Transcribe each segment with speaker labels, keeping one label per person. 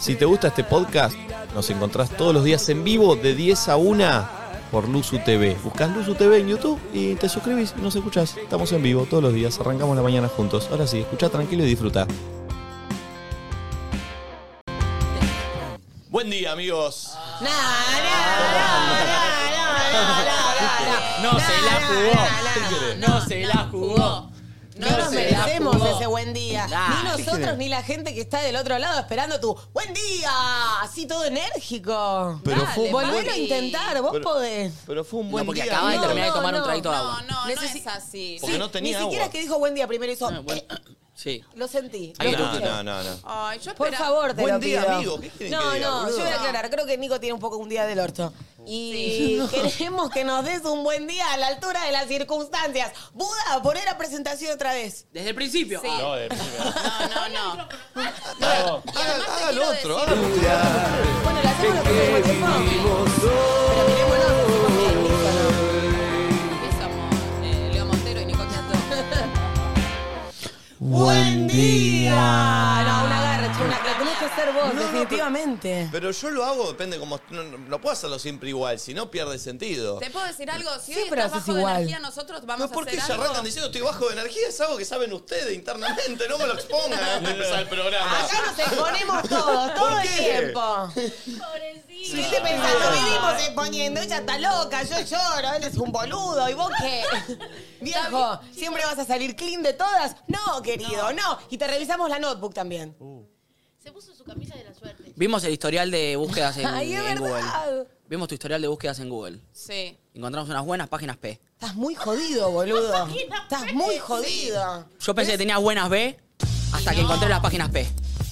Speaker 1: Si te gusta este podcast, nos encontrás todos los días en vivo de 10 a 1 por Luzu TV. Buscás Luzu TV en YouTube y te suscribís y nos escuchás. Estamos en vivo todos los días, arrancamos la mañana juntos. Ahora sí, escucha tranquilo y disfruta. Buen día, amigos.
Speaker 2: No, no, no, no, no, no, no, no, no,
Speaker 3: No se la jugó. No se la jugó.
Speaker 2: No nos
Speaker 3: se la
Speaker 2: merecemos
Speaker 3: jugó.
Speaker 2: ese buen día.
Speaker 3: Nah,
Speaker 2: ni
Speaker 3: ¿qué
Speaker 2: nosotros
Speaker 3: querés?
Speaker 2: ni la gente que está del otro lado esperando tu buen día. Así todo enérgico.
Speaker 1: Pero fue un
Speaker 2: Volvelo
Speaker 1: buen-
Speaker 2: a intentar, vos
Speaker 1: Pero-
Speaker 2: podés.
Speaker 1: Pero fue un
Speaker 3: No,
Speaker 1: buen
Speaker 3: porque
Speaker 1: día.
Speaker 3: acaba de
Speaker 2: No,
Speaker 3: terminar de
Speaker 2: no,
Speaker 3: tomar un
Speaker 2: no.
Speaker 3: traguito de agua.
Speaker 4: No, no,
Speaker 2: Necesi-
Speaker 4: no es así.
Speaker 1: Porque no tenía
Speaker 2: ni siquiera
Speaker 1: agua.
Speaker 2: es que dijo buen día, primero hizo. eh,
Speaker 3: Ah, bueno. Sí.
Speaker 2: Lo sentí.
Speaker 3: Ahí
Speaker 2: lo
Speaker 3: está.
Speaker 2: escuché.
Speaker 1: No, no, no.
Speaker 4: Ay, yo
Speaker 2: Por
Speaker 4: espera-
Speaker 2: favor, te
Speaker 1: Buen
Speaker 2: lo
Speaker 1: día,
Speaker 2: pido.
Speaker 1: amigo. ¿Qué quieren
Speaker 2: no,
Speaker 1: que diga,
Speaker 2: no,
Speaker 1: boludo?
Speaker 2: yo voy a aclarar. Creo que Nico tiene un poco un día del orto. Y queremos que nos des un buen día a la altura de las circunstancias. Buda, poner la presentación otra vez.
Speaker 3: Desde el principio.
Speaker 4: Sí.
Speaker 3: Ah,
Speaker 4: No, no, no. no. Y además te
Speaker 1: Hagan
Speaker 4: quiero
Speaker 1: otro,
Speaker 4: decir-
Speaker 1: hagan un día.
Speaker 2: Bueno, la hacemos lo que se nos Pero mirémonos con el Nico,
Speaker 4: ¿Qué somos? Eh, Leo Montero y Nico Chato.
Speaker 2: ¿no? ¡Buen día! No, una garra, una que tenés que ser vos, definitivamente.
Speaker 1: Pero yo lo hago, depende como. No, no- no puedo hacerlo siempre igual, si no pierde sentido.
Speaker 4: ¿Te puedo decir algo? Si hoy
Speaker 2: Siempre
Speaker 4: estás
Speaker 2: haces
Speaker 4: bajo de
Speaker 2: igual.
Speaker 4: energía, nosotros vamos
Speaker 1: ¿Por
Speaker 4: a
Speaker 1: qué
Speaker 4: hacer
Speaker 1: se
Speaker 4: algo.
Speaker 1: arrancan diciendo estoy bajo de energía? Es algo que saben ustedes internamente, no me lo expongan antes de empezar el programa.
Speaker 2: Acá nos exponemos todos, todo
Speaker 1: ¿Por
Speaker 2: el
Speaker 1: qué?
Speaker 2: tiempo.
Speaker 4: Pobrecito.
Speaker 2: Sí, te pensás, lo vivimos exponiendo, ella está loca, yo lloro, él es un boludo, ¿y vos qué? Viejo, ¿siempre vas a salir clean de todas? No, querido, no. Uh, Y te revisamos la notebook también.
Speaker 5: Se puso su camisa de la suerte.
Speaker 3: Vimos el historial de búsquedas en,
Speaker 2: Ay, es
Speaker 3: en Google.
Speaker 2: verdad.
Speaker 3: Vimos tu historial de búsquedas en Google.
Speaker 4: Sí.
Speaker 3: Encontramos unas buenas páginas P.
Speaker 2: Estás muy jodido, boludo. Estás muy jodido.
Speaker 3: Yo pensé que tenía buenas B hasta que encontré las páginas P.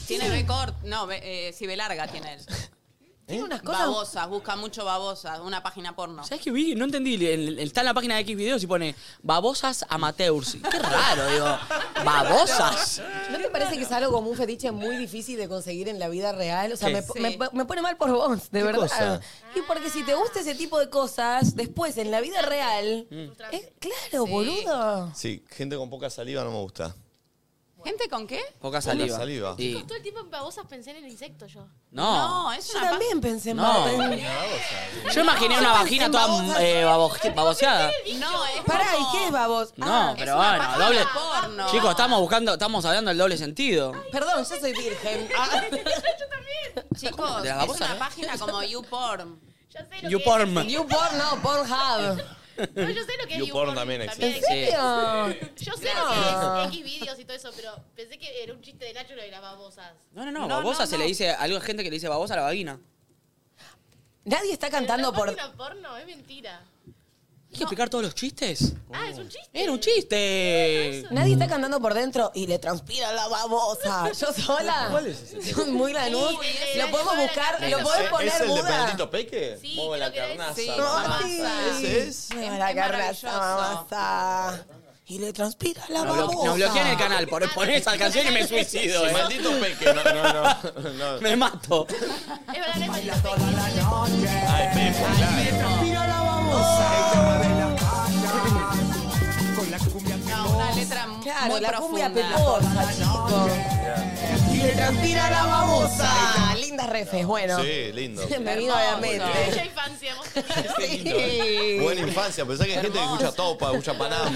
Speaker 4: Tiene B corta. No, B, eh, sí, B larga tiene él.
Speaker 2: ¿Eh? Tiene unas cosas...
Speaker 4: Babosas, busca mucho babosas. Una página porno.
Speaker 3: ¿Sabes qué vi? No entendí. El- el- Está en la página de X videos y pone babosas amateurs. Qué raro, digo. Babosas.
Speaker 2: ¿No te parece que es algo como un fetiche muy difícil de conseguir en la vida real? O sea,
Speaker 3: ¿Qué?
Speaker 2: me,
Speaker 4: Sí.
Speaker 2: me- me pone mal por vos, de
Speaker 1: ¿Qué
Speaker 2: verdad.
Speaker 1: cosa?
Speaker 2: Y porque si te gusta ese tipo de cosas, después en la vida real.
Speaker 4: Mm.
Speaker 2: es- claro, boludo.
Speaker 1: Sí, gente con poca saliva no me gusta.
Speaker 4: ¿Gente con qué?
Speaker 3: Poca saliva.
Speaker 1: saliva.
Speaker 3: Sí.
Speaker 5: Todo el tiempo en babosas pensé en el insecto yo.
Speaker 3: No.
Speaker 4: No, es
Speaker 2: Yo
Speaker 4: una pa-
Speaker 2: también pensé
Speaker 3: No.
Speaker 2: mal.
Speaker 3: Yo imaginé una
Speaker 2: No,
Speaker 3: vagina
Speaker 2: en babosas.
Speaker 3: toda eh, babo- baboseada.
Speaker 4: No, es
Speaker 2: Pará, ¿y
Speaker 4: como-
Speaker 2: qué es babos?
Speaker 3: No,
Speaker 2: Ah,
Speaker 3: pero
Speaker 4: una
Speaker 3: bueno,
Speaker 4: página
Speaker 3: doble.
Speaker 4: porno.
Speaker 3: Chicos, estamos buscando, estamos hablando del doble sentido.
Speaker 2: Perdón, yo soy virgen. Ah.
Speaker 4: Chicos,
Speaker 3: ¿De
Speaker 4: es
Speaker 3: la babosa,
Speaker 4: una
Speaker 3: eh?
Speaker 4: página como YouPorn.
Speaker 5: Yo sé lo
Speaker 3: YouPorn.
Speaker 5: que es.
Speaker 2: You porn, no, Pornhub.
Speaker 5: No, yo sé lo que es.
Speaker 1: YouPorn también
Speaker 2: ¿En
Speaker 1: existe.
Speaker 5: existe.
Speaker 2: serio?
Speaker 5: Yo sé
Speaker 2: No.
Speaker 5: lo que es X videos y todo eso, pero pensé que era un chiste de Nacho lo de las babosas.
Speaker 3: No, no, no,
Speaker 4: No,
Speaker 3: babosa
Speaker 4: no,
Speaker 3: se
Speaker 4: no.
Speaker 3: le dice, algo gente que le dice babosa a la vagina.
Speaker 2: Nadie está cantando
Speaker 5: Pero
Speaker 2: por.
Speaker 5: una página porno, es mentira.
Speaker 3: ¿Hay que explicar todos los chistes?
Speaker 5: Ah, es un chiste.
Speaker 3: Era un chiste.
Speaker 2: Nadie
Speaker 4: Mm.
Speaker 2: está cantando por dentro y le transpira la babosa. Yo sola. ¿Cuál es ese? Muy granús.
Speaker 5: Sí, sí,
Speaker 2: Lo
Speaker 5: sí,
Speaker 2: podemos
Speaker 5: sí,
Speaker 2: buscar,
Speaker 5: sí,
Speaker 2: lo
Speaker 5: sí,
Speaker 2: podemos
Speaker 5: sí.
Speaker 2: poner
Speaker 1: ¿Es el de
Speaker 2: Buda.
Speaker 1: Benedito Peque?
Speaker 5: Sí,
Speaker 1: Mueve la
Speaker 5: creo que
Speaker 1: carnaza.
Speaker 4: sí.
Speaker 1: mamá.
Speaker 4: No,
Speaker 2: Ay,
Speaker 1: ¿Ese es?
Speaker 2: Mueva
Speaker 4: Es
Speaker 2: la
Speaker 4: que
Speaker 2: carnaza,
Speaker 4: maravilloso.
Speaker 2: babosa. Y le transpira la
Speaker 3: Nos, blo-
Speaker 2: babosa.
Speaker 3: nos bloquean el canal, por, por esa canción y me suicido,
Speaker 1: Sí,
Speaker 3: eh.
Speaker 1: Maldito Peque. No, no, no. no.
Speaker 3: Me mato.
Speaker 5: Es verdad, Nacho. lo que es.
Speaker 1: Ay, Pepe, claro.
Speaker 2: Transpira la babosa.
Speaker 4: No, una letra m-
Speaker 2: Claro,
Speaker 4: muy
Speaker 2: la cumbia
Speaker 4: profunda.
Speaker 2: peposa, chico. Y le transpira la babosa. Lindas refes, bueno.
Speaker 1: Sí, lindo.
Speaker 2: Me vino a la mente.
Speaker 5: Mucha infancia, vos
Speaker 2: Sí.
Speaker 1: Buena infancia, pensá que hay gente que escucha Topa, escucha Panam.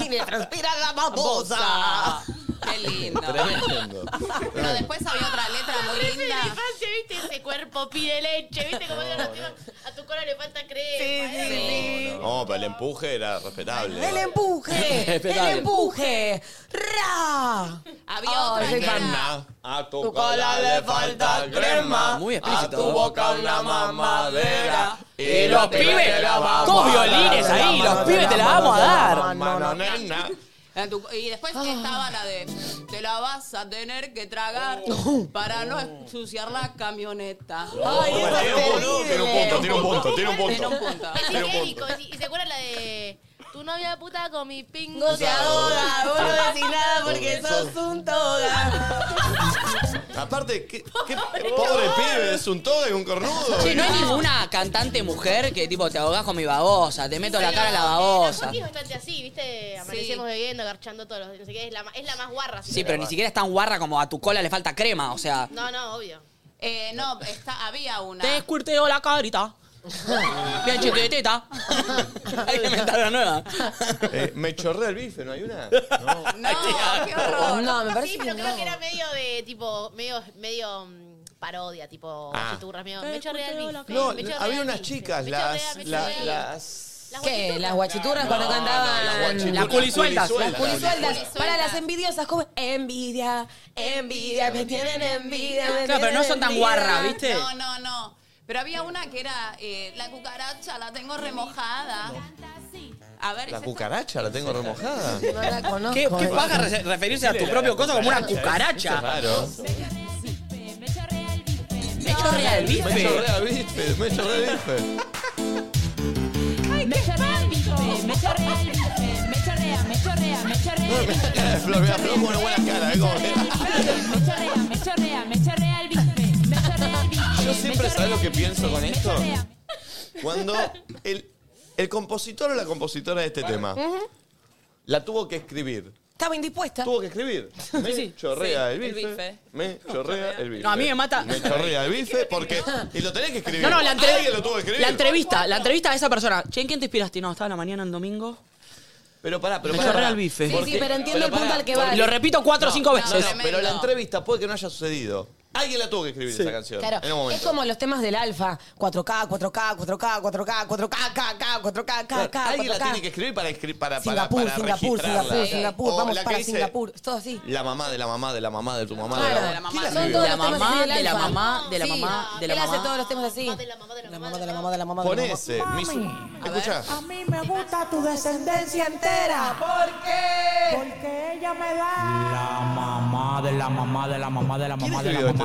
Speaker 2: Y le transpira la babosa.
Speaker 4: Babosa. Qué lindo.
Speaker 1: Tremendo.
Speaker 4: Pero después había otra letra muy
Speaker 5: Parece de la
Speaker 4: linda.
Speaker 5: infancia, viste, ese cuerpo pide leche, viste cómo eran los temas. A tu cola le falta crema.
Speaker 2: Sí, sí.
Speaker 1: No, pero el empuje era
Speaker 2: El
Speaker 1: respetable.
Speaker 2: empuje,
Speaker 3: Respetable.
Speaker 2: el empuje. ¡Ra!
Speaker 4: Había
Speaker 2: Oh,
Speaker 4: otra
Speaker 2: ese
Speaker 4: que era-
Speaker 1: Nena, a tu
Speaker 2: cola le falta crema,
Speaker 3: Muy explícito.
Speaker 1: a tu boca una mamadera, y
Speaker 3: Eh, los pibes, dos violines ahí, los pibes te la vamos a dar.
Speaker 1: Mano, nena.
Speaker 4: en tu- Y después
Speaker 2: Ah.
Speaker 4: estaba la de te la vas a tener que tragar para
Speaker 3: Oh.
Speaker 4: no ensuciar la camioneta.
Speaker 2: Oh. Ay, eso es
Speaker 1: Tiene un punto, tiene un punto, tiene un
Speaker 2: terrible.
Speaker 1: punto, tiene un
Speaker 4: Tiene un
Speaker 1: punto.
Speaker 4: punto.
Speaker 5: Es
Speaker 1: Tiene un
Speaker 5: histérico.
Speaker 1: punto.
Speaker 5: Y y se acuerdan la de tu novia puta con mi pingo.
Speaker 2: No te ahoga, vos no decís nada porque sos un toga.
Speaker 1: Aparte, qué, qué pobre pibe, es un todo y un cornudo.
Speaker 3: Che, no hay ninguna cantante mujer que tipo te ahogás con mi babosa, te meto la cara a la babosa.
Speaker 5: es bastante así, ¿viste? Amanecemos bebiendo, garchando todos los. No sé qué, es la, ma- es la más guarra.
Speaker 3: Sí, pero ni siquiera es tan guarra como a tu cola le falta crema, o sea.
Speaker 5: No, no, obvio.
Speaker 4: Eh, no, está, había una.
Speaker 3: Te escurteo la carita. Bien chiquitita. Hay que inventar una nueva.
Speaker 1: Eh, me chorrea el bife, ¿no hay una?
Speaker 4: No, qué horror.
Speaker 2: No, me parece
Speaker 5: Sí,
Speaker 2: que
Speaker 5: pero creo
Speaker 2: no.
Speaker 5: que era medio de tipo, medio, medio mm, parodia, tipo
Speaker 1: Ah.
Speaker 5: chiturras, medio.
Speaker 3: Eh,
Speaker 5: Me chorrea el
Speaker 3: escuché,
Speaker 5: bife.
Speaker 3: hola,
Speaker 1: No,
Speaker 5: me chorrea
Speaker 1: había
Speaker 5: el
Speaker 1: unas
Speaker 5: bife,
Speaker 1: chicas,
Speaker 5: me
Speaker 1: las,
Speaker 5: chorrea, me
Speaker 1: la-
Speaker 5: chorrea el
Speaker 1: las...
Speaker 5: Las
Speaker 2: ¿Qué?
Speaker 5: guachiturras.
Speaker 2: Las guachiturras cuando
Speaker 1: las
Speaker 2: cantaban.
Speaker 1: guachiturras,
Speaker 3: Las culisueltas,
Speaker 2: Las
Speaker 1: culisueltas.
Speaker 2: culisueltas.
Speaker 4: Culisueltas.
Speaker 2: Para las envidiosas, como envidia, envidia, me tienen envidia. me
Speaker 3: Claro, pero no
Speaker 2: tienen
Speaker 3: son tan
Speaker 2: envidia.
Speaker 3: guarras, ¿viste?
Speaker 4: No, no, no. Pero había una que era eh, la cucaracha, la tengo remojada. A ver,
Speaker 1: La
Speaker 4: ¿es esta?
Speaker 1: cucaracha la tengo remojada.
Speaker 2: No la conozco. eh.
Speaker 3: ¿Qué, qué paja re- referirse a tu propio cosa como una cucaracha?
Speaker 1: Claro.
Speaker 3: Me chorrea el
Speaker 1: Me
Speaker 3: bife.
Speaker 1: chorrea el bife, me chorrea el bife.
Speaker 6: Me chorrea el bife, me chorrea el bife, me chorrea, me chorrea, me chorrea el bife.
Speaker 1: Pero me aflojo una buena cara, ¿eh? Como
Speaker 6: Me
Speaker 1: que-
Speaker 6: chorrea, me chorrea, me chorrea el bife, me chorrea el bife.
Speaker 1: Yo siempre, ¿sabes lo que pienso con esto?
Speaker 6: Me chorrea.
Speaker 1: Cuando el, el compositor o la compositora de este tema la tuvo que escribir.
Speaker 2: Estaba indispuesta.
Speaker 1: Tuvo que escribir. Me
Speaker 3: sí.
Speaker 1: chorrea
Speaker 3: Sí,
Speaker 1: el,
Speaker 3: el
Speaker 1: bife,
Speaker 3: bife.
Speaker 1: Me chorrea el bife.
Speaker 3: No, a mí me mata-
Speaker 1: Me chorrea el bife porque. Y lo tenés que escribir.
Speaker 3: No, no, la, entre-
Speaker 1: Alguien lo tuvo que escribir.
Speaker 3: la entrevista, la entrevista a esa persona. Che, ¿en quién te inspiraste? No, estaba en la mañana en domingo.
Speaker 1: Pero pará, pero
Speaker 3: Me
Speaker 1: pará,
Speaker 3: chorrea
Speaker 1: pará.
Speaker 3: el bife. Sí, sí,
Speaker 1: Porque-
Speaker 2: pero entiendo el punto
Speaker 1: pará,
Speaker 2: al que va.
Speaker 1: porque-
Speaker 3: Lo repito cuatro o cinco
Speaker 4: no,
Speaker 3: veces.
Speaker 1: No, no, pero la entrevista puede que no haya sucedido. Alguien la tuvo que escribir esa canción. En un
Speaker 2: Claro, es
Speaker 1: momento.
Speaker 2: como los temas del alfa. 4K, 4K, 4K, 4K, 4K, K, 4K, K, K,
Speaker 1: Alguien la tiene que
Speaker 2: 4K.
Speaker 1: escribir para escribir para, para,
Speaker 2: Singapur,
Speaker 1: para
Speaker 2: Singapur,
Speaker 1: registrarla.
Speaker 2: Singapur, Singapur.
Speaker 1: O
Speaker 2: Vamos
Speaker 1: la que
Speaker 2: para
Speaker 1: dice,
Speaker 2: Singapur. Es todo así.
Speaker 1: La mamá de la mamá de la mamá de tu mamá. de la
Speaker 2: Claro.
Speaker 1: mamá.
Speaker 3: la mamá.
Speaker 1: ¿Quién la
Speaker 2: Son
Speaker 1: escribió?
Speaker 2: todos
Speaker 3: La
Speaker 2: los temas
Speaker 3: mamá,
Speaker 2: así del
Speaker 3: de la
Speaker 2: alfa.
Speaker 3: mamá, de la
Speaker 2: Sí.
Speaker 3: mamá, de la
Speaker 2: Él hace
Speaker 3: mamá.
Speaker 2: todos los temas así.
Speaker 5: De la mamá, de la
Speaker 2: La
Speaker 5: mamá,
Speaker 2: mamá, de la mamá, de la mamá. de la
Speaker 1: Pon
Speaker 2: mamá.
Speaker 1: ese. mi su- Escucha.
Speaker 7: A mí me gusta tu descendencia entera. Porque ella me da.
Speaker 8: La mamá de la mamá de la mamá de la
Speaker 1: ¿Quién
Speaker 8: mamá de la
Speaker 1: escribió
Speaker 8: mamá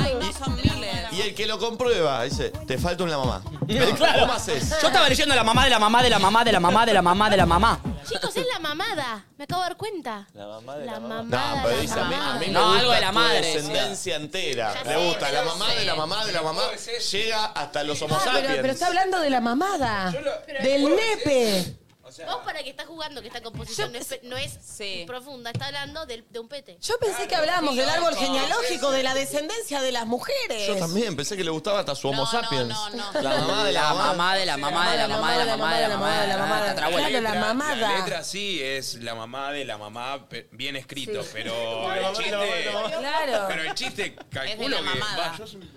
Speaker 4: Ay, no son miles.
Speaker 1: Y el que lo comprueba dice: Te falta una mamá. No,
Speaker 3: Claro.
Speaker 1: ¿Cómo haces?
Speaker 3: Yo estaba leyendo la mamá de la mamá de la mamá de la mamá de la mamá de la mamá.
Speaker 5: Chicos, es la mamada. Me acabo de dar cuenta. La mamada. La
Speaker 1: No,
Speaker 5: mamada.
Speaker 1: pero
Speaker 5: la
Speaker 1: dice a mí, a mí me
Speaker 3: No,
Speaker 1: gusta
Speaker 3: algo de la
Speaker 1: tu
Speaker 3: madre,
Speaker 1: descendencia entera.
Speaker 5: Ya
Speaker 1: Me
Speaker 5: sé,
Speaker 1: gusta. La
Speaker 5: pero
Speaker 1: mamá
Speaker 5: sé.
Speaker 1: de la mamá de la mamá llega hasta los homo
Speaker 2: Ah, pero,
Speaker 1: sapiens.
Speaker 2: pero está hablando de la mamada. Del nepe.
Speaker 5: Vos para que estás jugando que esta composición no es, pe- no es
Speaker 4: Sí.
Speaker 5: profunda, está hablando del- de, un pete.
Speaker 2: Yo pensé que hablábamos del árbol genealógico, de la descendencia de las mujeres.
Speaker 1: Yo también pensé que le gustaba hasta su homo
Speaker 4: No, no,
Speaker 1: sapiens.
Speaker 4: no, no.
Speaker 1: La mamá de la,
Speaker 3: La
Speaker 1: mamá.
Speaker 3: mamá de la mamá de la mamá de la mamá de la mamá de la mamá de la tatarabuela.
Speaker 2: Claro, la
Speaker 9: La
Speaker 2: mamada.
Speaker 9: letra sí es la mamá de la mamá, pe- bien escrito,
Speaker 2: Sí.
Speaker 9: pero, el chiste, pero
Speaker 2: Claro.
Speaker 9: el chiste calculo
Speaker 4: Es de la
Speaker 9: que...
Speaker 4: mamada.
Speaker 9: va, yo soy-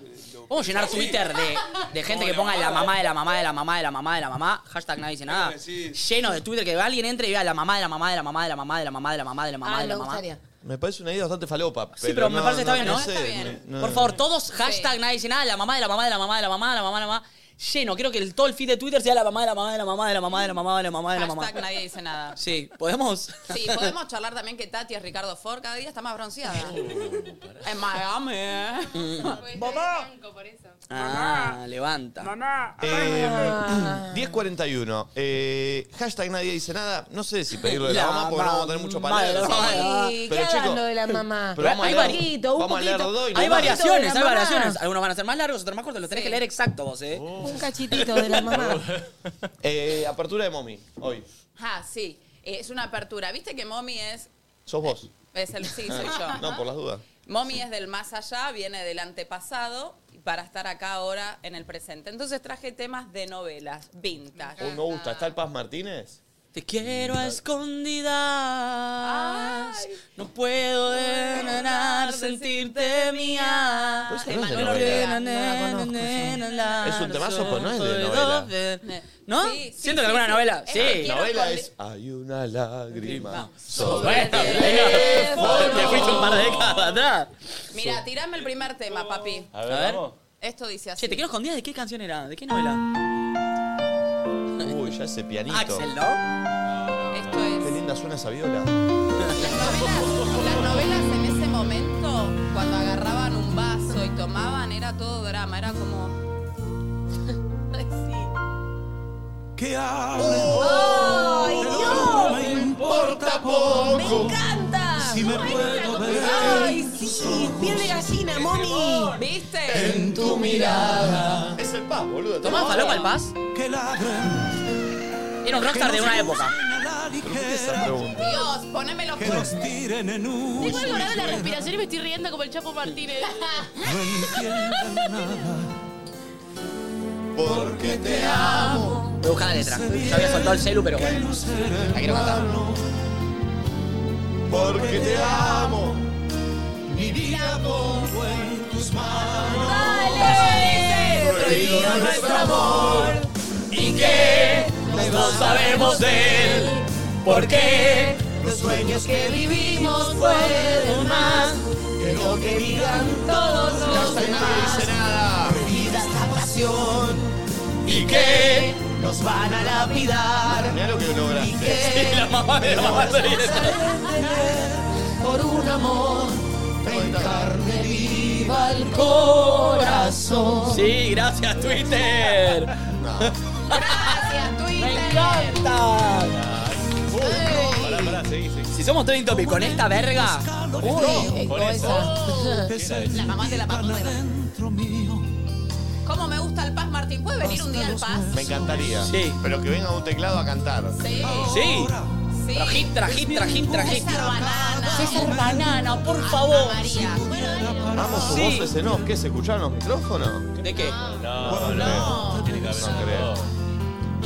Speaker 3: Vamos a llenar Twitter de, de gente que ponga la mamá de la mamá de la mamá de la mamá de la mamá. Hashtag nadie dice nada. Lleno de Twitter que alguien entre y vea la mamá de la mamá de la mamá de la mamá de la mamá de la mamá de la mamá
Speaker 2: Ah,
Speaker 3: de la
Speaker 2: me
Speaker 3: mamá.
Speaker 2: gustaría.
Speaker 1: Me parece una idea bastante falopa.
Speaker 3: Sí, pero me parece que está bien, ¿no?
Speaker 4: Está bien.
Speaker 1: no-
Speaker 3: Por favor, todos hashtag nadie dice nada. La mamá de la mamá de la mamá de la mamá de la mamá de la mamá. Lleno, creo que el, todo el feed de Twitter sea la mamá de la mamá de la mamá de la mamá de la mamá de la mamá de la mamá.
Speaker 4: Hashtag nadie dice nada.
Speaker 3: Sí, ¿podemos?
Speaker 4: Sí, podemos charlar también que Tati es Ricardo Ford, cada día está más bronceada.
Speaker 2: Oh,
Speaker 4: En Miami. ¿eh?
Speaker 5: Mamá.
Speaker 3: Ah, levanta.
Speaker 1: Eh, 1041. Eh, hashtag nadie dice nada. No sé si pedirlo de la,
Speaker 3: La
Speaker 1: mamá porque no vamos a tener mucho para
Speaker 3: mamá de la
Speaker 1: leer.
Speaker 3: mamá de la mamá.
Speaker 2: Sí,
Speaker 1: Pero,
Speaker 2: ¿qué
Speaker 1: chicos,
Speaker 2: hablando de la mamá?
Speaker 1: pero vamos a
Speaker 3: Hay
Speaker 1: leer-
Speaker 2: poquito, un
Speaker 1: vamos a leer
Speaker 2: poquito.
Speaker 1: dos y no
Speaker 3: Hay
Speaker 1: más.
Speaker 3: variaciones, hay
Speaker 2: de la mamá.
Speaker 3: variaciones. Algunos van a ser más largos, otros más cortos. Los tenés
Speaker 4: Sí.
Speaker 3: que leer exactos vos, ¿eh?
Speaker 2: Un cachitito de la mamá.
Speaker 1: Eh, apertura de mommy. Hoy.
Speaker 4: Ah, sí. Eh, Es una apertura. ¿Viste que Mommy es...
Speaker 1: Sos vos.
Speaker 4: es el, sí, soy yo.
Speaker 1: No, por las dudas.
Speaker 4: Mommy es del más allá, viene del antepasado para estar acá ahora en el presente. Entonces traje temas de novelas, vintage.
Speaker 1: Uy, me gusta. ¿Está el Paz Martínez?
Speaker 3: Te quiero a escondidas. No puedo denegar sentirte mía.
Speaker 1: Pues eso no es de
Speaker 3: Emanuel Ortega, na,
Speaker 1: novela.
Speaker 3: na, na, na, na,
Speaker 1: Es un
Speaker 3: no
Speaker 1: temazo,
Speaker 3: soy
Speaker 1: pero no es de
Speaker 3: todo
Speaker 1: novela.
Speaker 3: ver.
Speaker 4: Sí,
Speaker 3: ¿No?
Speaker 4: sí,
Speaker 3: Siento
Speaker 4: sí,
Speaker 3: que alguna
Speaker 4: sí.
Speaker 3: novela.
Speaker 4: Es
Speaker 3: Sí.
Speaker 4: que- Quiero
Speaker 1: Novela
Speaker 4: esconder-
Speaker 1: es Hay una lágrima.
Speaker 3: Sobre el teléfono. Te fuiste un par de décadas atrás.
Speaker 4: Mira, tirame el primer tema, papi.
Speaker 3: A ver.
Speaker 4: Esto dice así.
Speaker 3: Che, te quiero escondidas de qué canción era, de qué novela.
Speaker 1: Uy, ya ese pianito.
Speaker 3: Axel, ¿no?
Speaker 4: Esto
Speaker 1: Qué
Speaker 4: es.
Speaker 1: linda suena esa viola.
Speaker 4: Las novelas, las novelas en ese momento, cuando agarraban un vaso y tomaban, era todo drama, era como. Ay, sí.
Speaker 7: Que hable,
Speaker 2: ¡Ay,
Speaker 7: no
Speaker 2: Dios!
Speaker 7: me importa poco.
Speaker 2: ¡Canta!
Speaker 7: Si me puedo ver
Speaker 2: ¡Ay, sí! ¡Piel de gallina, mami!
Speaker 4: ¿Viste?
Speaker 7: en tu mirada,
Speaker 1: Es el Paz, boludo.
Speaker 3: ¿Tomás Falopa el Paz?
Speaker 7: que ladren
Speaker 3: Era un rockstar de una época.
Speaker 4: Dios, ponémelo fuerte.
Speaker 5: Tengo algo raro en la respiración y me estoy riendo como el Chapo Martínez.
Speaker 1: Porque te amo.
Speaker 3: Voy a buscar la letra. Yo había soltado el celu, pero bueno. La quiero cantar.
Speaker 1: Porque te amo.
Speaker 7: Mi vida pongo en tus manos.
Speaker 2: Dale.
Speaker 7: Prohibido nuestro amor. Y que los dos sabemos de él. Porque los sueños que vivimos pueden más que lo que digan todos los demás. Prohibida esta pasión. Y que nos van a lapidar.
Speaker 1: Mirá lo que lograste.
Speaker 7: Sí,
Speaker 1: la mamá de la mamá se viene.
Speaker 7: por un amor en carne viva el corazón.
Speaker 3: Sí, gracias, Twitter.
Speaker 4: Gracias, Twitter.
Speaker 1: Pará, pará, seguí, seguí.
Speaker 3: Si somos trending topic con esta verga.
Speaker 4: Uy,
Speaker 1: Con eso.
Speaker 3: Oh.
Speaker 4: La mamá de la mamá. ¿Cómo me gusta el Paz, Martín? ¿Puede venir un día al Paz?
Speaker 1: Me encantaría.
Speaker 3: Sí.
Speaker 1: Pero que venga un teclado a cantar.
Speaker 4: Sí.
Speaker 3: Sí.
Speaker 4: Sí.
Speaker 3: Trajín, trajín, trajín, trajín.
Speaker 4: César Banana.
Speaker 3: César Banana, por favor.
Speaker 4: María.
Speaker 1: Vamos su
Speaker 3: Sí.
Speaker 1: voz en off. ¿Qué? ¿Se escucharon los micrófonos?
Speaker 3: ¿De qué?
Speaker 8: No,
Speaker 1: No. No creo.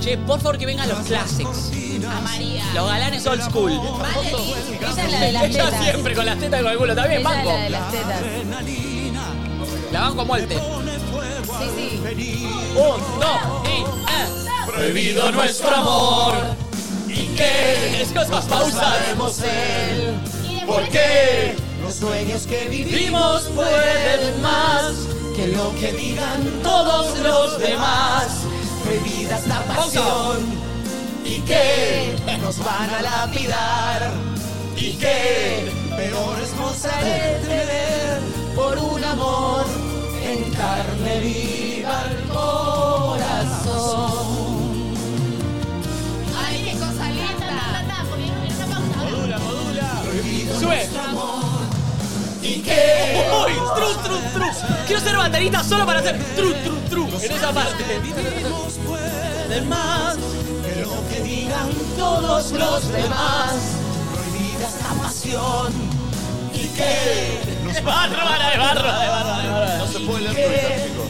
Speaker 3: Che, por favor que vengan los clásicos.
Speaker 4: A María.
Speaker 3: Los galanes old school.
Speaker 4: Vale, Liz.
Speaker 2: Esa es la de las
Speaker 3: Ella
Speaker 2: tetas.
Speaker 3: siempre con las tetas y con el culo. También,
Speaker 2: Esa es
Speaker 3: banco.
Speaker 2: la de las tetas.
Speaker 3: La banco a muerte.
Speaker 4: Sí, sí.
Speaker 3: Un, dos, y... eh.
Speaker 1: Prohibido nuestro amor. ¿Y qué?
Speaker 3: Es cosa pausa.
Speaker 7: Sabemos él,
Speaker 1: ¿Por qué?
Speaker 7: los sueños que
Speaker 3: Vivimos
Speaker 7: vivimos
Speaker 3: pueden
Speaker 7: pueden más que lo que digan todos los demás. Prohibida es la pasión y que nos van a lapidar y que peor es mostraré tener por un amor en carne viva el corazón.
Speaker 4: Ay, qué cosa linda.
Speaker 3: Sube.
Speaker 7: Y que
Speaker 3: Uy, tru, tru, tru. Quiero ser baterista solo para hacer tru, tru, tru. En esa parte.
Speaker 7: más que lo que digan todos los demás. Prohibida esta pasión y que
Speaker 1: Ah,
Speaker 3: Barro, barra, de barro, de barro, de barro.
Speaker 1: No se puede leer tu gráfico.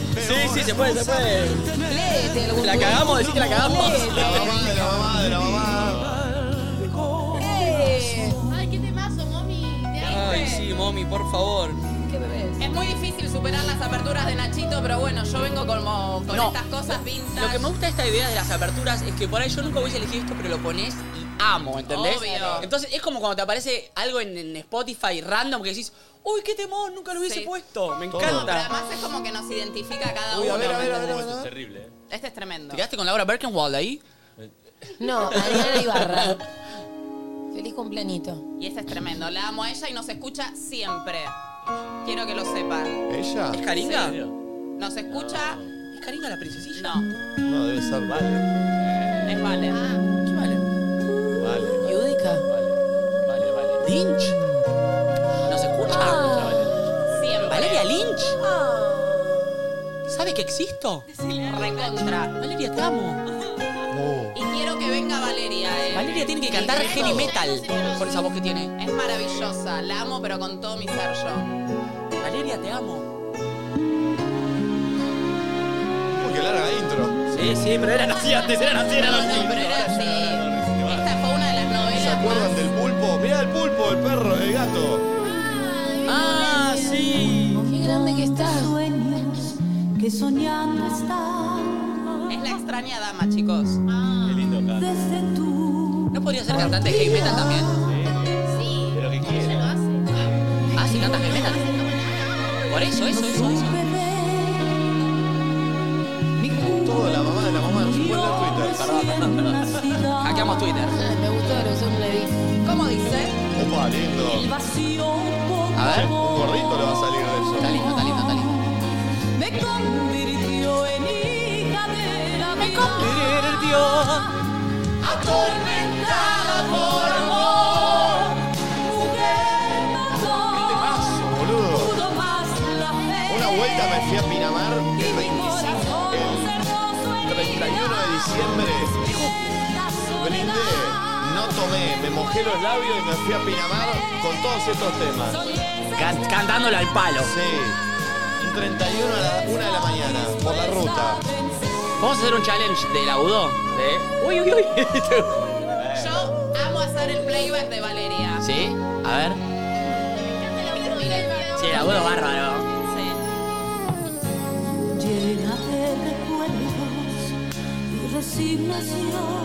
Speaker 3: Sí, sí, se puede, se puede.
Speaker 2: Léete algún
Speaker 3: La cagamos, decís que la cagamos.
Speaker 1: La mamá de la mamá de la mamá.
Speaker 2: Léete.
Speaker 5: Ay, qué temazo, mami. Te amo.
Speaker 3: Ay, sí, mami, por favor.
Speaker 2: ¿Qué bebés?
Speaker 4: Ah. Es muy difícil superar las aperturas de Nachito, pero bueno, yo vengo como con
Speaker 3: No.
Speaker 4: estas cosas vintage.
Speaker 3: Lo que me gusta de esta idea de las aperturas es que por ahí yo nunca hubiese elegido esto, pero lo pones y amo, ¿entendés?
Speaker 4: Obvio.
Speaker 3: Entonces es como cuando te aparece algo en, en Spotify random que decís, uy, qué temor, nunca lo hubiese
Speaker 4: Sí.
Speaker 3: puesto. Me
Speaker 4: No,
Speaker 1: Todo.
Speaker 4: pero
Speaker 3: encanta.
Speaker 4: además es como que nos identifica a cada
Speaker 1: Uy,
Speaker 4: uno.
Speaker 1: a ver, a ver, a ver. a
Speaker 8: esto es
Speaker 1: ver.
Speaker 8: terrible, eh.
Speaker 4: Este es tremendo.
Speaker 3: ¿Te quedaste con Laura Birkenwald ahí?
Speaker 2: No, Adriana Ibarra. Feliz cumpleañito.
Speaker 4: Y este es tremendo. La amo a ella y nos escucha siempre. Quiero que lo sepan.
Speaker 1: ¿Ella?
Speaker 3: ¿Es Karinga?
Speaker 4: Nos escucha.
Speaker 3: ¿Es Karinga la princesilla?
Speaker 4: No,
Speaker 1: No, debe ser Vale.
Speaker 4: es Vale.
Speaker 2: Ah.
Speaker 3: ¿Qué vale?
Speaker 1: Vale.
Speaker 2: Yudica.
Speaker 10: Vale, vale.
Speaker 3: ¿Lynch?
Speaker 2: Ah.
Speaker 3: ¿Nos escucha?
Speaker 4: Siempre.
Speaker 3: ¿Valeria Lynch? ¿Sabe que existo?
Speaker 4: Recontra.
Speaker 3: Valeria, te amo.
Speaker 1: Oh.
Speaker 4: Y quiero que venga Valeria. eh.
Speaker 3: Valeria tiene que cantar heavy metal con esa voz que tiene.
Speaker 4: Es maravillosa. La amo, pero con todo mi ser yo.
Speaker 3: Valeria, te amo.
Speaker 1: Tengo que larga la intro.
Speaker 3: Sí, sí, pero eran así antes, eran así, eran
Speaker 4: No, pero era así. Esta fue una de las
Speaker 1: ¿Se
Speaker 4: novelas
Speaker 1: acuerdan
Speaker 4: más.
Speaker 1: del pulpo? Mirá el pulpo, el perro, el gato.
Speaker 3: Ah, sí.
Speaker 2: Qué grande que estás.
Speaker 7: que soñando están
Speaker 4: Es la extraña dama, chicos.
Speaker 8: Qué lindo canto.
Speaker 7: desde tu
Speaker 3: ¿No podría ser cantante de heavy metal también?
Speaker 5: Sí.
Speaker 8: Pero que
Speaker 5: Ella
Speaker 8: quiera.
Speaker 5: lo hace.
Speaker 3: Ah, sí, canta heavy metal. Por eso, eso, eso, eso.
Speaker 1: Todo de la mamá de la mamá. No se puede leer Twitter. Perdón, perdón.
Speaker 3: Hackeamos Twitter.
Speaker 2: Ay, Me gustó la versión de Levi.
Speaker 4: ¿Cómo dice?
Speaker 1: Opa, lindo.
Speaker 7: vacío
Speaker 3: A ver.
Speaker 1: Un gordito le va a salir de eso.
Speaker 3: Está lindo, está lindo, está lindo.
Speaker 7: me convirtió en hija de la vida. Atormentada por amor, mujer mayor,
Speaker 1: Temazo, boludo.
Speaker 7: pudo más la fe.
Speaker 1: Una vuelta me fui a Pinamar el, 20
Speaker 7: Corazón
Speaker 1: el
Speaker 7: cerró su
Speaker 1: 31
Speaker 7: herida.
Speaker 1: de diciembre.
Speaker 7: La
Speaker 1: Brindé.
Speaker 7: soledad
Speaker 1: No tomé, me mojé los labios y me fui a Pinamar con todos estos temas.
Speaker 3: Can- cantándole al palo.
Speaker 1: Sí. Un 31 a la 1 de la mañana, por la ruta.
Speaker 3: Vamos a hacer un challenge de laudo. De... Uy, uy, uy.
Speaker 4: Yo amo hacer el playback de Valeria.
Speaker 3: ¿Sí? A ver. Sí, el abuelo bárbaro.
Speaker 7: Llena de recuerdos y resignación.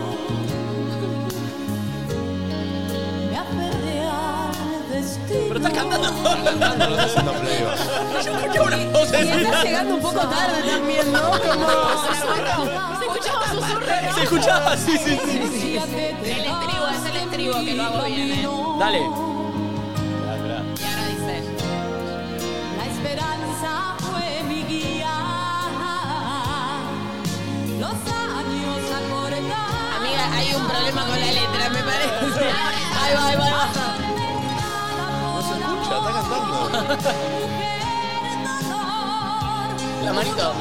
Speaker 7: Me aferré al destino. Pero estás cantando.
Speaker 1: Lo estás haciendo playback.
Speaker 7: Y estás llegando un poco tarde también, ¿no? Como... Se escuchaba susurro.
Speaker 3: Se escuchaba, sí, sí,
Speaker 7: sí.
Speaker 4: El estribo, es el estribo que lo hago bien, ¿eh?
Speaker 3: Dale.
Speaker 4: Y ahora dice.
Speaker 7: La esperanza fue mi guía. Los años acordados.
Speaker 2: Amiga, hay un problema con la letra, me parece. Ahí va, ahí va, ahí va.
Speaker 1: No se escucha, está cantando.
Speaker 3: La manito.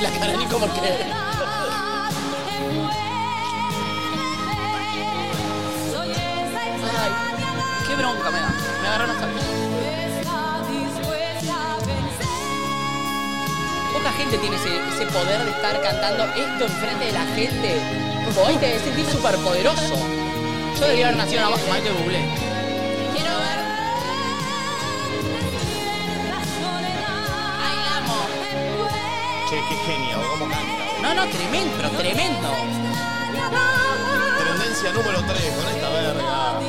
Speaker 3: La cara ni como que. Qué bronca me da. Me agarraron hasta Poca gente tiene ese, ese poder de estar cantando esto enfrente de la gente. Tipo, hoy te debes sentir súper poderoso. Yo debería haber nacido en la Michael Bublé.
Speaker 4: Quiero ver. Ay, la amo.
Speaker 1: Che, qué genio, cómo canta.
Speaker 3: No, no, tremendo, pero tremendo.
Speaker 1: Tendencia número 3 con esta verga.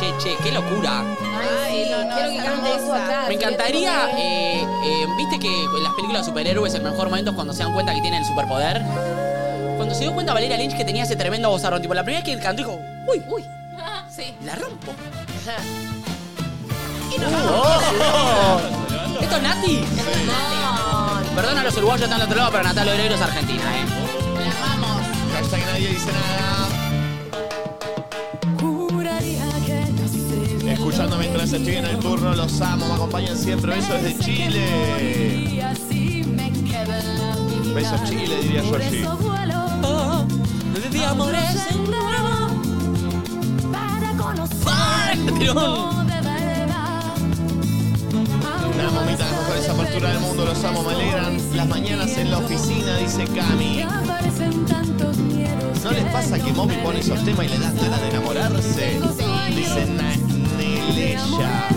Speaker 3: Che, che, qué locura.
Speaker 2: Ay, no, no, quiero que cante eso acá.
Speaker 3: Me encantaría, eh, eh, viste que en las películas de superhéroes el mejor momento es cuando se dan cuenta que tienen el superpoder. Cuando se dio cuenta Valeria Lynch que tenía ese tremendo vozarrón, tipo la primera vez que cantó dijo, uy, uy,
Speaker 4: Sí.
Speaker 3: la rompo.
Speaker 1: ¡Oh!
Speaker 3: ¿Esto es Nati? Perdón a los uruguayos están al otro lado, pero Natal Obrero es argentina, ¿eh?
Speaker 4: La amamos.
Speaker 1: Hashtag nadie dice nada. Escuchando mientras estoy en el turno, los amo, me acompañan siempre. Besos de Chile. Besos Chile, diría yo allí.
Speaker 3: De amores. Tirón.
Speaker 1: Una momita de las mejores aperturas del mundo, los amo, me alegran. Las mañanas en la oficina, dice Cami. ¿No les pasa que Mommy pone esos temas y le das ganas de enamorarse? Dice Neleya.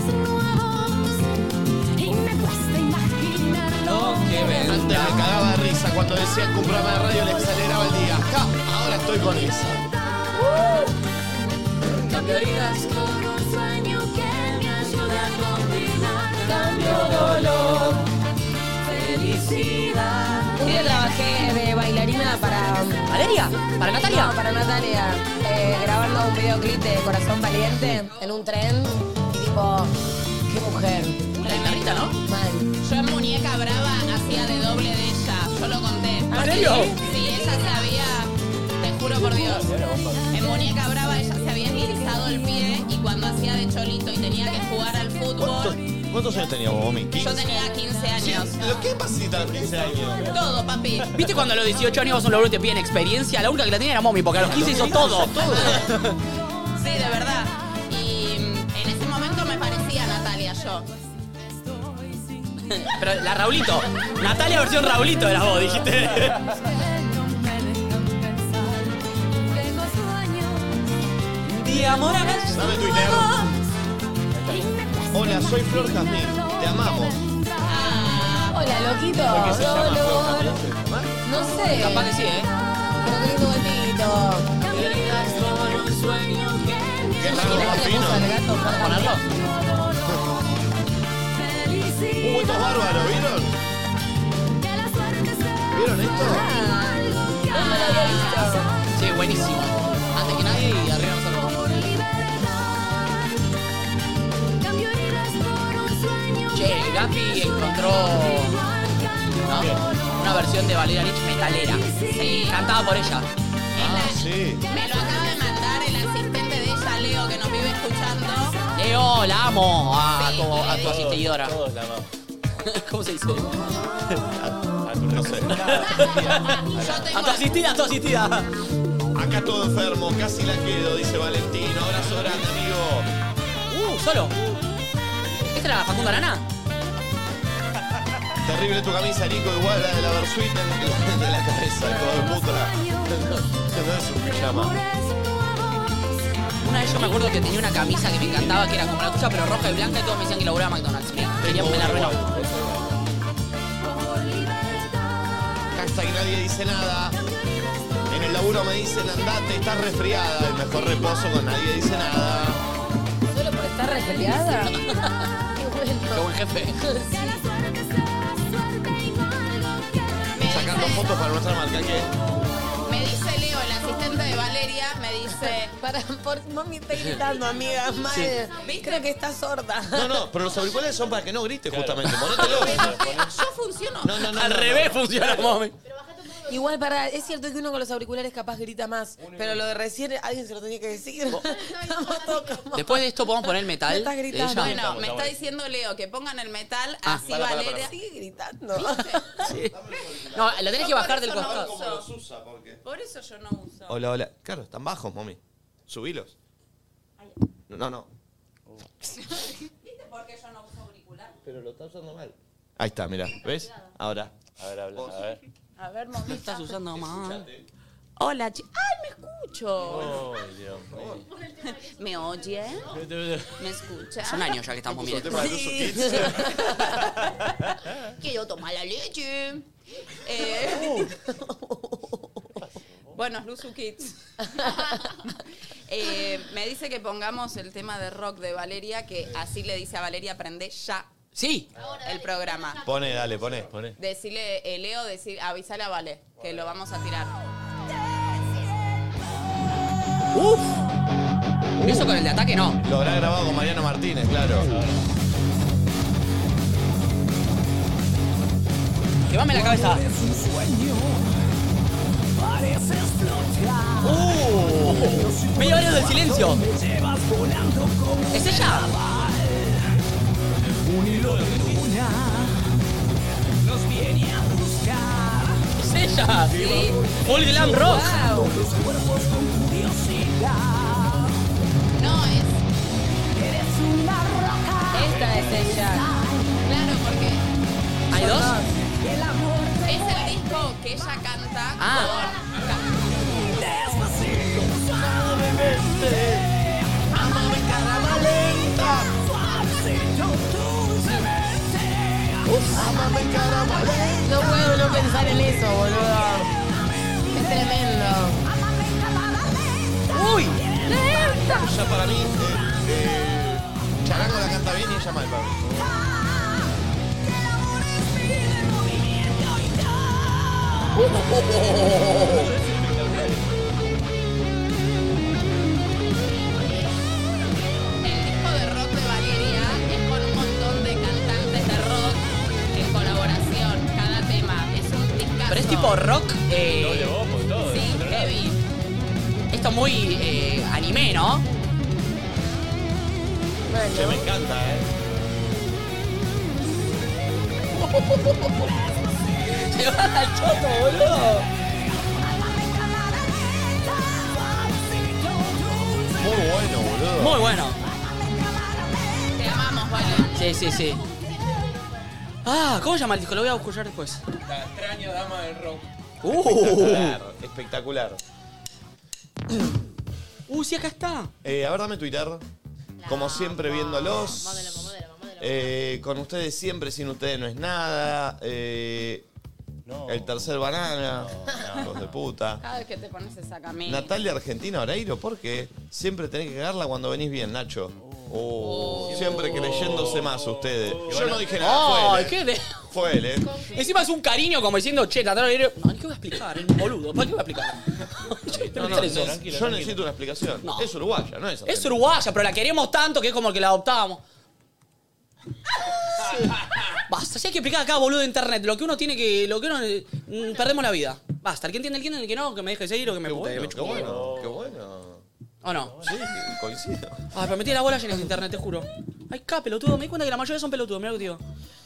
Speaker 1: Antes me cagaba de risa cuando decían que un programa de radio le aceleraba el día. Ja, ahora estoy con esa.
Speaker 2: Yo trabajé de bailarina para.
Speaker 3: ¿Valeria? ¿Para Natalia?
Speaker 2: No, para Natalia. Eh, grabando un videoclip de Corazón Valiente en un tren. Y tipo, qué mujer.
Speaker 3: La guitarrita, ¿no?
Speaker 2: Mal.
Speaker 4: Yo en Muñeca Brava hacía de doble de ella. Yo lo conté.
Speaker 3: ¿En serio?
Speaker 4: Sí, ella sabía. Te juro por Dios. En Muñeca Brava ella se había estilizado el pie y cuando hacía de cholito y tenía que jugar al
Speaker 1: ¿Cuántos,
Speaker 4: fútbol,
Speaker 1: cuántos años tenías vos, Mommy?
Speaker 4: yo
Speaker 1: ¿15?
Speaker 4: tenía 15 años.
Speaker 1: ¿Lo que pasita a los 15 años?
Speaker 4: Todo, papi.
Speaker 3: ¿Viste cuando a los 18 años vas a un laburo y te piden experiencia? La única que la tenía era Mommy, porque a los 15 hizo todo.
Speaker 4: Sí, de verdad. Y mm, en ese momento me parecía Natalia yo.
Speaker 3: Pero la Raulito. Natalia versión Raulito era vos, dijiste. De amor a
Speaker 1: Dame Twitter. Hola, soy Flor Jazmín. Te amamos.
Speaker 2: Hola, loquito.
Speaker 1: ¿Qué se llama Flor
Speaker 2: Dolor.
Speaker 1: Jazmín? ¿Se llama?
Speaker 2: No sé.
Speaker 3: Capaz que sí, ¿eh?
Speaker 2: Pero qué bonito.
Speaker 1: Qué raro, más fino.
Speaker 3: ¿Vamos a ponerlo?
Speaker 1: Uh, esto es bárbaro, ¿vieron? ¿Vieron esto?
Speaker 3: Sí, buenísimo. Antes que nadie y arriba nosotros. Che, Gapi encontró ¿no? una versión de Valeria Lynch metalera. Sí, cantada por ella.
Speaker 1: Ah, sí.
Speaker 4: Me lo acaba de mandar el asistente de ella, Leo, que nos vive escuchando.
Speaker 3: Leo, Pero Eh, oh, la amo Ah, a, tu, a tu
Speaker 1: Todos-
Speaker 3: asistidora.
Speaker 1: Todos la amamos.
Speaker 3: ¿Cómo se dice? Uh,
Speaker 1: A tu
Speaker 3: A tu asistida, a tu asistida.
Speaker 1: Acá todo enfermo, casi la quedo, dice Valentino. Abrazo grande, amigo.
Speaker 3: Uh, solo. ¿Esta era la Facundo Arana?
Speaker 1: Terrible tu camisa, Nico, igual la de la Versuit en- de la cabeza, hijo de puta. No es un pijama.
Speaker 3: Una vez yo me acuerdo que tenía una camisa que me encantaba, que era como la tuya, pero roja y blanca, y todos me decían que laburaba a McDonald's. Me, querían- me la arruinó.
Speaker 1: Hashtag nadie dice nada. En el laburo me dicen andate, estás resfriada. El mejor reposo con nadie dice nada.
Speaker 7: Solo por estar resfriada. Qué
Speaker 3: Qué
Speaker 7: bueno.
Speaker 3: buen jefe.
Speaker 1: Sacando fotos para nuestra marca que.
Speaker 4: Me dice Leo, el asistente de Valeria, me dice.
Speaker 2: Para, por, mami, está gritando, amiga. Madre, creo que está sorda.
Speaker 1: No, no, pero los auriculares son para que no grites justamente. Ponételo.
Speaker 4: Yo funciono.
Speaker 1: No, no, no.
Speaker 3: Al
Speaker 1: no, no.
Speaker 3: revés funciona, mami.
Speaker 2: Igual, para, es cierto que uno con los auriculares capaz grita más, pero lo de recién alguien se lo tenía que decir. Estamos todos como-
Speaker 3: Después de esto podemos poner el metal.
Speaker 2: Me estás gritando.
Speaker 3: de ella?
Speaker 4: Bueno, me está diciendo Leo que pongan el metal,
Speaker 3: Ah,
Speaker 4: así
Speaker 3: para, para,
Speaker 4: Valeria.
Speaker 3: para.
Speaker 2: Sigue gritando.
Speaker 3: No, la tenés que bajar del
Speaker 4: Por eso no
Speaker 3: costado.
Speaker 4: uso.
Speaker 1: usa, porque.
Speaker 4: Por eso yo no uso.
Speaker 1: Hola, hola. Claro, están bajos, mami. Subilos. No, no, no.
Speaker 4: ¿Viste por qué yo no uso auricular?
Speaker 1: Pero lo estás usando mal. Ahí está, mira. ¿Ves? Ahora. A ver, habla, a ver.
Speaker 4: A ver, momento.
Speaker 3: Estás usando más.
Speaker 4: Hola, chi- ¡Ay, me escucho!
Speaker 1: Oh, Dios mío.
Speaker 4: ¿Me oye? ¿Me escucha?
Speaker 3: Son años ya que estamos
Speaker 1: Puso el
Speaker 3: mirando.
Speaker 1: tema de Luzu Kids.
Speaker 4: Quiero tomar la leche. Eh, bueno, Luzu Kids. Eh, me dice que pongamos el tema de rock de Valeria, que así le dice a Valeria, aprende ya
Speaker 3: Sí.
Speaker 4: el programa.
Speaker 1: Pone, dale, pone, pone.
Speaker 4: Decirle, eh, Leo, decir, avísale a Vale, que lo vamos a tirar.
Speaker 3: Uf. Eso con el de ataque no.
Speaker 1: Lo habrá grabado con Mariano Martínez, claro.
Speaker 3: Quemame la cabeza. Uh, medio año del silencio. ¿Es ella? Es ella. All Glam Rock.
Speaker 4: No, es.
Speaker 7: Esta es ella.
Speaker 4: Claro, porque
Speaker 3: ¿Hay dos?
Speaker 4: es el disco que ella canta.
Speaker 3: Ah.
Speaker 2: No puedo no pensar en eso, boludo. Es tremendo.
Speaker 3: Uy.
Speaker 1: Ya para mí, eh, eh, Charango la canta bien y ella mal para mí.
Speaker 4: El
Speaker 3: Oh,
Speaker 4: disco de rock de Valeria es con un montón de cantantes de rock en colaboración, cada tema. Es un discazo.
Speaker 3: Pero es tipo rock. Eh,
Speaker 4: Sí, heavy.
Speaker 3: esto muy eh, anime, ¿no?
Speaker 1: Che, me encanta, eh.
Speaker 3: Se va al choto, boludo.
Speaker 1: Muy bueno, boludo.
Speaker 3: Muy bueno.
Speaker 4: Te amamos, Vale.
Speaker 3: Sí, sí, sí. Ah, ¿cómo se llama el disco? Lo voy a escuchar después.
Speaker 11: La extraña dama del rock.
Speaker 1: Espectacular, espectacular.
Speaker 3: Uh, sí, acá está.
Speaker 1: Eh, a ver, dame Twitter. Como siempre, viéndolos.
Speaker 12: Modelo, modelo.
Speaker 1: Eh, con ustedes siempre, sin ustedes no es nada. Eh, El tercer banana. Hijos de puta.
Speaker 4: Cada vez que te pones esa camisa.
Speaker 1: Natalia Argentina Oreiro, porque siempre tenés que cagarla cuando venís bien, Nacho. Oh, Siempre creyéndose más ustedes. Yo no dije nada.
Speaker 3: Ay,
Speaker 1: fue
Speaker 3: qué
Speaker 1: él,
Speaker 3: de...
Speaker 1: eh. Fue él, eh.
Speaker 3: Encima es un cariño como diciendo, che, Natalia Oreiro. No, ¿qué voy a explicar? Es un boludo. ¿Para qué voy a explicar? Che, te
Speaker 1: No, no,
Speaker 3: metes en
Speaker 1: yo
Speaker 3: eso.
Speaker 1: necesito una explicación.
Speaker 3: No.
Speaker 1: Es uruguaya, no es
Speaker 3: Es
Speaker 1: argentina.
Speaker 3: uruguaya, pero la queremos tanto que es como que la adoptábamos. Basta, si hay que explicar acá, boludo, de internet. Lo que uno tiene que. Lo que uno. mm, perdemos la vida. Basta, el que entiende, el que entiende, el que no, que me deje seguir o que me
Speaker 1: Qué
Speaker 3: pute,
Speaker 1: bueno,
Speaker 3: me
Speaker 1: qué
Speaker 3: chupe.
Speaker 1: bueno, qué bueno.
Speaker 3: ¿O no?
Speaker 1: Sí, coincido.
Speaker 3: Ah, pero metí la bola llena de internet, te juro. Ay, ca, pelotudo. Me di cuenta que la mayoría son pelotudos. Mira lo que te digo.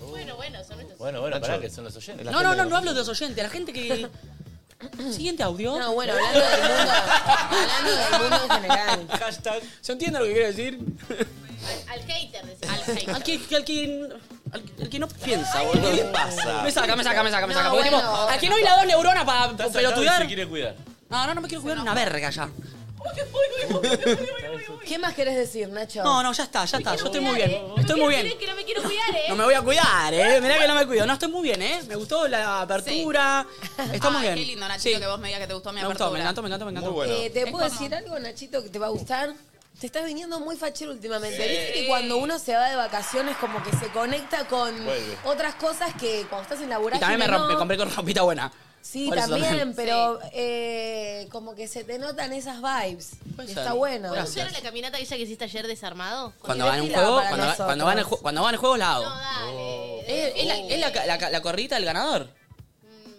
Speaker 5: Bueno, bueno, son nuestros.
Speaker 7: Bueno, bueno, pará,
Speaker 1: Nacho.
Speaker 7: que son los oyentes.
Speaker 3: No, no, no, no hablo de los oyentes. La gente que... Siguiente audio. No,
Speaker 2: bueno, hablando del mundo. hablando del mundo en general.
Speaker 3: Hashtag. ¿Se entiende lo que quiero decir?
Speaker 5: Al hater, decía. Al
Speaker 3: Al que, al que, al que- al que no piensa,
Speaker 7: ¿Qué
Speaker 3: boludo.
Speaker 7: le pasa?
Speaker 3: Me saca, me saca, me saca, me
Speaker 7: No,
Speaker 3: saca. Porque
Speaker 7: bueno.
Speaker 3: tipo, al que no hila dos neuronas para
Speaker 7: Está sacado y
Speaker 3: pelotudear.
Speaker 7: Se quiere cuidar.
Speaker 3: No, no, no me quiero jugar una verga ya.
Speaker 2: ¿Qué más querés decir, Nacho?
Speaker 3: No, no, ya está, ya está. Yo estoy muy bien.
Speaker 2: eh.
Speaker 3: Estoy muy bien.
Speaker 5: Que no me quiero cuidar, ¿eh?
Speaker 3: No me voy a cuidar, eh. Mirá que no me cuido. No, estoy muy bien, eh. Me gustó la apertura. Estamos
Speaker 4: Ay,
Speaker 3: bien.
Speaker 4: Qué lindo, Nachito, que vos me digas que te gustó mi
Speaker 3: Me gustó,
Speaker 4: apertura.
Speaker 3: me encantó, me encantó, me encantó.
Speaker 2: Eh, ¿Te
Speaker 4: Es
Speaker 2: puedo
Speaker 4: como-
Speaker 2: decir algo, Nachito, que te va a gustar? Te estás viniendo muy fachero últimamente.
Speaker 4: Sí.
Speaker 2: Viste que cuando uno se va de vacaciones, como que se conecta con
Speaker 3: Vuelve.
Speaker 2: otras cosas que cuando estás en la
Speaker 3: Y
Speaker 2: vorágine
Speaker 3: también me,
Speaker 2: no.
Speaker 3: romp- me compré con ropita buena.
Speaker 2: Sí,
Speaker 3: Por eso
Speaker 2: también, pero eh, como que se te notan esas vibes. Y
Speaker 3: ser.
Speaker 2: está bueno.
Speaker 5: ¿Puedes hacer la caminata esa que hiciste ayer desarmado?
Speaker 3: Cuando van en un
Speaker 2: Divertida
Speaker 3: juego,
Speaker 2: para
Speaker 3: cuando, va-
Speaker 2: nosotros.
Speaker 3: cuando van en ju- cuando van en juego la hago.
Speaker 5: ¿Es,
Speaker 3: es la, es la ca- la ca- la corrida del ganador.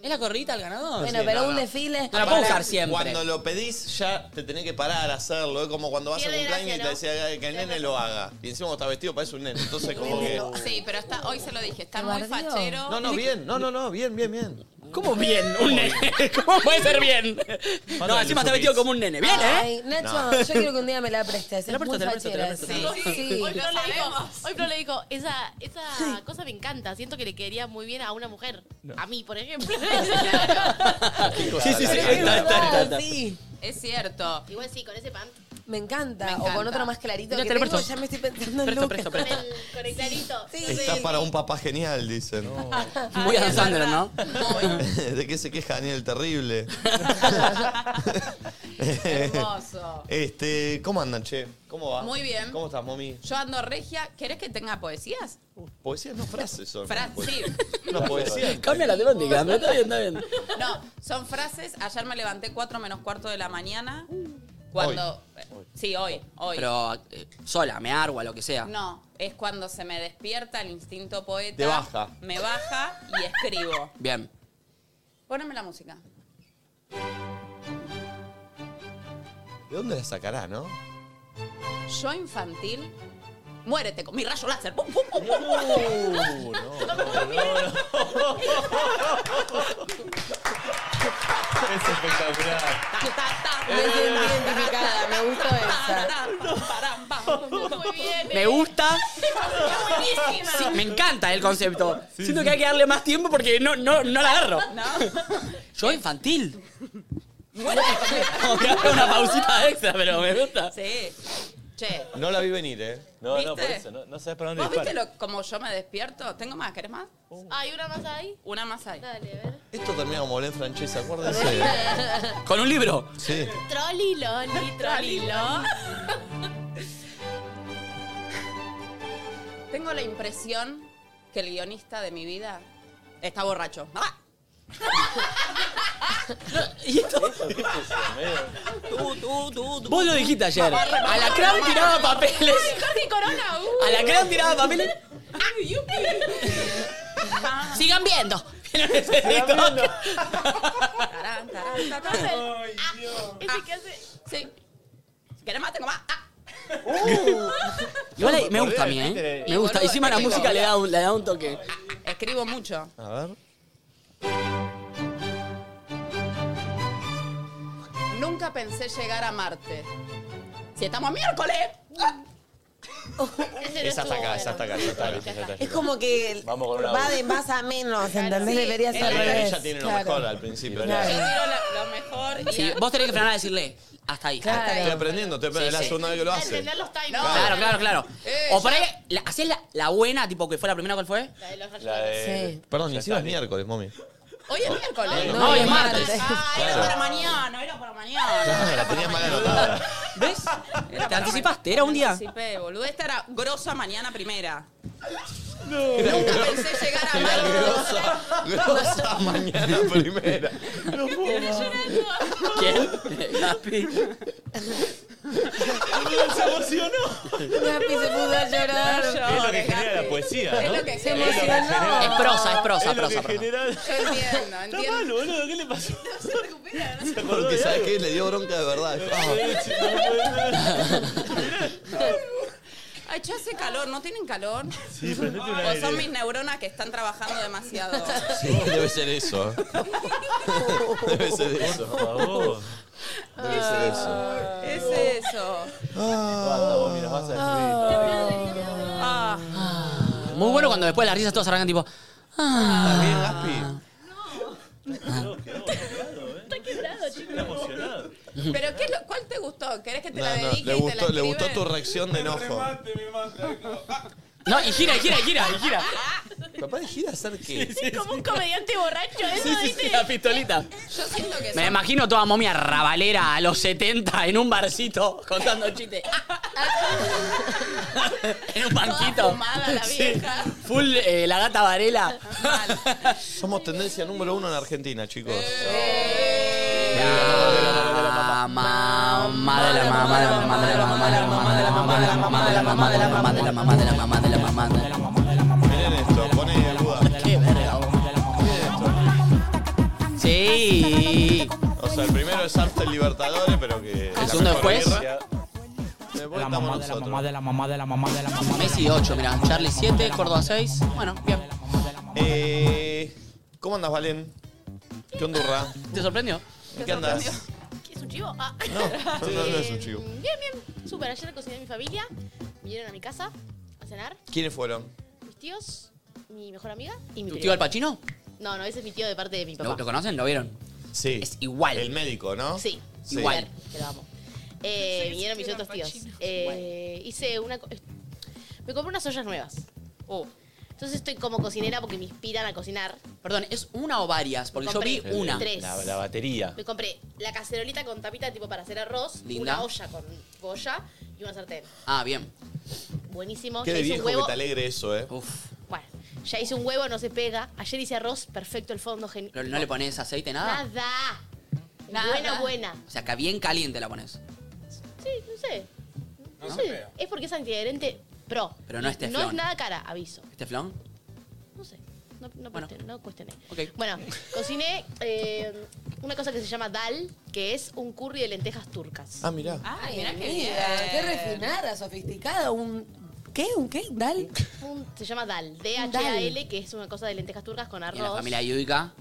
Speaker 3: ¿Es la corrida del ganador?
Speaker 2: Bueno,
Speaker 1: Sí,
Speaker 2: pero
Speaker 1: no,
Speaker 2: un
Speaker 1: no.
Speaker 2: desfile.
Speaker 3: No la puedo usar siempre.
Speaker 1: Cuando lo pedís, ya te tenés que parar a hacerlo. Es como cuando vas a un
Speaker 4: Pierde
Speaker 1: cumpleaños y
Speaker 4: gracia,
Speaker 1: te decía que el nene lo haga. Y encima vos estás vestido, parece un nene. Entonces, como que.
Speaker 4: Sí, pero está, hoy se lo dije, está muy fachero.
Speaker 1: No, no, bien. No, no, no, bien, bien, bien.
Speaker 3: ¿Cómo bien? Un nene. ¿Cómo puede ser bien? No,
Speaker 1: de
Speaker 3: encima está
Speaker 1: Luzu
Speaker 3: vestido
Speaker 1: Kids.
Speaker 3: como un nene. ¿Bien,
Speaker 2: Ay,
Speaker 3: eh?
Speaker 2: Nacho,
Speaker 3: No.
Speaker 2: yo quiero que un día me la prestes.
Speaker 3: Te la
Speaker 2: es muy
Speaker 3: presto, te la presto, te la presto, te
Speaker 2: fachera esa.
Speaker 3: la presto.
Speaker 2: Sí, sí.
Speaker 5: Hoy Flo le dijo,
Speaker 4: sabemos.
Speaker 5: hoy Flo le dijo, esa, esa cosa me encanta, siento que le quedaría muy bien a una mujer. A mí, por ejemplo.
Speaker 3: Sí, sí, sí. Ahí está, ahí está, ahí está.
Speaker 2: Sí,
Speaker 4: Es cierto.
Speaker 5: Igual sí, con ese pant.
Speaker 2: me encanta. O
Speaker 4: encanta.
Speaker 2: con otro más clarito.
Speaker 3: Ya
Speaker 2: que
Speaker 3: te la
Speaker 2: tengo,
Speaker 3: presto.
Speaker 2: ya me estoy pensando en
Speaker 3: Presto,
Speaker 2: Luca.
Speaker 3: presto,
Speaker 5: Con
Speaker 3: presto.
Speaker 5: el, con el clarito.
Speaker 1: Estás para un papá genial, dicen.
Speaker 3: Muy a Sandra, ¿no?
Speaker 1: ¿De qué se queja Daniel el Terrible?
Speaker 4: Hermoso.
Speaker 1: Este, ¿cómo andan, che? ¿Cómo va?
Speaker 4: Muy bien.
Speaker 1: ¿Cómo estás, mami?
Speaker 4: Yo ando regia. ¿Querés que tenga poesías?
Speaker 1: Poesías, no frases son.
Speaker 4: Frases. Sí.
Speaker 1: No, poesía.
Speaker 3: Cambia la temática, pero está bien, está bien.
Speaker 4: No, son frases. Ayer me levanté 4 menos cuarto de la mañana. Cuando. eh, Sí, hoy, hoy.
Speaker 3: Pero eh, sola, me argo a lo que sea.
Speaker 4: No, es cuando se me despierta el instinto poeta.
Speaker 3: Te baja.
Speaker 4: Me baja y escribo.
Speaker 3: Bien.
Speaker 4: Poneme la música.
Speaker 1: ¿De dónde la sacará, no?
Speaker 4: Yo infantil. Muérete con mi rayo láser. Pum, pum, pum, pum, pum.
Speaker 1: Uh, no.
Speaker 7: Es espectacular.
Speaker 2: Me siento identificada, me gustó esa.
Speaker 5: Muy bien.
Speaker 3: Me gusta.
Speaker 5: Buenísima.
Speaker 3: Sí, me encanta el concepto. Siento que hay que darle más tiempo porque no, no, no la agarro. Yo infantil. Como que haga una pausita extra, pero me gusta.
Speaker 4: Sí. Che.
Speaker 1: No la vi venir, ¿eh?
Speaker 7: No, no, por
Speaker 4: ¿Viste?
Speaker 7: eso. No, no sabes para dónde
Speaker 4: ¿Vos viste
Speaker 7: dispara.
Speaker 4: lo, como yo me despierto? ¿Tengo más? ¿Querés más?
Speaker 5: ¿Hay una más ahí?
Speaker 4: Una más ahí.
Speaker 5: Dale, a ver.
Speaker 1: Esto termina como Belén Francesa, acuérdense.
Speaker 3: Con un libro.
Speaker 1: Sí.
Speaker 5: Trolli, loli, trolli, loli.
Speaker 4: Tengo la impresión que el guionista de mi vida está borracho. ¡Ah!
Speaker 3: Y esto-
Speaker 4: Tú, tú, tú, tú.
Speaker 3: Vos lo dijiste ayer. Alacrán tiraba papeles.
Speaker 4: Jorge Corona! uh.
Speaker 3: Alacrán tiraba papeles. Sigan viendo. ¿Vieron ese TikTok?
Speaker 5: Ah,
Speaker 4: Tarán, tarán, tarán.
Speaker 5: Ese que hace.
Speaker 4: Sí. Si querés más, tengo más. Ah. Uh.
Speaker 3: Igual ahí- me gusta a mí, ¿eh? Me gusta. Encima la música le da un, le da un toque.
Speaker 4: Escribo mucho.
Speaker 1: A ver.
Speaker 4: Nunca pensé llegar a Marte. Si estamos a miércoles.
Speaker 5: Uh.
Speaker 4: ¡Ah!
Speaker 5: Ese no
Speaker 1: Esa está
Speaker 5: estuvo
Speaker 1: acá,
Speaker 5: bueno.
Speaker 1: esa está acá, esa está acá. esa está acá.
Speaker 2: Es como que
Speaker 7: Vamos con una
Speaker 2: va
Speaker 7: voz.
Speaker 2: de más a menos, ¿entendés?
Speaker 5: sí.
Speaker 2: Debería ser al
Speaker 1: Ella,
Speaker 2: revés.
Speaker 1: ella tiene lo
Speaker 2: claro.
Speaker 1: mejor al principio.
Speaker 4: Yo
Speaker 2: Claro.
Speaker 4: tiro la- lo mejor y
Speaker 3: Sí, vos tenés que frenar a decirle. Hasta ahí.
Speaker 2: Claro.
Speaker 1: Estoy aprendiendo, estoy aprendiendo.
Speaker 3: Sí,
Speaker 1: es la
Speaker 3: sí.
Speaker 1: segunda vez que lo hace.
Speaker 5: Entender los timings.
Speaker 3: Claro, claro, claro.
Speaker 4: Eh,
Speaker 3: O por ahí, la, hacés la, la buena, tipo que fue la primera, ¿cuál fue?
Speaker 5: La de los rayos.
Speaker 7: La de...
Speaker 2: Sí.
Speaker 1: Eh, Perdón, y encima es miércoles, mami.
Speaker 4: Hoy es miércoles.
Speaker 3: No, hoy es martes.
Speaker 4: Ah, era para mañana, era para mañana.
Speaker 1: Claro, la tenía mal anotada.
Speaker 3: ¿Ves? Te anticipaste, era un día.
Speaker 4: Participé, boludo. Esta era grosa mañana primera. Nunca pensé llegar a
Speaker 1: Era
Speaker 4: Marte.
Speaker 1: grosa, grosa mañana primera.
Speaker 3: ¿Quién? Gaspi.
Speaker 13: se emocionó.
Speaker 2: Gapi se puso a llorar.
Speaker 7: Es lo que genera la poesía,
Speaker 2: Es
Speaker 7: ¿no?
Speaker 2: lo que se
Speaker 7: lo
Speaker 2: emocionó.
Speaker 7: genera-
Speaker 2: Es prosa, es prosa,
Speaker 7: Es lo que
Speaker 2: prosa,
Speaker 1: ¿eh?
Speaker 2: prosa.
Speaker 7: genera-
Speaker 4: Yo entiendo, entiendo.
Speaker 7: Está mal, boludo, ¿qué le pasó?
Speaker 1: Porque sabes qué? le dio bronca de verdad.
Speaker 4: Ay, yo hace calor, ¿no tienen calor?
Speaker 1: Sí, prendete un
Speaker 4: O
Speaker 1: aire.
Speaker 4: son mis neuronas que están trabajando demasiado.
Speaker 1: Sí, debe ser eso. ¿eh? Debe ser eso. Por favor. Debe ser eso.
Speaker 4: Es eso. Ah.
Speaker 3: Muy bueno cuando después las risas todos arrancan tipo. Ah.
Speaker 4: Está quebrado, chicos. Pero qué es lo- ¿cuál te gustó? ¿Querés que te la
Speaker 1: No, no,
Speaker 4: dedique
Speaker 1: le
Speaker 4: y te la
Speaker 1: gustó, le
Speaker 4: escribe?
Speaker 1: gustó tu reacción de enojo.
Speaker 3: No, y gira, y gira, y gira, y gira.
Speaker 1: ¿Papá de gira hacer qué?
Speaker 5: Es como un comediante borracho, eso,
Speaker 3: Sí, sí, sí,
Speaker 5: ¿viste?
Speaker 3: la pistolita.
Speaker 4: ¿eh? Yo siento que
Speaker 3: Me
Speaker 4: son-
Speaker 3: imagino toda momia rabalera a los 70 en un barcito contando chistes. en un banquito.
Speaker 4: fumada la
Speaker 3: Sí.
Speaker 4: vieja.
Speaker 3: Full eh, la gata Varela.
Speaker 1: Somos tendencia número uno en Argentina, chicos.
Speaker 3: La mamá de la mamá de la mamá de la mamá de la mamá de la mamá de la mamá de la mamá de la mamá de la mamá de la mamá de la mamá de la mamá
Speaker 1: Miren esto, poné en duda.
Speaker 3: Qué verga. Sí.
Speaker 1: O sea, el primero es Arte Libertadores, pero que.
Speaker 3: El segundo después.
Speaker 1: La mamá de la mamá
Speaker 14: de la mamá de la mamá de la mamá.
Speaker 3: Messi 8, mirá. Charlie 7, Córdoba 6. Bueno, bien.
Speaker 1: Eh, ¿Cómo andas, Valen? ¿Qué ondurra?
Speaker 3: ¿Te sorprendió?
Speaker 1: ¿En qué andas?
Speaker 5: ¿Qué, ¿Es un chivo? Ah.
Speaker 1: No, no, no, no es un chivo.
Speaker 5: Eh, Bien, bien. Súper, ayer cociné a mi familia. Vinieron a mi casa a cenar.
Speaker 1: ¿Quiénes fueron?
Speaker 5: Mis tíos, mi mejor amiga y mi
Speaker 3: ¿Tu
Speaker 5: primo.
Speaker 3: tío Al Pacino?
Speaker 5: No, no, ese es mi tío de parte de mi papá.
Speaker 3: ¿Lo, lo conocen? ¿Lo vieron?
Speaker 1: Sí.
Speaker 3: Es igual.
Speaker 1: El médico, ¿no?
Speaker 5: Sí.
Speaker 1: Sí.
Speaker 3: Igual.
Speaker 5: Que lo amo. Eh, vinieron mis otros tíos. Eh, hice una... co- eh, Me compré unas ollas nuevas. Oh. Entonces estoy como cocinera porque me inspiran a cocinar.
Speaker 3: Perdón, ¿es una o varias? Porque yo vi
Speaker 5: Compré
Speaker 3: una.
Speaker 5: tres.
Speaker 7: La, la batería.
Speaker 5: Me compré la cacerolita con tapita tipo para hacer arroz,
Speaker 3: Linda.
Speaker 5: una olla con tipo olla y una sartén.
Speaker 3: Ah, bien.
Speaker 5: Buenísimo.
Speaker 1: Qué
Speaker 5: Ya
Speaker 1: de
Speaker 5: hice un
Speaker 1: viejo que
Speaker 5: huevo.
Speaker 1: te alegre eso, ¿eh?
Speaker 5: Bueno, ya hice un huevo, no se pega. Ayer hice arroz, perfecto el fondo, genial.
Speaker 3: ¿No, no le pones aceite, nada?
Speaker 5: Nada.
Speaker 4: Nada.
Speaker 5: Buena, buena.
Speaker 3: O sea, que bien caliente la pones.
Speaker 5: Sí, no sé. No, sé. Es porque es antiadherente pro.
Speaker 3: Pero no es
Speaker 5: Y
Speaker 3: teflón.
Speaker 5: No es nada cara, aviso.
Speaker 3: ¿Este flon?
Speaker 5: No sé. No, no,
Speaker 3: Bueno.
Speaker 5: cuestioné, no cuestioné.
Speaker 3: Ok.
Speaker 5: Bueno, cociné eh, una cosa que se llama dal, que es un curry de lentejas turcas.
Speaker 1: Ah, mirá.
Speaker 2: Ay,
Speaker 4: mirá qué
Speaker 2: amiga,
Speaker 4: bien.
Speaker 2: Qué refinada, sofisticada. Un, ¿Qué? ¿Un qué? ¿Dal?
Speaker 5: Un- se llama dal, D-H-A-L,
Speaker 2: Dal.
Speaker 5: que es una cosa de lentejas turcas con
Speaker 3: Y en la
Speaker 5: arroz.
Speaker 3: familia Yudica.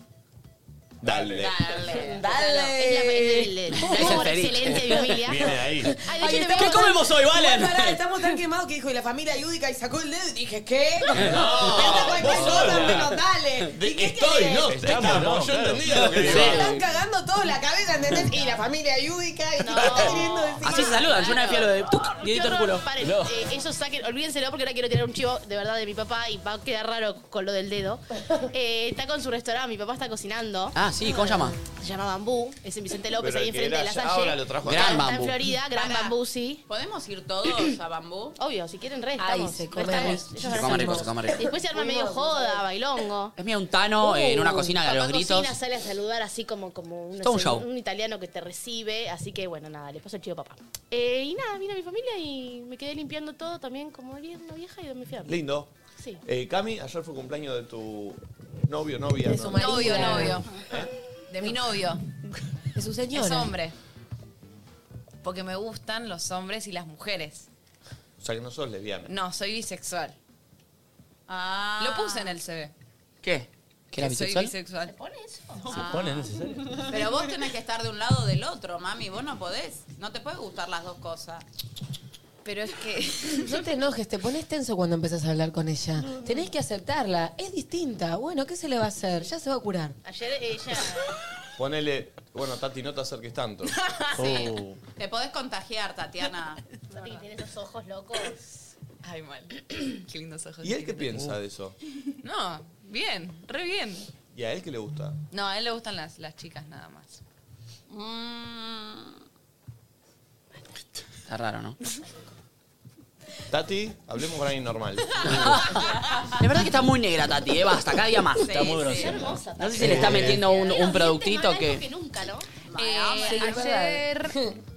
Speaker 1: Dale.
Speaker 4: Dale.
Speaker 5: Es la- es el- el- el-
Speaker 3: Es el
Speaker 5: por
Speaker 3: perico.
Speaker 5: excelencia de mi familia.
Speaker 1: Viene ahí.
Speaker 5: Ay, de hecho, te voy a
Speaker 3: ¿Qué
Speaker 5: contar-
Speaker 3: comemos hoy, Valen?
Speaker 2: Igual, pará, estamos tan quemados que dijo, y la familia Yudica y sacó el dedo y dije, ¿qué? No,
Speaker 1: vos
Speaker 2: cualquier cosa,
Speaker 1: sola.
Speaker 2: menos dale.
Speaker 1: De- estoy, no, estamos,
Speaker 7: no,
Speaker 1: yo
Speaker 7: claro.
Speaker 1: entendía lo que
Speaker 2: Se
Speaker 1: digo.
Speaker 2: están cagando todos la cabeza, ¿entendés? Y la familia Yudica, y ¿qué está queriendo decir?
Speaker 3: Así se saludan. Yo una vez fui a lo de. ¡Tuc!
Speaker 5: Qué
Speaker 3: Dedito al
Speaker 5: horror.
Speaker 3: culo.
Speaker 5: Paren,
Speaker 3: No.
Speaker 5: eh, eso saquen, olvídenselo porque ahora quiero tirar un chivo de verdad de mi papá y va a quedar raro con lo del dedo. Eh, está con su restaurante, mi papá está cocinando.
Speaker 3: Ah, sí, ¿cómo se llama?
Speaker 5: Se llama Bambú, es en Vicente López,
Speaker 1: Pero
Speaker 5: ahí
Speaker 1: el que
Speaker 5: enfrente de
Speaker 1: era
Speaker 5: la
Speaker 1: allá
Speaker 5: Salle.
Speaker 1: ahora lo trajo acá.
Speaker 3: Gran
Speaker 5: Está
Speaker 3: Bambú.
Speaker 5: en Florida, Gran
Speaker 4: Pará.
Speaker 5: Bambú, sí.
Speaker 4: ¿Podemos ir todos a bambú?
Speaker 5: Obvio, si quieren re,
Speaker 2: Ay,
Speaker 5: estamos.
Speaker 2: se
Speaker 5: Re
Speaker 2: come
Speaker 5: estamos.
Speaker 2: rico.
Speaker 5: Ellos
Speaker 3: Se
Speaker 5: van a
Speaker 3: come
Speaker 5: hacer
Speaker 3: rico,
Speaker 5: más.
Speaker 3: se come rico.
Speaker 5: Después se arma medio joda, bailongo.
Speaker 3: Es mía un tano eh, en una cocina de
Speaker 5: Papá
Speaker 3: los gritos.
Speaker 5: Uh, cocina, sale a saludar así como, como una
Speaker 3: Todo un
Speaker 5: señora-
Speaker 3: show.
Speaker 5: un italiano que te recibe. Así que bueno, nada, les paso el chido papá. Eh, y nada, vino mi familia y me quedé limpiando todo también como bien una vieja y me fui a dormir.
Speaker 1: Lindo.
Speaker 5: Sí.
Speaker 1: Eh, Cami, ayer fue cumpleaños de tu novio, novia.
Speaker 2: De su
Speaker 1: ¿no? ¿Eh?
Speaker 2: marido.
Speaker 4: Novio, novio. De mi novio.
Speaker 2: Es su señora.
Speaker 4: Es hombre. Porque me gustan los hombres y las mujeres.
Speaker 1: O sea que no sos lesbiana.
Speaker 4: No, soy bisexual. Lo puse en el CV.
Speaker 3: ¿Qué? ¿Que era
Speaker 4: Que soy
Speaker 3: bisexual?
Speaker 4: bisexual. Ah.
Speaker 5: ¿Pone eso?
Speaker 7: ¿Pone necesario?
Speaker 4: Pero vos tenés que estar de un lado o del otro, mami. Vos no podés. No te puede gustar las dos cosas. Pero es que.
Speaker 2: No te enojes, te pones tenso cuando empezás a hablar con ella. Tenés que aceptarla. Es distinta. Bueno, ¿qué se le va a hacer? Ya se va a curar.
Speaker 5: Ayer ella.
Speaker 1: Ponele. Bueno, Tati, no te acerques tanto.
Speaker 3: Oh.
Speaker 4: Sí. Te podés contagiar, Tatiana.
Speaker 5: Tati, tiene esos ojos locos.
Speaker 4: Ay, mal. Qué lindos ojos.
Speaker 1: ¿Y él qué piensa de eso?
Speaker 4: No, bien, re bien.
Speaker 1: ¿Y a él qué le gusta?
Speaker 4: No, a él le gustan las, las chicas nada más.
Speaker 3: Está raro, ¿no?
Speaker 1: Tati, hablemos con alguien normal.
Speaker 3: La verdad que está muy negra, Tati, eh. Basta, cada día más.
Speaker 4: Está muy
Speaker 5: Qué hermosa.
Speaker 3: No sé si le está metiendo un, un productito
Speaker 5: que...
Speaker 3: que.
Speaker 5: Ah, que nunca, ¿no?
Speaker 15: Eh,
Speaker 2: Sí, es
Speaker 15: ayer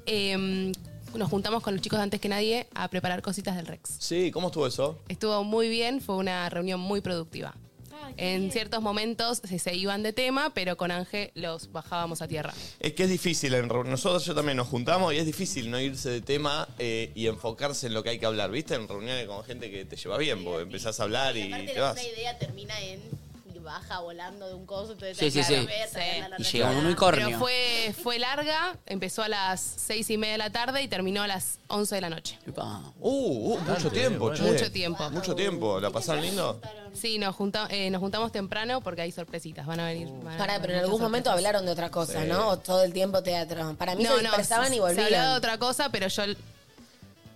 Speaker 15: eh,
Speaker 5: Em, nos juntamos con los chicos de antes que nadie a preparar cositas del Rex.
Speaker 1: Sí, ¿cómo estuvo eso?
Speaker 5: Estuvo muy bien, fue una reunión muy productiva.
Speaker 16: Ah,
Speaker 5: En ciertos momentos se, se iban de tema, pero con Ángel los bajábamos a tierra.
Speaker 1: Es que es difícil, en reu- nosotros yo también nos juntamos y es difícil no irse de tema eh, y enfocarse en lo que hay que hablar, ¿viste? En reuniones con gente que te lleva bien, porque empezás a hablar y
Speaker 16: Aparte,
Speaker 1: te
Speaker 16: la,
Speaker 1: vas.
Speaker 16: una idea termina en y baja volando de un coso. Entonces,
Speaker 1: Sí, sí,
Speaker 16: claro,
Speaker 1: sí.
Speaker 16: ves, la, la, la,
Speaker 3: Y llega un
Speaker 16: la, la.
Speaker 3: unicornio.
Speaker 5: Pero fue, fue larga, empezó a las seis y media de la tarde y terminó a las 11 de la noche.
Speaker 1: Uh, uh, mucho tiempo, che.
Speaker 5: Mucho tiempo.
Speaker 1: Mucho tiempo. ¿La pasaron lindo?
Speaker 5: Sí, nos, junta- eh, nos juntamos temprano porque hay sorpresitas, van a venir. van a-
Speaker 2: Pará, pero en
Speaker 5: muchas
Speaker 2: algún momento
Speaker 5: sorpresas.
Speaker 2: hablaron de otra cosa,
Speaker 5: Sí.
Speaker 2: ¿no? O todo el tiempo teatro. Para mí se dispersaban
Speaker 5: se-
Speaker 2: y
Speaker 5: Se hablaba de
Speaker 2: volvían.
Speaker 5: otra cosa, pero yo.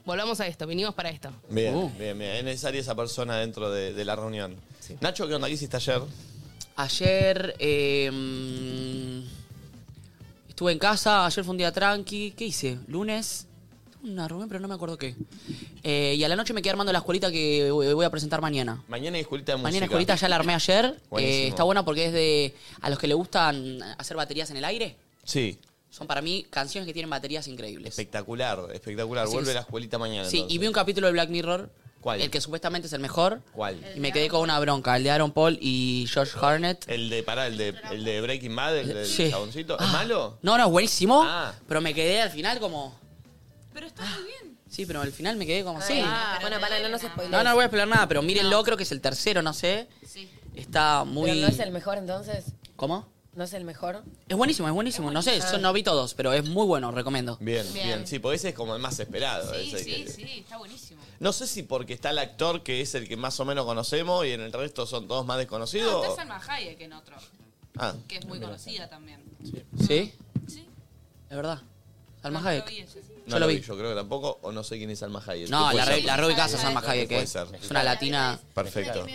Speaker 5: Volvamos a esto, vinimos para esto.
Speaker 1: Bien, bien, bien. Es necesaria esa persona dentro de, de la reunión. Nacho, ¿qué onda? ¿Qué hiciste ayer?
Speaker 3: Ayer eh, mm, estuve en casa, ayer fue un día tranqui. ¿Qué hice? Lunes. Tuve Una reunión, pero no me acuerdo qué. Eh, y a la noche me quedé armando la escuelita que voy voy a presentar mañana.
Speaker 1: Mañana hay escuelita de música.
Speaker 3: Mañana escuelita ya la armé ayer.
Speaker 1: Buenísimo.
Speaker 3: Eh, está buena porque es de a los que le gustan hacer baterías en el aire.
Speaker 1: Sí,
Speaker 3: Son para mí canciones que tienen baterías increíbles.
Speaker 1: espectacular, espectacular.
Speaker 3: Así
Speaker 1: Vuelve
Speaker 3: que-
Speaker 1: la escuelita mañana.
Speaker 3: Sí, y vi un capítulo de Black Mirror.
Speaker 1: ¿Cuál?
Speaker 3: El que supuestamente es el mejor.
Speaker 1: ¿Cuál?
Speaker 3: Y me quedé con una bronca. El de Aaron Paul y Josh Harnett.
Speaker 1: El de, pará, el de, el de Breaking Bad, el del
Speaker 3: Sí. Ah.
Speaker 1: chaboncito. Ah. ¿Es malo?
Speaker 3: No, no, es buenísimo. Pero me quedé al final como. ah,
Speaker 4: Pero está muy bien.
Speaker 3: Sí, pero al final me quedé como así.
Speaker 2: Ah, bueno, para no nos spoilees.
Speaker 3: No, no voy a esperar nada, pero mírenlo, creo que es el tercero, no sé.
Speaker 2: Sí.
Speaker 3: Está muy.
Speaker 2: Pero no es el mejor entonces.
Speaker 3: ¿Cómo?
Speaker 2: ¿No es el mejor?
Speaker 3: Es buenísimo, es buenísimo. No sé,
Speaker 2: Ah.
Speaker 3: son- no vi todos, pero es muy bueno, recomiendo.
Speaker 1: Bien, bien,
Speaker 2: Bien.
Speaker 1: Sí, porque ese es como el más esperado. ese que-
Speaker 4: sí, está buenísimo.
Speaker 1: No sé si porque está el actor que es el que más o menos conocemos y en el resto son todos más desconocidos.
Speaker 4: está Salma Hayek en otro,
Speaker 1: ah,
Speaker 4: que es muy
Speaker 1: mira.
Speaker 4: conocida también.
Speaker 3: ¿Sí?
Speaker 4: Sí.
Speaker 3: Es verdad. Alma
Speaker 4: No, yo
Speaker 3: Hayek.
Speaker 4: vi ese.
Speaker 1: No
Speaker 3: Yo
Speaker 1: lo
Speaker 3: lo
Speaker 1: vi.
Speaker 3: vi.
Speaker 1: yo creo que tampoco, o no sé quién es Alma Hayek.
Speaker 3: No,
Speaker 1: ¿Qué
Speaker 3: la,
Speaker 1: puede
Speaker 3: re,
Speaker 1: ser?
Speaker 3: la reubicás a Salma Hayek.
Speaker 1: ¿Qué puede
Speaker 3: eh.
Speaker 1: ser?
Speaker 3: Es una latina.
Speaker 1: Perfecto.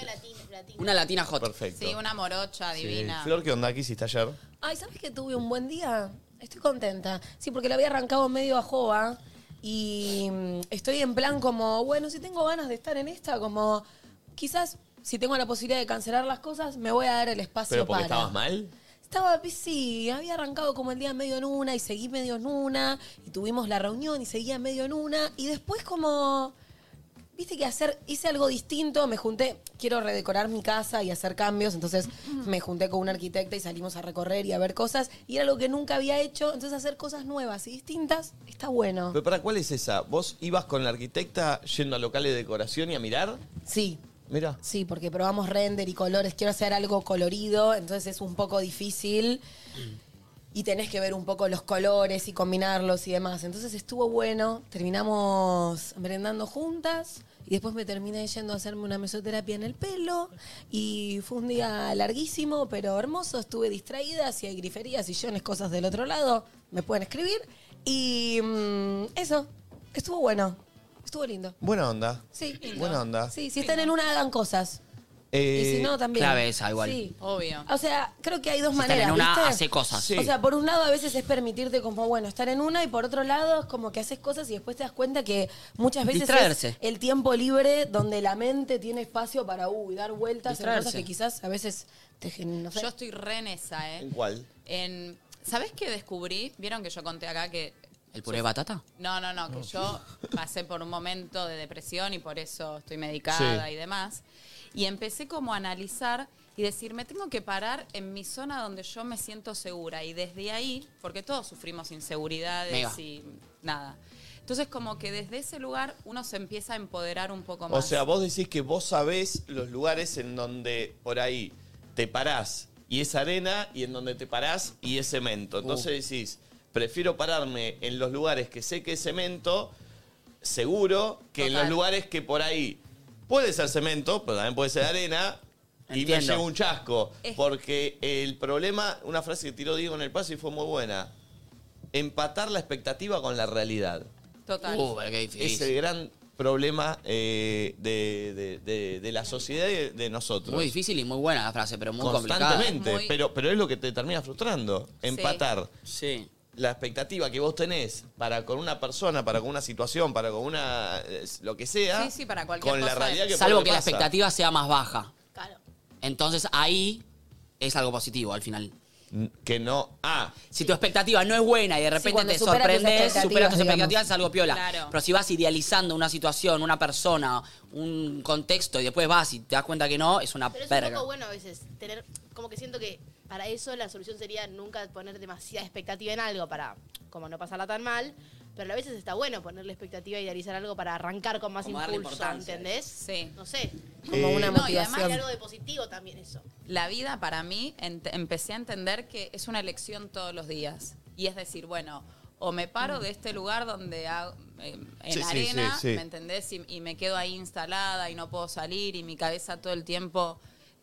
Speaker 3: Una latina hot.
Speaker 1: Perfecto.
Speaker 4: Sí, una morocha
Speaker 1: Sí.
Speaker 4: divina.
Speaker 1: Flor, ¿qué onda? ¿Qué hiciste ayer?
Speaker 2: Ay, ¿sabes que tuve un buen día? Estoy contenta. Sí, porque la había arrancado medio a jova y mm, estoy en plan como, bueno, si tengo ganas de estar en esta, como quizás si tengo la posibilidad de cancelar las cosas, me voy a dar el espacio
Speaker 1: ¿Pero porque
Speaker 2: para.
Speaker 1: estabas mal?
Speaker 2: Estaba, sí, había arrancado como el día medio en una y seguí medio en una y tuvimos la reunión y seguía medio en una y después como, viste que hacer, hice algo distinto, me junté, quiero redecorar mi casa y hacer cambios, entonces me junté con un arquitecta y salimos a recorrer y a ver cosas y era algo que nunca había hecho, entonces hacer cosas nuevas y distintas está bueno.
Speaker 1: ¿Pero para cuál es esa? ¿Vos ibas con la arquitecta yendo a locales de decoración y a mirar?
Speaker 2: Sí.
Speaker 1: Mira.
Speaker 2: Sí, porque probamos render y colores. Quiero hacer algo colorido, entonces es un poco difícil. Y tenés que ver un poco los colores y combinarlos y demás. Entonces estuvo bueno. Terminamos merendando juntas. Y después me terminé yendo a hacerme una mesoterapia en el pelo. Y fue un día larguísimo, pero hermoso. Estuve distraída. Si hay griferías, sillones, cosas del otro lado, me pueden escribir. Y mm, eso. Estuvo bueno. Estuvo lindo.
Speaker 1: Buena onda.
Speaker 2: Sí.
Speaker 1: Buena onda. Eh,
Speaker 2: Sí, si están en una, hagan cosas. Y si no, también.
Speaker 3: Eh, clave esa, igual.
Speaker 2: Sí.
Speaker 4: Obvio.
Speaker 2: O sea, creo que hay dos
Speaker 3: Si están
Speaker 2: maneras.
Speaker 3: en una,
Speaker 2: ¿viste?
Speaker 3: hace cosas. Sí.
Speaker 2: O sea, por un lado a veces es permitirte como, bueno, estar en una y por otro lado es como que haces cosas y después te das cuenta que muchas veces
Speaker 3: Distraerse.
Speaker 2: es el tiempo libre donde la mente tiene espacio para, uy, dar vueltas en cosas
Speaker 4: Distraerse.
Speaker 2: que quizás a veces te gen- no sé.
Speaker 4: Yo estoy re en esa, ¿eh?
Speaker 1: ¿Cuál?
Speaker 4: En, ¿Sabés qué descubrí? Vieron que yo conté acá que...
Speaker 3: ¿El puré de batata?
Speaker 4: No, no, no, que yo pasé por un momento de depresión y por eso estoy medicada
Speaker 3: Sí.
Speaker 4: y demás. Y empecé como a analizar y decir, me tengo que parar en mi zona donde yo me siento segura. Y desde ahí, porque todos sufrimos inseguridades
Speaker 1: Mega.
Speaker 4: y nada. Entonces como que desde ese lugar uno se empieza a empoderar un poco más.
Speaker 1: O sea, vos decís que vos sabés los lugares en donde por ahí te parás y es arena y en donde te parás y es
Speaker 2: Uh.
Speaker 1: cemento. Entonces decís, prefiero pararme en los lugares que sé que es cemento, seguro, que en los lugares que por ahí puede ser cemento, pero también puede ser arena. Y me
Speaker 3: Entiendo.
Speaker 1: llega un chasco.
Speaker 4: Es-
Speaker 1: Porque el problema, una frase que tiró Diego en el paso y fue muy buena. Empatar la expectativa con la realidad.
Speaker 4: Total.
Speaker 3: Uh, pero qué difícil.
Speaker 1: Es el gran problema eh, de, de- de- de la sociedad y de nosotros.
Speaker 3: Muy difícil y muy buena la frase, pero muy complicada.
Speaker 1: Constantemente, pero, pero es lo que te termina frustrando. Empatar
Speaker 3: Sí.
Speaker 1: la expectativa que vos tenés para con una persona, para con una situación, para con una. eh, lo que sea.
Speaker 4: Sí, sí, para cualquier
Speaker 1: con la
Speaker 4: cosa.
Speaker 1: realidad que
Speaker 3: Salvo
Speaker 1: por
Speaker 3: que
Speaker 1: ahí
Speaker 3: la
Speaker 1: pasa.
Speaker 3: expectativa sea más baja.
Speaker 16: Claro.
Speaker 3: Entonces ahí es algo positivo al final.
Speaker 1: que no. Ah.
Speaker 3: Si tu expectativa no es buena y de repente
Speaker 17: cuando
Speaker 3: te
Speaker 17: superas tus
Speaker 3: sorprendes,
Speaker 17: expectativas,
Speaker 3: superas tus
Speaker 17: digamos.
Speaker 3: expectativas, es algo piola.
Speaker 17: Claro.
Speaker 3: Pero si vas idealizando una situación, una persona, un contexto y después vas y te das cuenta que no, es una
Speaker 5: Pero es un
Speaker 3: verga.
Speaker 5: poco bueno a veces tener, como que siento que para eso la solución sería nunca poner demasiada expectativa en algo para, como no pasarla tan mal, pero a veces está bueno ponerle expectativa y realizar algo para arrancar con más
Speaker 4: Como darle
Speaker 5: impulso,
Speaker 4: importancia.
Speaker 5: ¿entendés?
Speaker 4: Sí.
Speaker 5: No sé.
Speaker 4: Como Eh, una
Speaker 5: No, y además
Speaker 4: motivación.
Speaker 5: hay algo de positivo también eso.
Speaker 4: La vida para mí, ent- empecé a entender que es una elección todos los días. Y es decir, bueno, o me paro de este lugar donde hago- eh, en
Speaker 5: Sí, sí,
Speaker 4: arena,
Speaker 5: sí, sí.
Speaker 4: ¿me entendés? Y, y me quedo ahí instalada y no puedo salir y mi cabeza todo el tiempo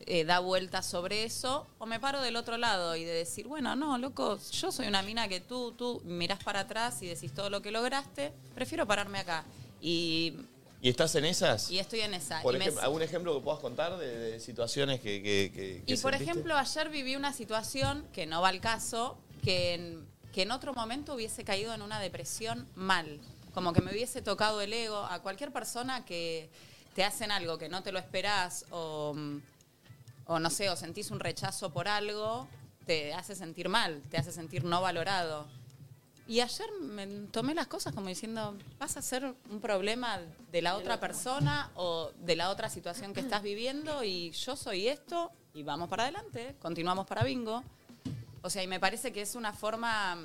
Speaker 4: eh, da vueltas sobre eso. O me paro del otro lado y de decir, bueno, no, loco, yo soy una mina que tú, tú mirás para atrás y decís todo lo que lograste. Prefiero pararme acá. Y,
Speaker 1: ¿Y estás en esas?
Speaker 4: y estoy en esa.
Speaker 1: Por
Speaker 4: Y me-
Speaker 1: ejemplo, ¿Algún ejemplo que puedas contar de, de situaciones que. que- que- que
Speaker 4: Y por
Speaker 1: sentiste?
Speaker 4: ejemplo, ayer viví una situación que no va al caso, que en, que en otro momento hubiese caído en una depresión mal. Como que me hubiese tocado el ego. A cualquier persona que te hacen algo que no te lo esperás o, mm, o no sé, o sentís un rechazo por algo, te hace sentir mal, te hace sentir no valorado. Y ayer me tomé las cosas como diciendo, vas a ser un problema de la otra persona o de la otra situación que estás viviendo y yo soy esto y vamos para adelante, continuamos para bingo. O sea, y me parece que es una forma,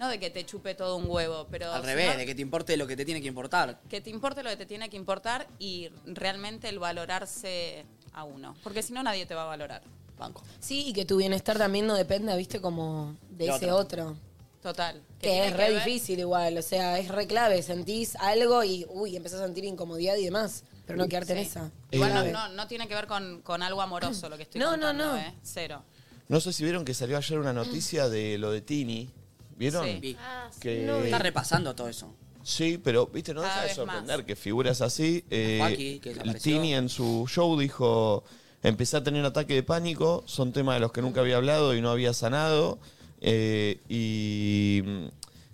Speaker 4: no de que te chupe todo un huevo, pero...
Speaker 3: Al
Speaker 4: sino
Speaker 3: revés, de que te importe lo que te tiene que importar.
Speaker 4: que te importe lo que te tiene que importar y realmente el valorarse a uno. Porque si no, nadie te va a valorar. Banco.
Speaker 2: Sí, y que tu bienestar también no dependa, viste, como de
Speaker 4: De
Speaker 2: ese otro.
Speaker 4: Total.
Speaker 2: Que,
Speaker 4: tiene
Speaker 2: es re
Speaker 4: ver-
Speaker 2: difícil igual, o sea, es re clave. Sentís algo y, uy, empezás a sentir incomodidad y demás, pero no quedarte en
Speaker 4: Sí.
Speaker 2: esa.
Speaker 4: Igual no,
Speaker 2: Clave.
Speaker 4: no, no tiene que ver con, con algo amoroso lo que estoy
Speaker 2: No, no,
Speaker 4: contando,
Speaker 2: no.
Speaker 4: ¿eh? Cero.
Speaker 1: No sé si vieron que salió ayer una noticia de lo de Tini. ¿Vieron?
Speaker 3: Sí.
Speaker 4: Ah,
Speaker 1: Que-
Speaker 3: Está repasando todo eso.
Speaker 1: Sí, pero viste, no
Speaker 3: Cada
Speaker 1: deja de
Speaker 3: vez más.
Speaker 1: sorprender que figuras así. eh,
Speaker 3: Joaquín, que
Speaker 1: el
Speaker 3: desapareció.
Speaker 1: Tini en su show dijo: Empecé a tener ataque de pánico, son temas de los que nunca había hablado y no había sanado. eh, y mm,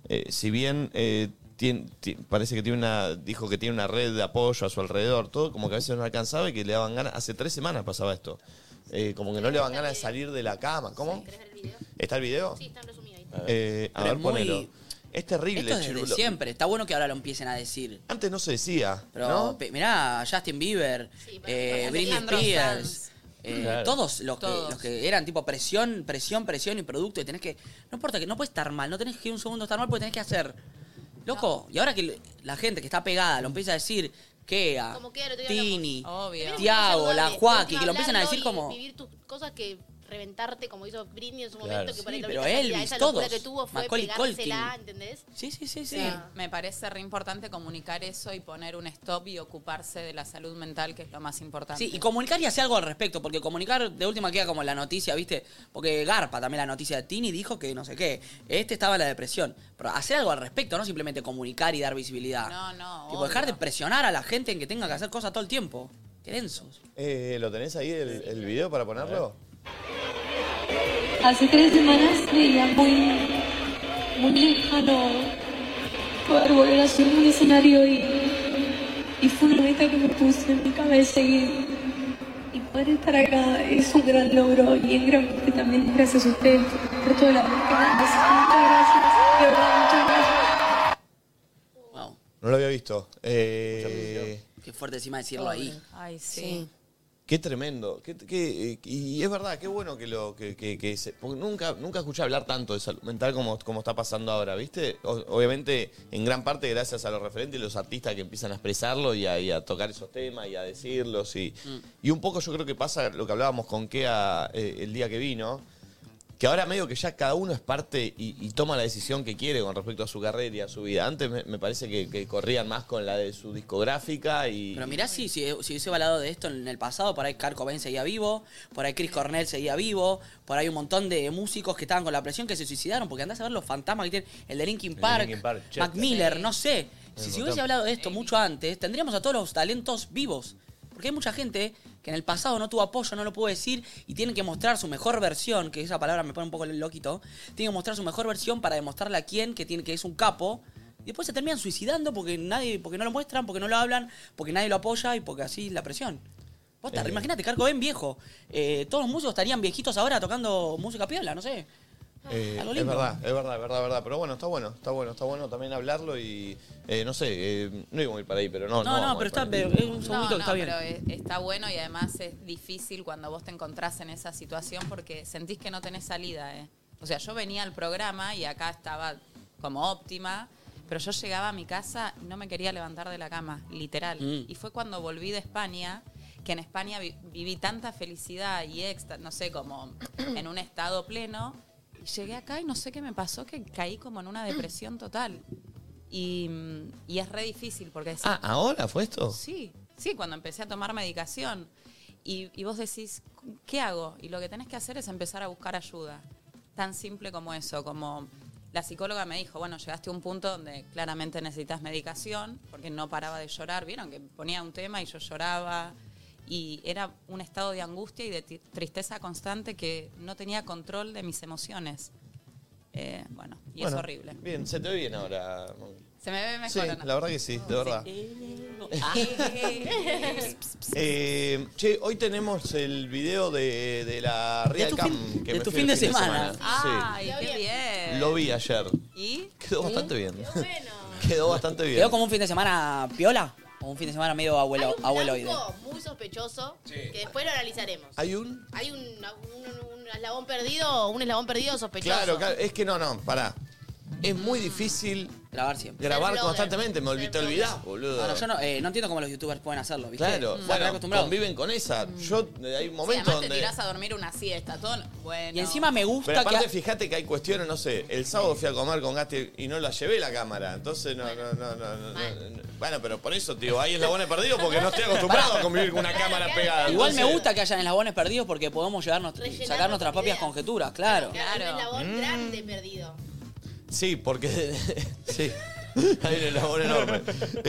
Speaker 1: eh, si bien eh, tien- ti- parece que tiene una. dijo que tiene una red de apoyo a su alrededor, todo, como que a veces no alcanzaba y que le daban ganas. Hace tres semanas pasaba esto. eh, como que no le daban ganas de salir de la cama. ¿Cómo? ¿Está el video? Sí, está resumido ahí.
Speaker 3: Pero
Speaker 1: a ver,
Speaker 3: es muy-
Speaker 1: ponelo. Es terrible,
Speaker 3: Esto es desde
Speaker 1: Chirulo.
Speaker 3: siempre. Está bueno que ahora lo empiecen a decir.
Speaker 1: Antes no se decía.
Speaker 3: Pero
Speaker 1: ¿no?
Speaker 3: pe- mirá, Justin Bieber, eh, Britney
Speaker 4: Alejandro
Speaker 3: Spears,
Speaker 4: Sanz.
Speaker 3: eh,
Speaker 4: Claro.
Speaker 3: todos, los que,
Speaker 4: Todos.
Speaker 3: los que eran tipo presión, presión, presión y producto. Y tenés que. No importa que no puedes estar mal, no tenés que ir un segundo a estar mal, porque tenés que hacer. Loco, y ahora que l- la gente que está pegada lo empieza a decir, Kea,
Speaker 5: Como que a lo que
Speaker 3: Tini,
Speaker 4: Obvio.
Speaker 3: Tiago, la Joaquín,
Speaker 5: Última,
Speaker 3: que lo empiezan a
Speaker 5: hablarlo
Speaker 3: decir
Speaker 5: y
Speaker 3: como.
Speaker 5: Vivir tus cosas que reventarte como hizo Britney en su
Speaker 3: Claro.
Speaker 5: momento. Que por ahí
Speaker 3: Sí,
Speaker 5: la
Speaker 3: pero
Speaker 5: única
Speaker 3: Elvis,
Speaker 5: cantidad, esa locura
Speaker 3: todos.
Speaker 5: que tuvo fue
Speaker 3: Macaulay
Speaker 5: pegársela,
Speaker 3: Culkin.
Speaker 5: ¿entendés?
Speaker 3: Sí, sí, sí,
Speaker 4: Sí, me parece re importante comunicar eso y poner un stop y ocuparse de la salud mental, que es lo más importante.
Speaker 3: Sí, y comunicar y hacer algo al respecto, porque comunicar de última queda como la noticia, ¿viste? Porque Garpa también la noticia de Tini dijo que no sé qué, este estaba en la depresión. Pero hacer algo al respecto, no simplemente comunicar y dar visibilidad.
Speaker 4: No, no,
Speaker 3: Tipo, dejar de presionar a la gente en que tenga que hacer cosas todo el tiempo. Qué densos.
Speaker 1: Eh, ¿Lo tenés ahí el, el video para ponerlo?
Speaker 7: Hace tres semanas veía muy, muy lejano Ah, poder volver a subirme un escenario y, y fue una meta que me puse en mi cabeza y, y poder estar acá es un gran logro y en gran parte también gracias a ustedes por todo el amor que me han dado. Muchas gracias, de verdad, muchas gracias.
Speaker 1: No lo había visto. Eh,
Speaker 3: Qué fuerte encima decirlo ahí.
Speaker 4: Ay, sí.
Speaker 1: qué tremendo. Qué- qué- eh, y es verdad, qué bueno que lo. Que, que- que se- porque nunca, nunca escuché hablar tanto de salud mental como, como está pasando ahora, ¿viste? O- obviamente, en gran parte gracias a los referentes y los artistas que empiezan a expresarlo y a, y a tocar esos temas y a decirlos. Y, y un poco yo creo que pasa lo que hablábamos con Kea eh, el día que vino. que ahora medio que ya cada uno es parte y, y toma la decisión que quiere con respecto a su carrera y a su vida. Antes me, me parece que, que corrían más con la de su discográfica y...
Speaker 3: Pero mirá si, si, si hubiese hablado de esto en el pasado, por ahí Kurt Cobain seguía vivo, por ahí Chris Cornell seguía vivo, por ahí un montón de músicos que estaban con la presión que se suicidaron, porque andás a ver los fantasmas que tienen, el de Linkin
Speaker 1: de
Speaker 3: Park,
Speaker 1: Linkin Park,
Speaker 3: Mac
Speaker 1: Chester.
Speaker 3: Miller, no sé. Si
Speaker 1: un
Speaker 3: se
Speaker 1: montón.
Speaker 3: hubiese hablado de esto mucho antes, tendríamos a todos los talentos vivos. Porque hay mucha gente que en el pasado no tuvo apoyo, no lo pudo decir, y tienen que mostrar su mejor versión, que esa palabra me pone un poco loquito, tienen que mostrar su mejor versión para demostrarle a quién que, tiene, que es un capo, y después se terminan suicidando porque nadie, porque no lo muestran, porque no lo hablan, porque nadie lo apoya y porque así es la presión. Posta,
Speaker 1: Eh.
Speaker 3: Imagínate, Carco Ben viejo. Eh, todos los músicos estarían viejitos ahora tocando música piola, no sé.
Speaker 1: Eh,
Speaker 3: Algo
Speaker 1: es
Speaker 3: lindo.
Speaker 1: verdad, es verdad, es verdad, es verdad. Pero bueno, está bueno, está bueno, está bueno también hablarlo y eh, no sé, eh, no íbamos a ir para ahí, pero no.
Speaker 3: No, no,
Speaker 1: vamos a
Speaker 3: pero
Speaker 1: ir
Speaker 3: está-
Speaker 1: para ahí.
Speaker 3: pero es un segundito que
Speaker 4: no,
Speaker 3: está bien.
Speaker 4: Pero es- está bueno y además es difícil cuando vos te encontrás en esa situación porque sentís que no tenés salida. ¿eh? O sea, yo venía al programa y acá estaba como óptima, pero yo llegaba a mi casa y no me quería levantar de la cama, literal.
Speaker 7: Mm.
Speaker 4: Y fue cuando volví de España, que en España vi- viví tanta felicidad y extra, no sé, como en un estado pleno. Y llegué acá y no sé qué me pasó, que caí como en una depresión total. Y, y es re difícil porque... decís,
Speaker 1: Ah, ¿ahora fue esto?
Speaker 4: Sí, sí, cuando empecé a tomar medicación. Y, y vos decís, ¿qué hago? Y lo que tenés que hacer es empezar a buscar ayuda. Tan simple como eso, como la psicóloga me dijo, bueno, llegaste a un punto donde claramente necesitas medicación, porque no paraba de llorar, vieron que ponía un tema y yo lloraba, y era un estado de angustia y de ti- tristeza constante que no tenía control de mis emociones. Eh, bueno, y
Speaker 1: Bueno,
Speaker 4: es horrible.
Speaker 1: Bien, se te ve bien ahora.
Speaker 4: Se me ve mejor.
Speaker 1: Sí,
Speaker 4: o no?
Speaker 1: la verdad que sí, de verdad.
Speaker 4: Ah.
Speaker 1: Eh, che, hoy tenemos el video de, de la Real
Speaker 3: tu
Speaker 1: Cam.
Speaker 3: fin-
Speaker 1: que
Speaker 3: de
Speaker 1: me
Speaker 3: tu
Speaker 1: fui
Speaker 3: fin
Speaker 1: el
Speaker 3: de semana.
Speaker 1: Sí.
Speaker 4: Ay, Ah, qué bien.
Speaker 1: Lo vi ayer.
Speaker 4: ¿Y?
Speaker 1: Quedó bastante bien. Quedó bastante bien.
Speaker 3: ¿Quedó como un fin de semana piola? ¿O un fin de semana medio abuelo, abueloide?
Speaker 5: Blanco, muy sospechoso, que después lo analizaremos.
Speaker 1: Hay un.
Speaker 5: Hay un, un- un eslabón perdido, un eslabón perdido sospechoso.
Speaker 1: Claro, claro, es que no, no, pará. Es muy difícil
Speaker 3: grabar siempre.
Speaker 1: Grabar
Speaker 5: Ser blogger.
Speaker 1: constantemente, me olvidé, te olvidás, boludo.
Speaker 3: Bueno, yo no, eh, no entiendo cómo los youtubers pueden hacerlo, ¿viste?
Speaker 1: Claro,
Speaker 3: Están
Speaker 1: bueno,
Speaker 3: acostumbrados.
Speaker 1: conviven con esa. Yo eh, hay
Speaker 4: Sí,
Speaker 1: momentos
Speaker 4: además te
Speaker 1: donde
Speaker 4: tirás a dormir una siesta, todo. Bueno.
Speaker 3: Y encima me gusta
Speaker 1: Pero
Speaker 3: que...
Speaker 1: aparte, fíjate que hay cuestiones, no sé, el sábado fui a comer con Gasti y no la llevé la cámara. Entonces, no, no, no, no, no, no. Bueno, pero por eso, tío, ahí es la buena perdido porque no estoy acostumbrado a convivir con una cámara pegada.
Speaker 3: Igual me
Speaker 1: Entonces,
Speaker 3: gusta que hayan eslabones perdidos porque podemos llevarnos, sacar nuestras propias conjeturas, claro.
Speaker 5: Hay un
Speaker 1: Mm.
Speaker 5: eslabón grande perdido.
Speaker 1: Sí, porque. sí. Hay un elabor enorme.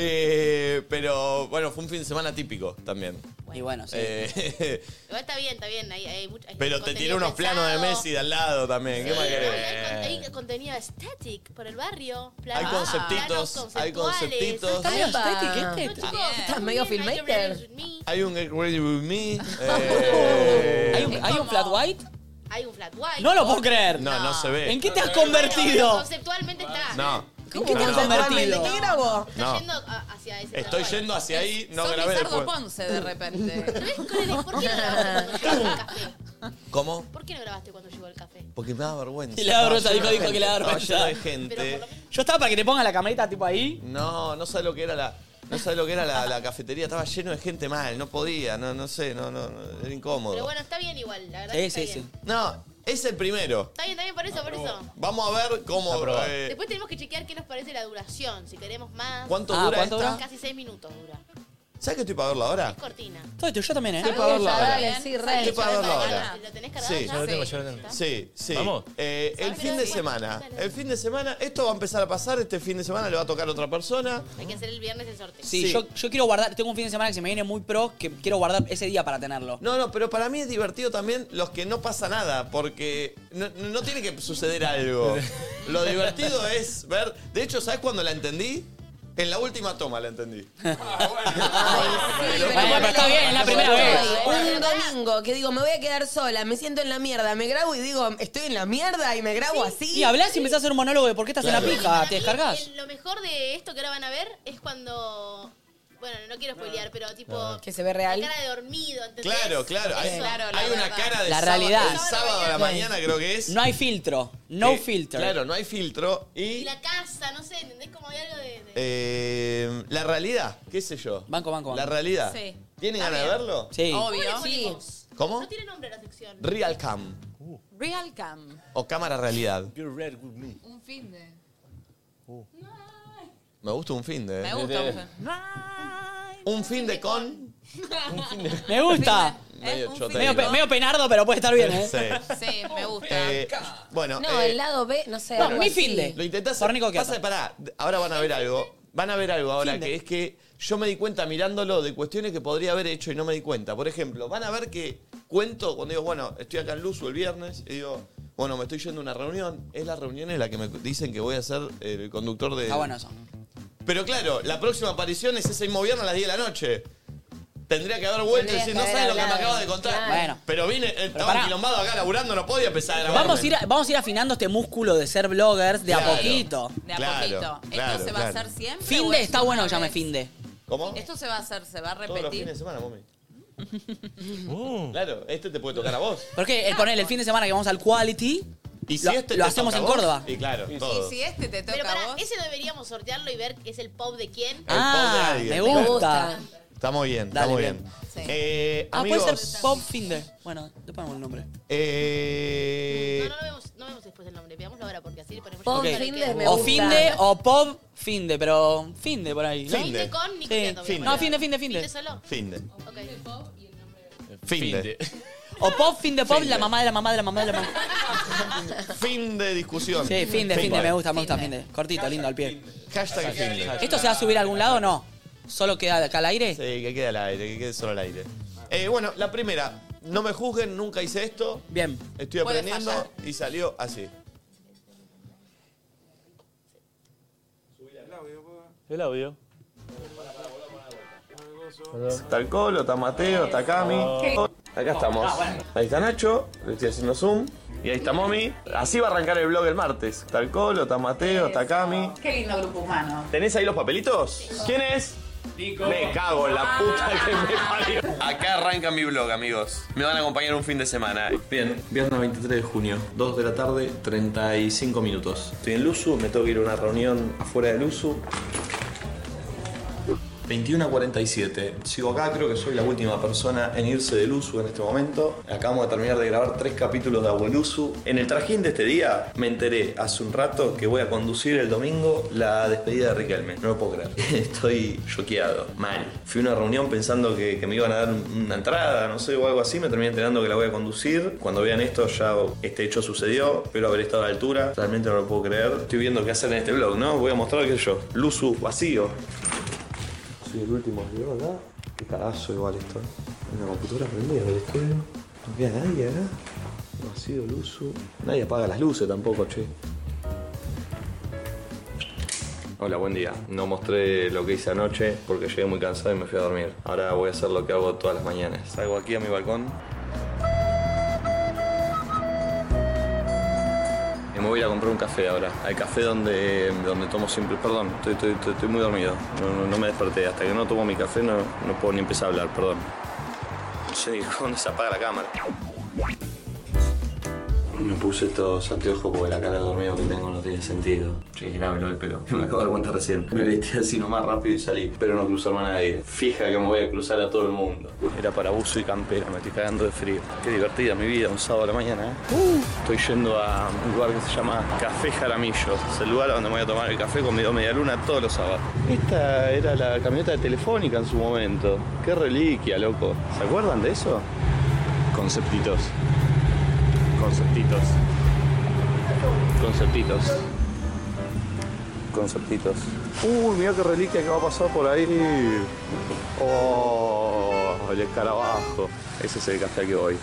Speaker 1: Eh, pero bueno, fue un fin de semana típico también.
Speaker 3: Y bueno, sí.
Speaker 1: Eh,
Speaker 5: Igual está bien, está bien. Hay, hay mucho- hay
Speaker 1: pero te tiré
Speaker 5: contenido
Speaker 1: unos
Speaker 5: pensado.
Speaker 1: planos de Messi de al lado también. ¿Qué más
Speaker 5: Sí,
Speaker 1: querés?
Speaker 5: Hay con- hay contenido aesthetic por el barrio.
Speaker 1: eh. Hay
Speaker 5: planos-
Speaker 1: conceptitos,
Speaker 5: planos
Speaker 1: hay
Speaker 5: conceptuales.
Speaker 1: conceptitos.
Speaker 2: Ay, pa. Estás medio filmmaker.
Speaker 1: Hay un Get Ready With Me. eh,
Speaker 3: ¿Hay un, hay un flat white?
Speaker 5: Hay un flat white.
Speaker 3: No lo puedo creer.
Speaker 1: No, no se ve.
Speaker 3: ¿En qué te has
Speaker 5: Pero
Speaker 3: convertido?
Speaker 5: Conceptualmente está.
Speaker 1: No.
Speaker 3: ¿En qué te
Speaker 1: No,
Speaker 3: has
Speaker 1: no.
Speaker 3: convertido?
Speaker 2: ¿Qué grabó?
Speaker 5: Está
Speaker 1: No.
Speaker 5: yendo a- hacia ese
Speaker 1: Estoy
Speaker 5: flat
Speaker 1: yendo hacia ahí, no
Speaker 4: Son
Speaker 1: grabé
Speaker 4: Lizardo
Speaker 1: después.
Speaker 4: Ponce de repente.
Speaker 5: white. ¿Con el- ¿Por qué no grabaste cuando llegó el café?
Speaker 1: ¿Cómo?
Speaker 5: ¿Por qué no grabaste cuando llegó el café?
Speaker 1: Porque me da vergüenza.
Speaker 3: Y le da vergüenza,
Speaker 1: Estaba
Speaker 3: dijo, dijo
Speaker 1: lleno de
Speaker 3: que le da
Speaker 1: gente, estaba
Speaker 3: vergüenza.
Speaker 1: lleno de gente.
Speaker 3: Yo estaba para que te pongan la camarita tipo ahí.
Speaker 1: No, no sabes lo que era la. No sabes lo que era la, la cafetería, estaba lleno de gente mal, no podía, no, no sé, no, no, no, era
Speaker 5: Pero
Speaker 1: incómodo.
Speaker 5: bueno, está bien igual, la verdad. que
Speaker 1: Sí,
Speaker 5: está
Speaker 1: sí,
Speaker 5: bien.
Speaker 1: sí. No, es el primero.
Speaker 5: Está bien, está bien, por eso, por eso.
Speaker 1: Vamos a ver cómo. eh,
Speaker 5: Después tenemos que chequear qué nos parece la duración, si queremos más.
Speaker 1: ¿Cuánto Ah, dura ¿cuánto esta? Ah. dura?
Speaker 5: Casi seis minutos dura.
Speaker 1: ¿Sabes que estoy para verlo ahora?
Speaker 5: Es cortina.
Speaker 3: Todo esto, yo también, ¿eh?
Speaker 1: Estoy para verlo ahora.
Speaker 2: Dale, sí, re.
Speaker 1: Estoy para verlo ahora.
Speaker 5: ¿Lo tenés cargado?
Speaker 1: Sí,
Speaker 5: ya?
Speaker 1: Sí, sí.
Speaker 18: Vamos.
Speaker 1: Eh, el fin de semana. El fin de semana, esto va a empezar a pasar, este fin de semana le va a tocar a otra persona.
Speaker 5: Hay que hacer el viernes el sorteo.
Speaker 3: Sí, Yo, ah, yo quiero guardar, tengo un fin de semana que se me viene muy pro, que quiero guardar ese día para tenerlo.
Speaker 1: No, no, pero para mí es divertido también los que no pasa nada, porque no, no tiene que suceder algo. Lo divertido es ver. De hecho, ¿sabes cuándo la entendí? En la última toma la entendí.
Speaker 3: Bueno, pero está bien, es la primera vez.
Speaker 2: Pues, Un domingo que digo, me voy a quedar sola, me siento en la mierda, me grabo y digo, estoy en la mierda y me grabo así.
Speaker 3: Y hablás y empezás a hacer un monólogo de por qué estás en la
Speaker 1: Claro.
Speaker 3: pija, te descargas.
Speaker 5: Lo mejor de esto que ahora van a ver es cuando. Bueno, no quiero spoilear, pero tipo.
Speaker 1: No.
Speaker 2: Que se ve real.
Speaker 5: La cara de dormido, ¿entendés?
Speaker 1: Claro, claro. Hay,
Speaker 5: Claro,
Speaker 1: hay una
Speaker 5: verdad.
Speaker 1: cara de
Speaker 3: La
Speaker 1: sábado-
Speaker 3: realidad.
Speaker 1: el sábado a la mañana creo que es.
Speaker 3: No hay filtro, no
Speaker 1: Eh,
Speaker 3: filter.
Speaker 1: Claro, no hay filtro.
Speaker 5: Y
Speaker 1: Y
Speaker 5: la casa, no sé, ¿entendés? Como hay algo de. de-
Speaker 1: eh, la realidad, qué sé yo.
Speaker 3: Banco, banco, banco.
Speaker 1: La realidad.
Speaker 5: Sí.
Speaker 1: ¿Tienen ganas de verlo?
Speaker 3: Sí.
Speaker 5: ¿Cómo le
Speaker 4: Obvio.
Speaker 5: ponemos?
Speaker 1: ¿Cómo?
Speaker 5: No tiene nombre la sección.
Speaker 1: Real Cam
Speaker 4: Real Cam.
Speaker 1: o cámara realidad.
Speaker 4: Un fin de.
Speaker 1: Me gusta un fin de.
Speaker 4: Me gusta. un fin.
Speaker 1: Un fin de con.
Speaker 3: Me gusta.
Speaker 1: Medio chota.
Speaker 3: Medio, pe- medio penardo, pero puede estar bien, ¿eh?
Speaker 1: Sí.
Speaker 4: Sí, me gusta.
Speaker 1: Eh, bueno,
Speaker 2: No,
Speaker 1: eh,
Speaker 2: el lado B, no sé.
Speaker 3: No,
Speaker 2: algo
Speaker 3: mi
Speaker 2: así.
Speaker 3: fin de.
Speaker 1: lo intentás.
Speaker 3: Fornico que
Speaker 1: pasa, pará, ahora van a ver algo. Van a ver algo ahora, que es que yo me di cuenta mirándolo de cuestiones que podría haber hecho y no me di cuenta. Por ejemplo, van a ver que cuento cuando digo, bueno, estoy acá en Luzu el viernes y digo, bueno, me estoy yendo a una reunión. Es la reunión en la que me dicen que voy a ser el conductor de.
Speaker 3: Está Ah, bueno eso.
Speaker 1: Pero claro, la próxima aparición es ese mismo viernes a las 10 de la noche. Tendría que haber vuelto y
Speaker 3: Tendría
Speaker 1: decir,
Speaker 3: que
Speaker 1: no
Speaker 3: haber
Speaker 1: sabes lo que me
Speaker 3: hablado.
Speaker 1: acabas de contar.
Speaker 3: Claro. Bueno.
Speaker 1: Pero vine, eh, estaba
Speaker 3: pará.
Speaker 1: quilombado acá laburando, no podía empezar a grabar.
Speaker 3: Vamos a, ir, vamos a ir afinando este músculo de ser bloggers de
Speaker 1: Claro.
Speaker 3: a poquito.
Speaker 4: De a poquito. ¿Esto se va a hacer siempre? o
Speaker 3: Finde,
Speaker 4: es
Speaker 3: está
Speaker 4: una
Speaker 3: bueno que
Speaker 4: vez?
Speaker 3: llame Finde.
Speaker 1: ¿Cómo?
Speaker 4: Esto se va a hacer, se va a
Speaker 1: Todos los fines de
Speaker 4: repetir.
Speaker 1: semana, mami. Claro, este te puede tocar a vos.
Speaker 3: Porque el, poner el fin de semana que vamos al Quality,
Speaker 1: Y si
Speaker 3: lo,
Speaker 1: este
Speaker 3: lo
Speaker 1: te
Speaker 3: hacemos en
Speaker 1: toca a vos,
Speaker 3: Córdoba.
Speaker 1: Y claro,
Speaker 5: todo.
Speaker 1: todo.
Speaker 4: Si este te toca
Speaker 5: Pero
Speaker 4: a
Speaker 5: para,
Speaker 4: vos.
Speaker 5: ese deberíamos sortearlo y ver es el pop de quién.
Speaker 3: Ah, me gusta.
Speaker 1: Estamos bien,
Speaker 3: Dale,
Speaker 1: estamos bien. Eh,
Speaker 3: Ah,
Speaker 1: amigos,
Speaker 3: puede ser Bob Finde. Bueno, le ponemos el nombre.
Speaker 1: eh,
Speaker 5: No, no, lo vemos, no vemos después el nombre, veámoslo ahora porque así le ponemos
Speaker 3: Ok.
Speaker 5: el nombre que-
Speaker 3: O Finde o Pop Finde, pero Finde por ahí. ¿no?
Speaker 5: Finde Finde. con Nico
Speaker 3: Sí.
Speaker 5: Teatro,
Speaker 3: No,
Speaker 5: obviamente.
Speaker 3: Finde, Finde, Finde.
Speaker 5: Finde solo.
Speaker 1: Finde.
Speaker 5: Ok.
Speaker 1: Finde.
Speaker 3: O Pop Finde Pop, la mamá de la mamá de la mamá de la mamá.
Speaker 1: Fin de discusión.
Speaker 3: Sí, Finde, Finde, me gusta, me gusta Finde. Cortito, lindo al pie.
Speaker 1: Hashtag Finde.
Speaker 3: ¿Esto se va a subir a algún lado o no? ¿Solo queda acá al aire?
Speaker 1: Sí, que quede al aire, que quede solo al aire. Eh, bueno, la primera. No me juzguen, nunca hice esto.
Speaker 3: Bien.
Speaker 1: Estoy
Speaker 3: Puede
Speaker 1: aprendiendo
Speaker 3: fallar.
Speaker 1: y salió así.
Speaker 19: El audio.
Speaker 1: Está el Colo, está Mateo, está Cami. Acá estamos.
Speaker 3: Ah,
Speaker 1: Ahí está Nacho, le estoy haciendo zoom. Y ahí está Momi. Así va a arrancar el vlog el martes. Está el Colo, está Mateo, está Cami.
Speaker 4: Qué lindo grupo humano.
Speaker 1: ¿Tenés ahí los papelitos? ¿Quién es? Me cago en la puta que me parió.
Speaker 20: Acá arranca mi blog, amigos. Me van a acompañar un fin de semana.
Speaker 1: Bien, viernes 23 de junio, 2 de la tarde, 35 minutos. Estoy en Luzu, me tengo que ir a una reunión afuera de Luzu. 21 a 47. Sigo acá, creo que soy la última persona en irse de Luzu en este momento. Acabamos de terminar de grabar tres capítulos de Abueluzu. En el trajín de este día me enteré hace un rato que voy a conducir el domingo la despedida de Riquelme. No lo puedo creer. Estoy choqueado, mal. Fui a una reunión pensando que, que me iban a dar una entrada, no sé, o algo así. Me terminé enterando que la voy a conducir. Cuando vean esto, ya este hecho sucedió. Espero haber estado a la altura. Realmente no lo puedo creer. Estoy viendo qué hacer en este blog, ¿no? Voy a mostrar que yo. Luzu vacío. Soy el último que veo acá. Qué cagazo igual esto. ¿eh? Una computadora prendida del estudio. No queda nadie acá. No ha sido luso. Nadie apaga las luces tampoco, che. Hola, buen día. No mostré lo que hice anoche porque llegué muy cansado y me fui a dormir. Ahora voy a hacer lo que hago todas las mañanas. Salgo aquí a mi balcón. Y Me voy a ir a comprar un café ahora. Al café donde, donde tomo siempre. Perdón, estoy, estoy- estoy- estoy muy dormido. No, no- no me desperté. Hasta que no tomo mi café no, no puedo ni empezar a hablar, perdón. Sí, ¿dónde se apaga la cámara? Me puse estos anteojos porque la cara de dormido que tengo no tiene sentido. Che, grábelo el pelo. Me acabo de dar cuenta recién. Me vestí así nomás rápido y salí. Pero no cruzarme a nadie. Fija que me voy a cruzar a todo el mundo. Era para buzo y campera, me estoy cagando de frío. Qué divertida mi vida, un sábado a la mañana, ¿eh? Estoy yendo a un lugar que se llama Café Jaramillo. Es el lugar donde me voy a tomar el café con mi media luna todos los sábados. Esta era la camioneta de telefónica en su momento. Qué reliquia, loco. ¿Se acuerdan de eso? Conceptitos. Conceptitos. Conceptitos. Conceptitos. Uy, mira qué reliquia que va a pasar por ahí. Oh, el escarabajo. Ese es el café al que voy.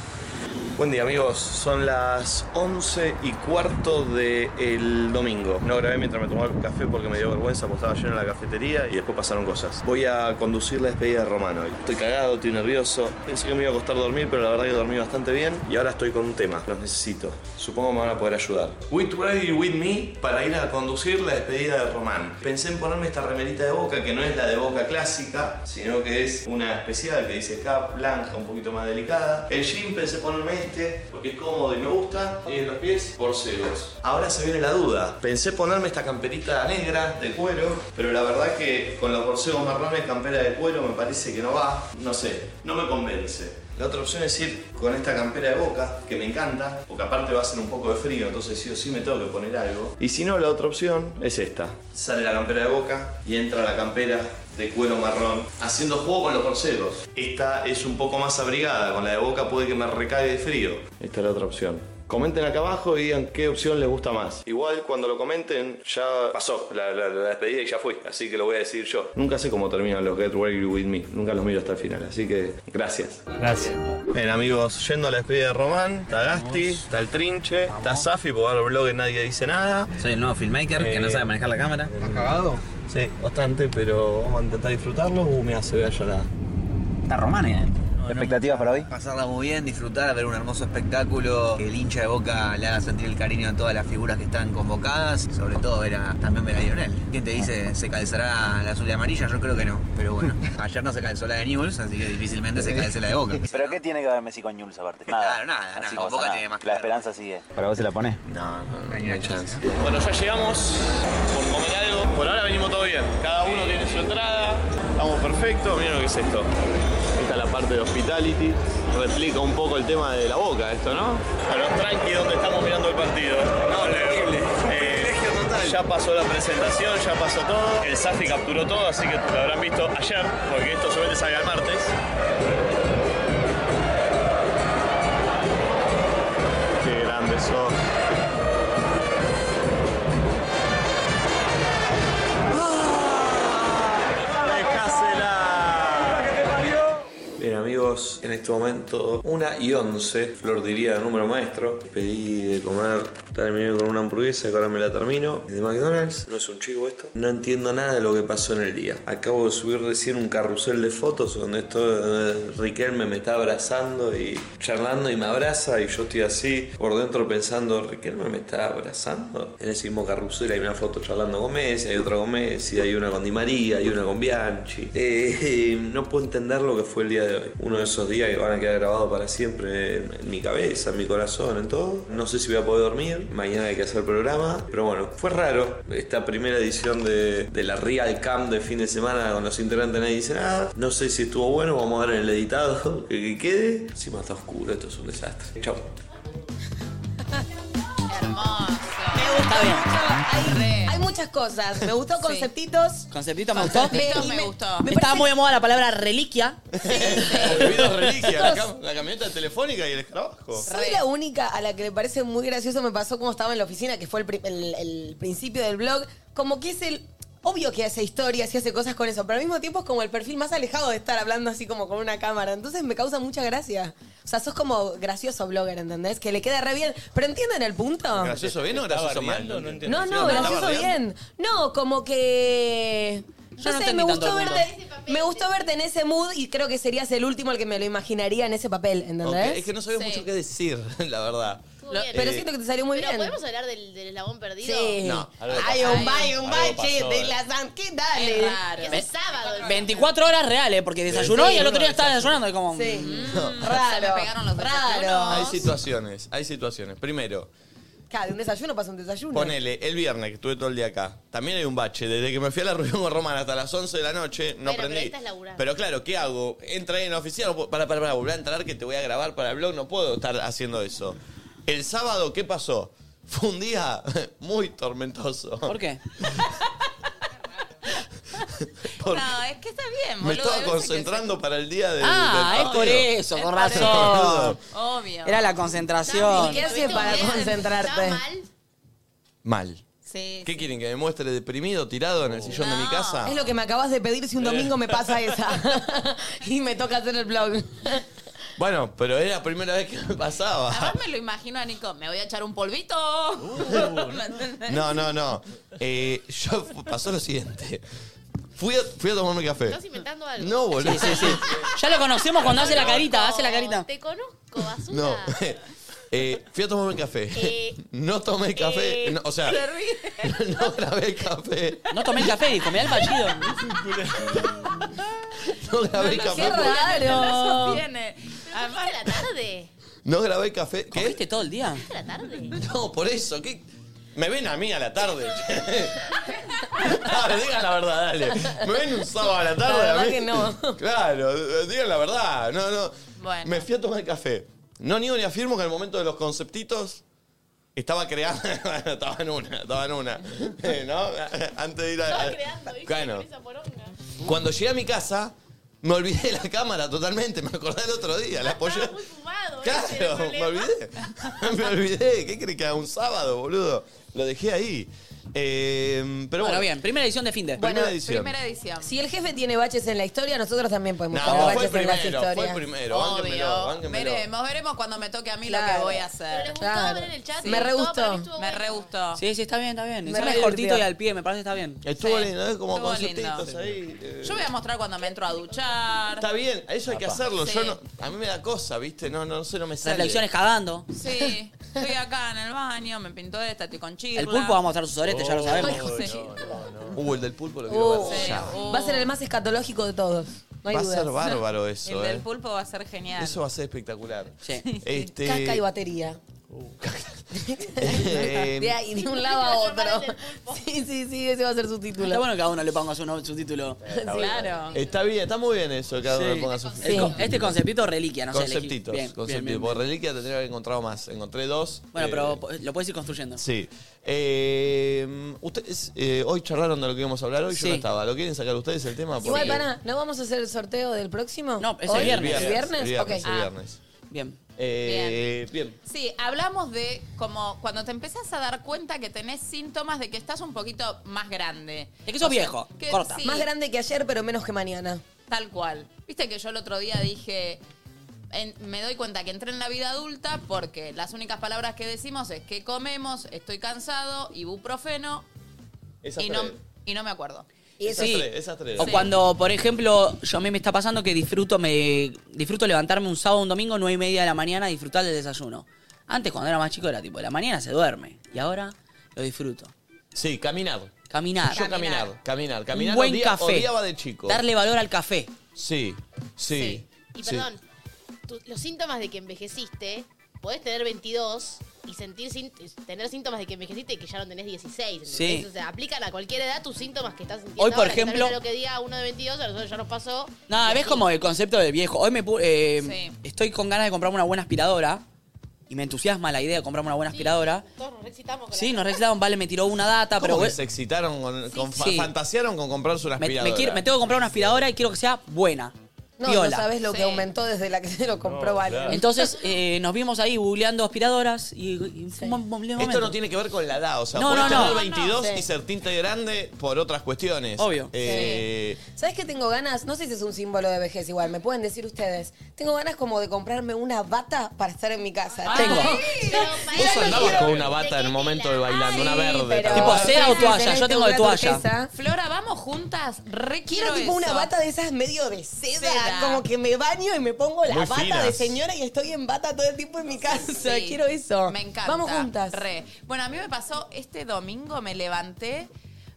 Speaker 1: Buen día amigos, son las 11 y cuarto del domingo. No grabé mientras me tomaba el café porque me dio vergüenza porque estaba lleno la cafetería y después pasaron cosas. Voy a conducir la despedida de Romano hoy. Estoy cagado, estoy nervioso. Pensé que me iba a costar dormir, pero la verdad que dormí bastante bien y ahora estoy con un tema. Los necesito. Supongo me van a poder ayudar. With Ready With Me para ir a conducir la despedida de Román. Pensé en ponerme esta remerita de boca que no es la de boca clásica, sino que es una especial que dice cap, blanca, un poquito más delicada. El jean pensé ponerme este porque es cómodo y me gusta. Y en los pies, borseos. Ahora se viene la duda. Pensé ponerme esta camperita negra de cuero, pero la verdad que con los borseos marrones, campera de cuero me parece que no va. No sé, no me convence. La otra opción es ir con esta campera de boca, que me encanta, porque aparte va a ser un poco de frío, entonces sí o sí me tengo que poner algo. Y si no, la otra opción es esta. Sale la campera de boca y entra la campera de cuero marrón, haciendo juego con los corseros. Esta es un poco más abrigada, con la de boca puede que me recague de frío. Esta es la otra opción. Comenten acá abajo y digan qué opción les gusta más. Igual cuando lo comenten ya pasó la, la- la despedida y ya fui, así que lo voy a decir yo. Nunca sé cómo terminan los Get Ready With Me, nunca los miro hasta el final, así que gracias. Gracias. Bien amigos, yendo a la despedida de Román, está Gasti, está el Trinche, está Safi, porque ahora el blog y nadie dice nada. Eh,
Speaker 8: Soy el nuevo filmmaker que no sabe manejar la cámara.
Speaker 1: ¿Estás cagado? Sí, bastante, pero vamos a intentar disfrutarlo. Uh, mira, se ve allá la,
Speaker 21: está Román ¿Expectativas para hoy? Pasarla muy bien, disfrutar, ver un hermoso espectáculo, que el hincha de Boca le haga sentir el cariño a todas las figuras que están convocadas, sobre todo ver a- también ver a Lionel. ¿Quién te dice se calzará la azul y amarilla? Yo creo que no, pero bueno. Ayer no se calzó la de Newell's, así que difícilmente se calce la de Boca.
Speaker 22: ¿Pero qué tiene que ver Messi con Jules aparte?
Speaker 21: Claro, nada, nada,
Speaker 22: Así que
Speaker 21: Boca
Speaker 22: pasa
Speaker 21: tiene más
Speaker 22: La esperanza sigue.
Speaker 21: ¿Para vos se la pone? No, no, no hay chance.
Speaker 1: Bueno, ya llegamos por comer algo. Por ahora venimos todo bien. Cada uno tiene su entrada. Estamos perfectos. Miren lo que es esto. Esta es la parte de hospitality. Replica un poco el tema de la boca, esto, ¿no? Bueno, tranqui, donde estamos mirando el partido. No, horrible. Ya pasó la presentación, ya pasó todo. El Safi capturó todo, así que lo habrán visto ayer, porque esto solamente sale el martes. Qué grandes son.
Speaker 7: Bien amigos, en este momento una y 11, Flor diría número maestro. Pedí de comer, terminé con una hamburguesa que ahora me la termino. De McDonald's, no es un chivo esto. No entiendo nada de lo que pasó en el día. Acabo de subir recién un carrusel de fotos donde esto, donde Riquelme me está abrazando y charlando y me abraza y yo estoy así por dentro pensando, Riquelme me está abrazando. En ese mismo carrusel hay una foto charlando con Messi, hay otra con Messi, hay una con Di María, hay una con Bianchi. Eh, no puedo entender lo que fue el día de hoy. Uno de esos días que van a quedar grabados para siempre en, en mi cabeza, en mi corazón, en todo. No sé si voy a poder dormir. Mañana hay que hacer programa. Pero bueno, fue raro esta primera edición de, de la Real Camp de fin de semana con los integrantes. Nadie dice nada. No sé si estuvo bueno. Vamos a ver en el editado que, que quede. Encima está oscuro. Esto es un desastre. Chau.
Speaker 23: Está bien.
Speaker 2: Hay, hay muchas cosas. Me gustó conceptitos.
Speaker 3: Conceptito me gustó.
Speaker 2: Conceptito me
Speaker 3: gustó. Estaba muy de moda la palabra reliquia.
Speaker 1: Olvido reliquia, la, cam- la camioneta telefónica y el escarabajo.
Speaker 2: Soy la única a la que le parece muy gracioso, me pasó como estaba en la oficina, que fue el, pri- el- el principio del blog, como que es el... Obvio que hace historias y hace cosas con eso, pero al mismo tiempo es como el perfil más alejado de estar hablando así como con una cámara. Entonces me causa mucha gracia. O sea, sos como gracioso blogger, ¿entendés? Que le queda re bien. Pero entienden el punto.
Speaker 1: ¿Gracioso bien o gracioso mal? No,
Speaker 2: No, no, gracioso bien. No, como que.
Speaker 3: Yo
Speaker 2: No
Speaker 3: no
Speaker 2: sé,
Speaker 3: entendí
Speaker 2: me gustó
Speaker 3: tanto el
Speaker 2: verte. Me gustó verte en ese mood y creo que serías el último al que me lo imaginaría en ese papel, ¿entendés?
Speaker 1: Ok, Es que no sabía mucho qué decir, la verdad. eh,
Speaker 2: Pero siento que te salió muy
Speaker 5: Pero
Speaker 2: bien.
Speaker 5: ¿podemos hablar del, del eslabón perdido?
Speaker 2: Sí.
Speaker 1: No, algo
Speaker 23: Hay
Speaker 1: pasó.
Speaker 23: un baile, un
Speaker 1: Algo
Speaker 23: baile
Speaker 1: pasó,
Speaker 23: de
Speaker 1: eh.
Speaker 23: la san... ¿Qué dale?
Speaker 5: Que eso es sábado. el
Speaker 3: 24 horas reales, porque desayunó
Speaker 23: Sí.
Speaker 3: y el otro día estaba desayunando. y como, mm.
Speaker 2: Raro. raro.
Speaker 1: Hay situaciones, hay situaciones. Primero,
Speaker 2: Claro, de un desayuno pasa un desayuno.
Speaker 1: ponele, el viernes que estuve todo el día acá, también hay un bache. Desde que me fui a la reunión con Román hasta las 11 de la noche, no
Speaker 5: pero
Speaker 1: aprendí.
Speaker 5: esta es laburando.
Speaker 1: Pero claro, ¿qué hago? Entra ahí en la oficina, no puedo- para, para, para, volver a entrar que te voy a grabar para el blog, no puedo estar haciendo eso. El sábado, ¿qué pasó? Fue un día muy tormentoso. ¿Por
Speaker 3: qué?
Speaker 4: No, es que está bien,
Speaker 1: me
Speaker 4: boludo.
Speaker 1: estaba
Speaker 4: hay veces que
Speaker 1: concentrando para el día del
Speaker 3: Ah, es
Speaker 1: del partido.
Speaker 3: por eso, con
Speaker 1: Es por
Speaker 3: razón.
Speaker 1: eso.
Speaker 4: Obvio.
Speaker 3: Era la concentración.
Speaker 2: ¿Y qué haces para concentrarte?
Speaker 1: Mal.
Speaker 4: Sí.
Speaker 1: ¿Qué quieren? ¿Que me muestre deprimido, tirado en el sillón de mi casa?
Speaker 2: Es lo que me acabas de pedir si
Speaker 1: Eh.
Speaker 2: un domingo me pasa esa. y me toca hacer el blog.
Speaker 1: Bueno, pero era la primera vez que me pasaba.
Speaker 4: Además me lo imagino a Nico, me voy a echar un polvito. ¿Me entendés?
Speaker 1: Uh. No, no, no. Eh, yo fu- pasó lo siguiente. Fui a, fui a tomarme café.
Speaker 5: Estás inventando algo.
Speaker 1: No, boludo.
Speaker 5: Sí, sí, sí.
Speaker 3: Ya lo conocemos cuando hace la carita, hace la
Speaker 5: No,
Speaker 3: carita.
Speaker 5: Te conozco, basura.
Speaker 1: No. Eh, fui a tomarme café.
Speaker 5: Eh,
Speaker 1: no tomé café. No, o sea,
Speaker 5: se ríe.
Speaker 1: no grabé el café.
Speaker 3: No tomé el café, dijo, mirá el fallido.
Speaker 1: No grabé el
Speaker 4: Qué
Speaker 1: café.
Speaker 4: raro. No sostiene. Además,
Speaker 5: ¿Fuiste a la tarde?
Speaker 1: No grabé el café. ¿Qué?
Speaker 3: ¿Comiste todo el día?
Speaker 5: ¿Fuiste a la tarde?
Speaker 1: No, por eso. ¿qué? Me ven a mí a la tarde. Dale, digan la verdad, dale. Me ven un sábado a la tarde
Speaker 24: La verdad
Speaker 1: a mí.
Speaker 24: que no.
Speaker 1: Claro, eh, digan la verdad. No, no.
Speaker 24: Bueno.
Speaker 1: Me fui a tomar café. No niego ni afirmo que en el momento de los conceptitos estaba creando. bueno, estaba en una, estaba en una. Eh, ¿No? Antes de ir a.
Speaker 24: Estaba creando, ¿viste?
Speaker 1: Bueno.
Speaker 24: Con esa poronga.
Speaker 1: Cuando llegué a mi casa, me olvidé de la cámara totalmente. Me acordé el otro día. La apoyé.
Speaker 5: Fumado, ese era
Speaker 1: Claro,
Speaker 5: el
Speaker 1: me
Speaker 5: problema.
Speaker 1: olvidé. Me olvidé. ¿Qué crees que haga un sábado, boludo? Lo dejé ahí. Eh, pero
Speaker 3: Bueno,
Speaker 1: bueno,
Speaker 3: bien, primera edición de Finde.
Speaker 1: Primera edición.
Speaker 2: edición. Si el jefe tiene baches en la historia, nosotros también podemos
Speaker 1: No,
Speaker 2: tener
Speaker 1: fue
Speaker 2: baches en
Speaker 1: primero,
Speaker 2: las
Speaker 1: fue
Speaker 2: historias.
Speaker 1: primero, bánquenmelo,
Speaker 4: Obvio.
Speaker 1: bánquenmelo.
Speaker 4: Veremos, veremos cuando me toque a mí lo
Speaker 2: Claro.
Speaker 4: que voy a hacer.
Speaker 2: Claro.
Speaker 4: ver en el chat,
Speaker 2: Me
Speaker 4: ¿les
Speaker 2: re
Speaker 4: gustó?
Speaker 2: gustó.
Speaker 4: Para mí Me re gustó.
Speaker 3: Sí, sí, está bien, está bien.
Speaker 4: Me
Speaker 3: Encima
Speaker 4: re
Speaker 3: es cortito
Speaker 4: divirtió.
Speaker 3: y al pie, me parece que está bien.
Speaker 1: Estuvo lindo, ¿eh? Como
Speaker 4: estuvo
Speaker 1: conceptitos
Speaker 4: lindo.
Speaker 1: ahí. eh.
Speaker 4: Yo voy a mostrar cuando me entro a duchar.
Speaker 1: Está bien, a eso hay que
Speaker 4: Apa.
Speaker 1: hacerlo. Yo
Speaker 4: Sí.
Speaker 1: no, a mí me da cosa, ¿viste? No, no, no sé, no me sale.
Speaker 3: Reflexiones cagando.
Speaker 4: Sí, estoy acá en el baño, me pintó esta, estoy con chicos.
Speaker 3: El pulpo va a mostrar sus oretes,
Speaker 1: Oh,
Speaker 3: ya lo sabemos.
Speaker 1: Uh, el del pulpo lo quiero
Speaker 2: Uh,
Speaker 1: ver ya.
Speaker 2: Va a ser el más escatológico de todos. No hay
Speaker 1: Va a
Speaker 2: dudas.
Speaker 1: ser bárbaro eso,
Speaker 4: El del
Speaker 1: ¿eh?
Speaker 4: pulpo va a ser genial.
Speaker 1: Eso va a ser espectacular. Este,
Speaker 2: Casca y batería.
Speaker 1: eh,
Speaker 2: De, ahí, de un lado a otro. Sí, sí, sí, ese va a ser su título.
Speaker 3: Está bueno que cada uno le ponga su, no- su título.
Speaker 2: Está bueno. Claro.
Speaker 1: Está bien, está muy bien eso, cada uno
Speaker 3: Sí.
Speaker 1: le ponga su
Speaker 3: El con- Este conceptito reliquia, no
Speaker 1: Conceptitos,
Speaker 3: sé. elegí. Bien,
Speaker 1: conceptitos.
Speaker 3: bien, bien,
Speaker 1: Por
Speaker 3: bien.
Speaker 1: reliquia tendría que haber encontrado más. Encontré dos.
Speaker 3: Bueno,
Speaker 1: eh,
Speaker 3: pero po- lo puedes ir construyendo.
Speaker 1: Sí. Eh, ustedes eh, hoy charlaron de lo que íbamos a hablar hoy, yo
Speaker 3: Sí.
Speaker 1: no estaba. ¿Lo quieren sacar ustedes el tema?
Speaker 2: Igual,
Speaker 1: Porque-
Speaker 2: para, ¿no vamos a hacer el sorteo del próximo? No,
Speaker 1: es el viernes.
Speaker 2: ¿El viernes?
Speaker 1: El viernes,
Speaker 2: Ok.
Speaker 1: el
Speaker 2: Ah,
Speaker 1: viernes.
Speaker 3: Bien.
Speaker 1: Eh, bien.
Speaker 4: Sí, hablamos de como cuando te empezás a dar cuenta que tenés síntomas de que estás un poquito más grande.
Speaker 3: Es que sos viejo, corta.
Speaker 2: Más grande que ayer, pero menos que mañana.
Speaker 4: Tal cual. Viste que yo el otro día dije, en- me doy cuenta que entré en la vida adulta porque las únicas palabras que decimos es que comemos, estoy cansado, ibuprofeno
Speaker 1: Esas
Speaker 4: y no,
Speaker 1: tres.
Speaker 4: y no me acuerdo.
Speaker 1: Esas
Speaker 3: Sí.
Speaker 1: tres, esas tres.
Speaker 3: O cuando, por ejemplo, yo a mí me está pasando que disfruto, me, disfruto levantarme un sábado o un domingo, nueve y media de la mañana, a disfrutar del desayuno. Antes, cuando era más chico, era tipo, la mañana se duerme. Y ahora lo disfruto.
Speaker 1: Sí, caminar.
Speaker 3: Caminar.
Speaker 1: Yo caminar, caminar, caminar.
Speaker 3: Un buen
Speaker 1: Odia-
Speaker 3: café.
Speaker 1: Odiaba de chico.
Speaker 3: Darle valor al café.
Speaker 1: Sí, sí.
Speaker 5: Y
Speaker 1: sí.
Speaker 5: perdón, tu- los síntomas de que envejeciste, podés tener 22 y sentir sin- eh, tener síntomas de que envejeciste y que ya no tenés 16. ¿entendés?
Speaker 3: Sí.
Speaker 5: O sea, aplican a cualquier edad tus síntomas que estás sintiendo.
Speaker 3: Hoy, por
Speaker 5: ahora, que tal
Speaker 3: ejemplo-
Speaker 5: vez a lo que diga uno de 22, a nosotros ya nos pasó.
Speaker 3: Nada, ves como el concepto del viejo. Hoy me pu- eh,
Speaker 5: Sí.
Speaker 3: estoy con ganas de comprarme una buena aspiradora y me entusiasma la idea de comprarme una buena aspiradora.
Speaker 5: Todos nos excitamos con
Speaker 3: Sí, nos reclaman, vale, me tiró una data,
Speaker 1: ¿Cómo
Speaker 3: pero
Speaker 1: que
Speaker 3: bueno,
Speaker 1: se excitaron, con, con fa-
Speaker 3: sí.
Speaker 1: fantasearon con comprarse una
Speaker 3: me, me
Speaker 1: aspiradora.
Speaker 3: quiero- me tengo que comprar una aspiradora y quiero que sea buena.
Speaker 2: No,
Speaker 3: piola.
Speaker 2: no sabes lo que aumentó desde la que se lo compró Valen.
Speaker 3: Entonces eh, nos vimos ahí googleando aspiradoras y, y fue un buen- buen
Speaker 1: Esto
Speaker 3: momento.
Speaker 1: no tiene que ver con la edad, o sea,
Speaker 3: No, no,
Speaker 1: podés tener
Speaker 3: no.
Speaker 1: 22
Speaker 2: No, no.
Speaker 1: y sentirte grande por otras cuestiones.
Speaker 3: Obvio.
Speaker 1: Eh,
Speaker 2: ¿Sabes qué tengo ganas? No sé si es un símbolo de vejez igual, me pueden decir ustedes. Tengo ganas como de comprarme una bata para estar en mi casa.
Speaker 4: Ah,
Speaker 2: Tengo.
Speaker 1: Vos andabas con una bata en el momento de bailando, una verde.
Speaker 2: pero-
Speaker 1: tal
Speaker 3: Tipo
Speaker 1: vez.
Speaker 3: seda o toalla,
Speaker 2: tenés
Speaker 3: yo tengo de
Speaker 2: una
Speaker 3: toalla.
Speaker 2: turquesa.
Speaker 4: Flora, vamos juntas, re quiero
Speaker 2: Quiero tipo una
Speaker 4: eso.
Speaker 2: bata de esas medio de seda,
Speaker 4: Seda.
Speaker 2: como que me baño y me pongo la
Speaker 4: Muy
Speaker 2: bata
Speaker 4: finas.
Speaker 2: de señora y estoy en bata todo el tiempo en mi casa.
Speaker 4: Sí.
Speaker 2: Quiero eso.
Speaker 4: Me encanta.
Speaker 2: Vamos juntas.
Speaker 4: Re. Bueno, a mí me pasó este domingo, me levanté.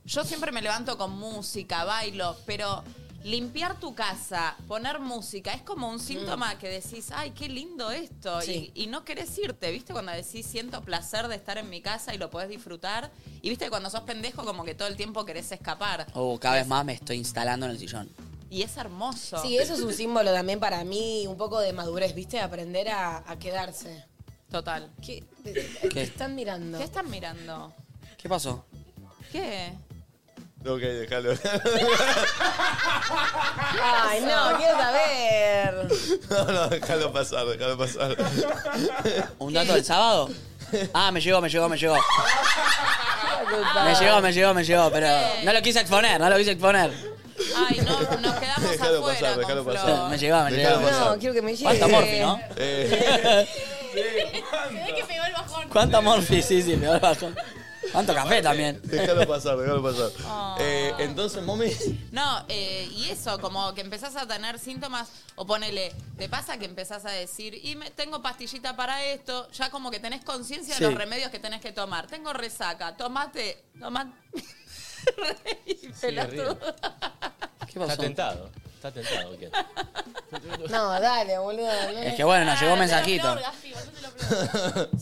Speaker 4: Yo siempre me levanto con música, bailo, pero limpiar tu casa, poner música, es como un síntoma que decís, ay, qué lindo esto.
Speaker 2: Mm. Sí.
Speaker 4: Y, y no querés irte, ¿viste? Cuando decís, siento placer de estar en mi casa y lo podés disfrutar. Y viste, cuando sos pendejo, como que todo el tiempo querés escapar.
Speaker 3: Oh, cada vez más me estoy instalando en el sillón.
Speaker 4: Y es hermoso.
Speaker 2: Sí, eso es un símbolo también para mí, un poco de madurez, ¿viste? Aprender a, a quedarse.
Speaker 4: Total.
Speaker 2: ¿Qué, ¿Qué están mirando?
Speaker 4: ¿Qué están mirando?
Speaker 3: ¿Qué pasó?
Speaker 4: ¿Qué?
Speaker 1: Ok, déjalo.
Speaker 2: Ay, no, quiero saber.
Speaker 1: No, no, déjalo pasar, déjalo pasar.
Speaker 3: ¿Un dato del sábado? Ah, me llegó, me llegó, me llegó. Me
Speaker 5: Ah,
Speaker 4: Ay.
Speaker 3: llegó, me llegó, me llegó, pero no lo quise exponer, no lo quise exponer.
Speaker 4: Ay, no, nos quedamos
Speaker 1: Déjalo
Speaker 4: afuera.
Speaker 1: pasar, déjalo
Speaker 4: con
Speaker 1: pasar.
Speaker 3: Me llegó, me
Speaker 1: Déjalo
Speaker 3: llegó.
Speaker 1: pasar.
Speaker 2: No, quiero que me llegue.
Speaker 3: ¿Cuánta morfi, no?
Speaker 1: Eh,
Speaker 5: Se ve que pegó el bajón.
Speaker 3: ¿Cuánta morfi? Sí, sí, me da el bajón. ¿Cuánto café también?
Speaker 1: déjalo pasar, déjalo pasar. Eh, entonces, mami.
Speaker 4: No, eh, y eso, como que empezás a tener síntomas, o ponele, te pasa que empezás a decir, y me, tengo pastillita para esto, ya como que tenés conciencia
Speaker 3: Sí.
Speaker 4: de los remedios que tenés que tomar. Tengo resaca, tomate, tomate.
Speaker 7: ríe.
Speaker 3: ¿Qué pasó?
Speaker 7: Está tentado. Está tentado, ¿qué?
Speaker 2: No, dale, boludo. no.
Speaker 3: Es que bueno, nos
Speaker 4: Ah,
Speaker 3: llegó mensajito. Yo te lo-
Speaker 2: Sí,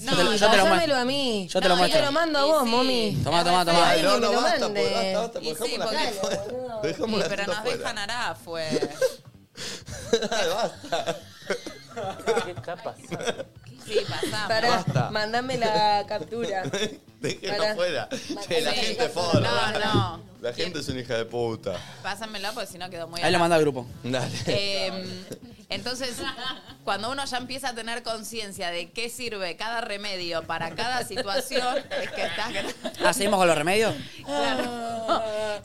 Speaker 3: yo te lo
Speaker 2: pasámelo
Speaker 3: muestro.
Speaker 2: a mí.
Speaker 3: Yo te lo
Speaker 2: No,
Speaker 3: muestro.
Speaker 2: Te lo mando a vos, mami.
Speaker 3: Tomá, tomá, tomá.
Speaker 2: Ay,
Speaker 1: no,
Speaker 2: que
Speaker 1: no,
Speaker 2: me lo
Speaker 1: basta,
Speaker 2: mande.
Speaker 1: po- basta, basta, po-
Speaker 4: Y sí,
Speaker 1: dejamos la
Speaker 4: porque-
Speaker 1: gente afuera. Dejamos
Speaker 4: Y,
Speaker 1: la
Speaker 4: pero pues.
Speaker 1: gente
Speaker 4: nos
Speaker 1: afuera.
Speaker 4: dejan hará, fue.
Speaker 7: ¿Qué está pasando?
Speaker 4: Sí, pasamos.
Speaker 2: Pará,
Speaker 1: Basta.
Speaker 2: mandame la captura.
Speaker 1: Dejen
Speaker 2: Pará.
Speaker 1: afuera. Che, la
Speaker 4: Sí.
Speaker 1: gente forra.
Speaker 4: No, no.
Speaker 1: La gente es una hija de puta.
Speaker 4: Pásamelo porque si no quedó muy
Speaker 3: Ahí lo
Speaker 4: hará.
Speaker 3: manda al grupo.
Speaker 1: Dale.
Speaker 4: Eh, Entonces, cuando uno ya empieza a tener conciencia de qué sirve cada remedio para cada situación, es que estás...
Speaker 3: Ah, ¿seguimos con los remedios?
Speaker 4: Claro.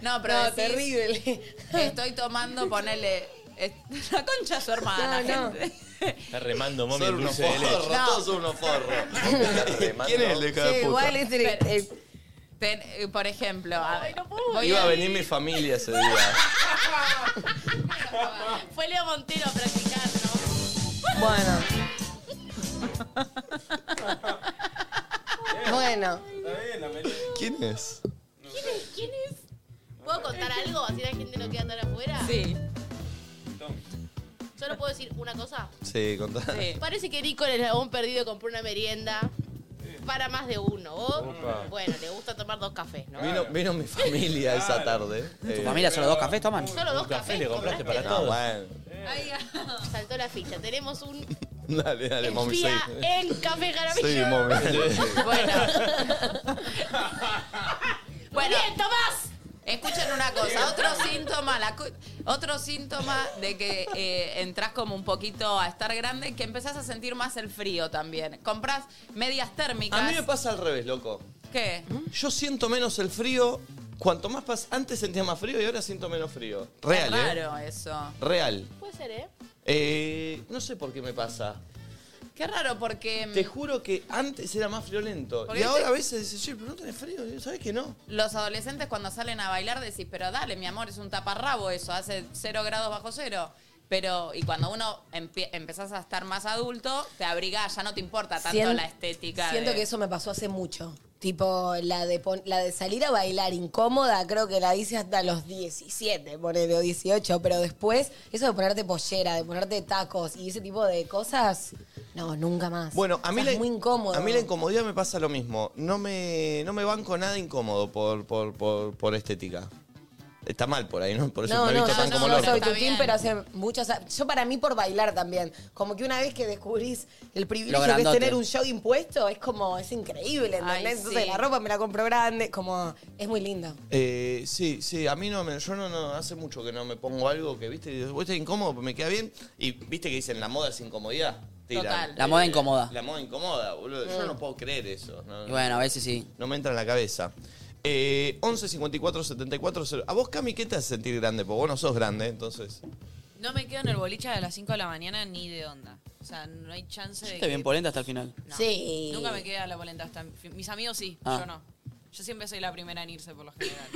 Speaker 4: No, pero
Speaker 2: No,
Speaker 4: decís,
Speaker 2: terrible.
Speaker 4: Estoy tomando, ponele... eh, La concha a su hermana,
Speaker 2: No, no.
Speaker 4: gente.
Speaker 25: Está remando, mami,
Speaker 1: Son
Speaker 25: el
Speaker 1: unos
Speaker 25: dulce de
Speaker 1: forros,
Speaker 25: leche.
Speaker 4: No.
Speaker 1: todos son unos forros. Eh,
Speaker 25: ¿Quién es el de cada
Speaker 1: Sí,
Speaker 25: puta?
Speaker 1: igual es-
Speaker 4: Pero, ten- eh, por ejemplo, a- voy
Speaker 1: Iba a
Speaker 4: a-
Speaker 1: venir mi familia ese día.
Speaker 4: Fue Leo Montero a practicar, ¿no?
Speaker 2: Bueno. Bueno.
Speaker 25: ¿Quién es?
Speaker 5: ¿Quién es? ¿Quién es? ¿Puedo contar algo? Así la gente no queda tan afuera.
Speaker 4: Sí.
Speaker 5: Solo puedo decir una cosa.
Speaker 25: Sí, contá.
Speaker 5: Parece que Nico en el Labón perdido compró una merienda para más de uno. ¿Vos?
Speaker 25: Opa.
Speaker 5: Bueno, le gusta tomar dos cafés, ¿no?
Speaker 25: Vino, vino mi familia esa tarde.
Speaker 1: Eh,
Speaker 3: ¿Tu familia solo dos cafés toman?
Speaker 5: Solo dos cafés
Speaker 25: le compraste para
Speaker 5: compraste.
Speaker 25: todos. bueno.
Speaker 5: Ay, ah, Saltó la ficha. Tenemos un
Speaker 25: Dale, dale, mami, sí.
Speaker 5: día en Café Jaramillo.
Speaker 25: Sí, mami.
Speaker 4: Bueno, Tomás. Escuchen una cosa, otro síntoma, la cu- otro síntoma de que eh, entras como un poquito a estar grande, que empezás a sentir más el frío también. Comprás medias térmicas.
Speaker 1: A mí me pasa al revés, loco.
Speaker 4: ¿Qué?
Speaker 1: Yo siento menos el frío. Cuanto más pasa, antes sentía más frío y ahora siento menos frío. Real,
Speaker 4: Es
Speaker 1: ¿eh?
Speaker 4: raro eso.
Speaker 1: Real.
Speaker 5: Puede ser, ¿eh?
Speaker 1: Eh, no sé por qué me pasa.
Speaker 4: Qué raro
Speaker 2: Mm.
Speaker 4: porque mm,
Speaker 1: Te juro que antes era más friolento.
Speaker 4: Porque
Speaker 1: Y ahora a
Speaker 4: viste-
Speaker 1: veces dices, che, pero no tenés frío, ¿sabes que no?
Speaker 4: los adolescentes cuando salen a bailar decís, pero dale, mi amor, es un taparrabo eso, hace cero grados bajo cero. Pero, y cuando uno empie- empezás a estar más adulto, te abrigás, ya no te importa tanto
Speaker 2: Sien-
Speaker 4: la estética.
Speaker 2: Siento
Speaker 4: de-
Speaker 2: que eso me pasó hace mucho. Tipo, la de, pon- la de salir a bailar incómoda, creo que la hice hasta los 17, ponele, o 18, pero después, eso de ponerte pollera, de ponerte tacos y ese tipo de cosas, no, nunca más.
Speaker 1: Bueno, a mí,
Speaker 2: O
Speaker 1: la,
Speaker 2: sea, es muy incómodo.
Speaker 1: a mí la incomodidad me pasa lo mismo. No me, no me banco nada incómodo por, por, por, por estética. Está mal por ahí, ¿no? Por eso
Speaker 2: no,
Speaker 1: me he
Speaker 2: no,
Speaker 1: visto
Speaker 2: yo
Speaker 1: tan
Speaker 2: no,
Speaker 1: como
Speaker 2: no
Speaker 1: loco.
Speaker 2: soy tu team, pero hace muchas... Yo para mí por bailar también. Como que una vez que descubrís el privilegio que es
Speaker 1: grandote.
Speaker 2: tener un jogging puesto, es como, es increíble, ¿entendés?
Speaker 4: Ay,
Speaker 2: Entonces
Speaker 4: sí.
Speaker 2: la ropa me la compro grande, como, es muy linda.
Speaker 1: Eh, sí, sí, a mí no me, yo no, no, hace mucho que no me pongo algo que, viste, vos estás incómodo, pero me queda bien. Y viste que dicen la moda es incomodidad. Tiran,
Speaker 3: Total. La moda incomoda.
Speaker 1: La moda incomoda, boludo. Yo no puedo creer eso. no,
Speaker 3: Y bueno, a veces sí.
Speaker 1: No me entra en la cabeza. Eh, 11 54 74 0. A vos, Cami, ¿qué te hace sentir grande? Porque vos no sos grande, entonces.
Speaker 7: No me quedo en el boliche a las 5 de la mañana ni de onda. O sea, no hay chance de.
Speaker 3: Está
Speaker 7: que-
Speaker 3: bien polenta hasta el final.
Speaker 7: No, Nunca me quedé a la polenta hasta. Mis amigos sí,
Speaker 3: Ah.
Speaker 7: yo no. Yo siempre soy la primera en irse por lo general.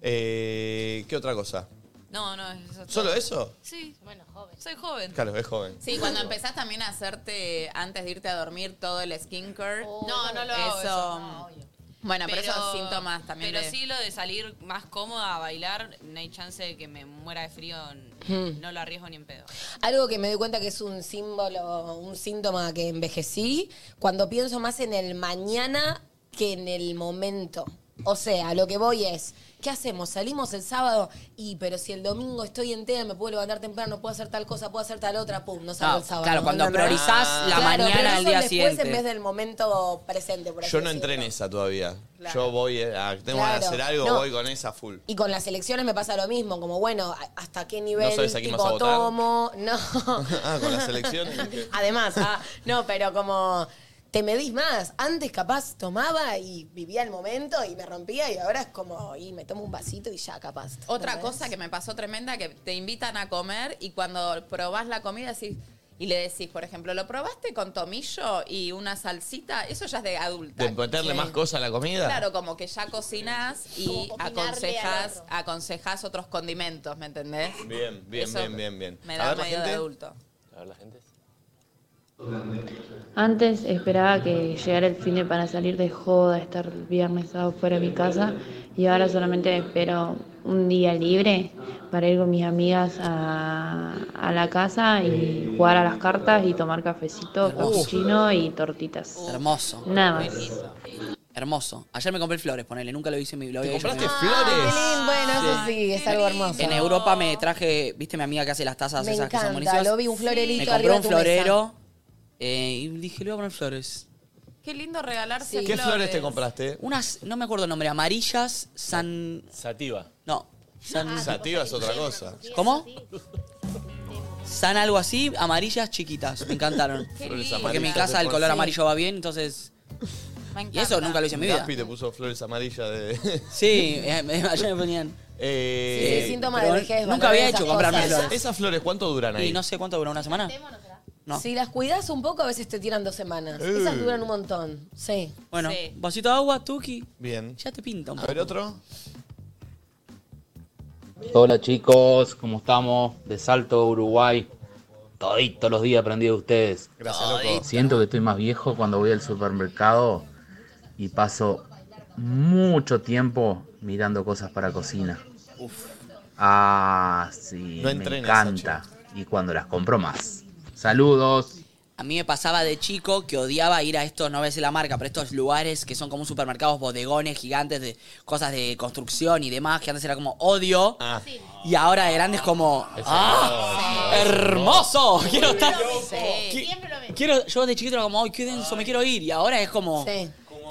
Speaker 1: Eh, ¿Qué otra cosa?
Speaker 7: No, no, eso es
Speaker 1: ¿Solo
Speaker 7: todo.
Speaker 1: eso?
Speaker 7: Sí. Bueno, joven. Soy joven.
Speaker 1: Claro, es joven.
Speaker 4: Sí, cuando empezás también a hacerte, antes de irte a dormir, todo el skincare. mm.
Speaker 7: No, no lo hago eso, no,
Speaker 4: bueno, pero, esos síntomas también.
Speaker 7: Oh, Pero
Speaker 4: de-
Speaker 7: sí lo de salir más cómoda a bailar, no hay chance de que me muera de frío, n-
Speaker 2: Hmm.
Speaker 7: no lo arriesgo ni en pedo.
Speaker 2: Algo que me doy cuenta que es un símbolo, un síntoma que envejecí, cuando pienso más en el mañana que en el momento. O sea, lo que voy es, ¿qué hacemos? Salimos el sábado y, pero si el domingo estoy entera, me puedo levantar temprano, puedo hacer tal cosa, puedo hacer tal otra, pum, no salgo
Speaker 3: Ah,
Speaker 2: el sábado.
Speaker 3: claro, cuando
Speaker 2: ¿entendés?
Speaker 3: priorizás la
Speaker 2: Claro,
Speaker 3: mañana
Speaker 2: priorizo
Speaker 3: al día
Speaker 2: el después
Speaker 3: siguiente.
Speaker 2: en vez del momento presente, por así
Speaker 1: Yo no
Speaker 2: decirlo.
Speaker 1: entré en esa todavía.
Speaker 2: Claro.
Speaker 1: Yo voy eh, a. Tengo que
Speaker 2: Claro.
Speaker 1: hacer algo,
Speaker 2: No.
Speaker 1: voy con esa full.
Speaker 2: Y con las elecciones me pasa lo mismo, como bueno, a- hasta qué nivel
Speaker 1: ¿No sabes a quién
Speaker 2: tipo,
Speaker 1: vas a votar?
Speaker 2: tomo, no.
Speaker 1: ah, con las elecciones.
Speaker 2: Además, ah, no, pero como te medís más. Antes capaz tomaba y vivía el momento y me rompía y ahora es como, y me tomo un vasito y ya capaz.
Speaker 4: Otra
Speaker 2: ¿Entendés?
Speaker 4: cosa que me pasó tremenda, que te invitan a comer y cuando probás la comida decís- y le decís, por ejemplo, ¿lo probaste con tomillo y una salsita? Eso ya es de adulta.
Speaker 1: ¿De meterle
Speaker 4: Sí.
Speaker 1: más cosas a la comida?
Speaker 4: Claro, como que ya cocinás y
Speaker 5: Como opinarle al
Speaker 4: aconsejás, aconsejás otros condimentos, ¿me entendés?
Speaker 1: Bien, bien,
Speaker 4: Eso
Speaker 1: bien, bien, bien.
Speaker 4: Me
Speaker 1: A
Speaker 4: da
Speaker 1: ver, la
Speaker 4: medio de
Speaker 1: gente.
Speaker 4: adulto.
Speaker 1: A ver, la gente.
Speaker 26: Antes esperaba que llegara el fin de para salir de joda, estar viernes sábado fuera de mi casa y ahora solamente espero un día libre para ir con mis amigas a, a la casa y jugar a las cartas y tomar cafecito, cappuccino y tortitas.
Speaker 3: Uh. Hermoso.
Speaker 26: Nada más.
Speaker 3: Hermoso. Ayer me compré flores, ponele. Nunca lo hice en mi blog.
Speaker 1: ¿Te compraste
Speaker 2: flores? Ah, qué lindo. Bueno, eso sí, es algo hermoso.
Speaker 3: En Europa me traje, viste mi amiga que hace las tazas
Speaker 2: Me
Speaker 3: esas que son
Speaker 2: encanta,
Speaker 3: buenísimas.
Speaker 2: lo vi, un florerito
Speaker 3: Me compré
Speaker 2: arriba de
Speaker 3: un
Speaker 2: tu mesa.
Speaker 3: florero eh, y dije, le voy a poner flores.
Speaker 4: Qué lindo regalarse
Speaker 1: ¿Qué flores te compraste?
Speaker 3: Unas, no me acuerdo el nombre, amarillas, san...
Speaker 25: Sativa.
Speaker 3: No. San...
Speaker 1: Sativa es otra cosa.
Speaker 3: ¿Cómo? San algo así, amarillas chiquitas. Me encantaron.
Speaker 27: Qué Flores
Speaker 3: Porque en mi
Speaker 27: amarillas.
Speaker 3: casa el color
Speaker 27: Sí.
Speaker 3: amarillo va bien, entonces. Y eso nunca lo hice en mi vida.
Speaker 1: Gaspi te puso flores amarillas de.
Speaker 3: Sí, eh, eh, ayer me ponían.
Speaker 1: Eh,
Speaker 2: Sí, síntoma de
Speaker 3: pero
Speaker 2: vejez,
Speaker 3: Nunca había
Speaker 2: valorar
Speaker 3: hecho
Speaker 2: esas
Speaker 3: comprarme
Speaker 2: cosas.
Speaker 3: flores.
Speaker 1: ¿Esas flores cuánto duran ahí?
Speaker 3: Y no sé cuánto duró, una semana. No.
Speaker 2: Si las cuidas un poco, a veces te tiran dos semanas.
Speaker 3: Eh.
Speaker 2: Esas duran un montón. Sí.
Speaker 3: Bueno, vasito de agua, tuki.
Speaker 1: Bien.
Speaker 3: Ya te pinta un
Speaker 1: A ver, otro.
Speaker 7: Hola chicos, ¿cómo estamos? De Salto, Uruguay. Toditos los días aprendí de ustedes.
Speaker 1: Gracias, loco.
Speaker 7: Siento que estoy más viejo cuando voy al supermercado y paso mucho tiempo mirando cosas para cocina. Ah, sí,
Speaker 3: No
Speaker 7: me
Speaker 3: entrenes,
Speaker 7: encanta. Y cuando las compro más. Saludos.
Speaker 3: A mí me pasaba de chico que odiaba ir a estos, no voy a decir la marca, pero estos lugares que son como supermercados, bodegones gigantes de cosas de construcción y demás, que antes era como odio.
Speaker 1: Ah.
Speaker 3: Y ahora de grande es como. ¡Ah! ¡Hermoso! Quiero estar. Quiero, yo de chiquito era como, ¡ay, qué denso! Me quiero ir. Y ahora es como.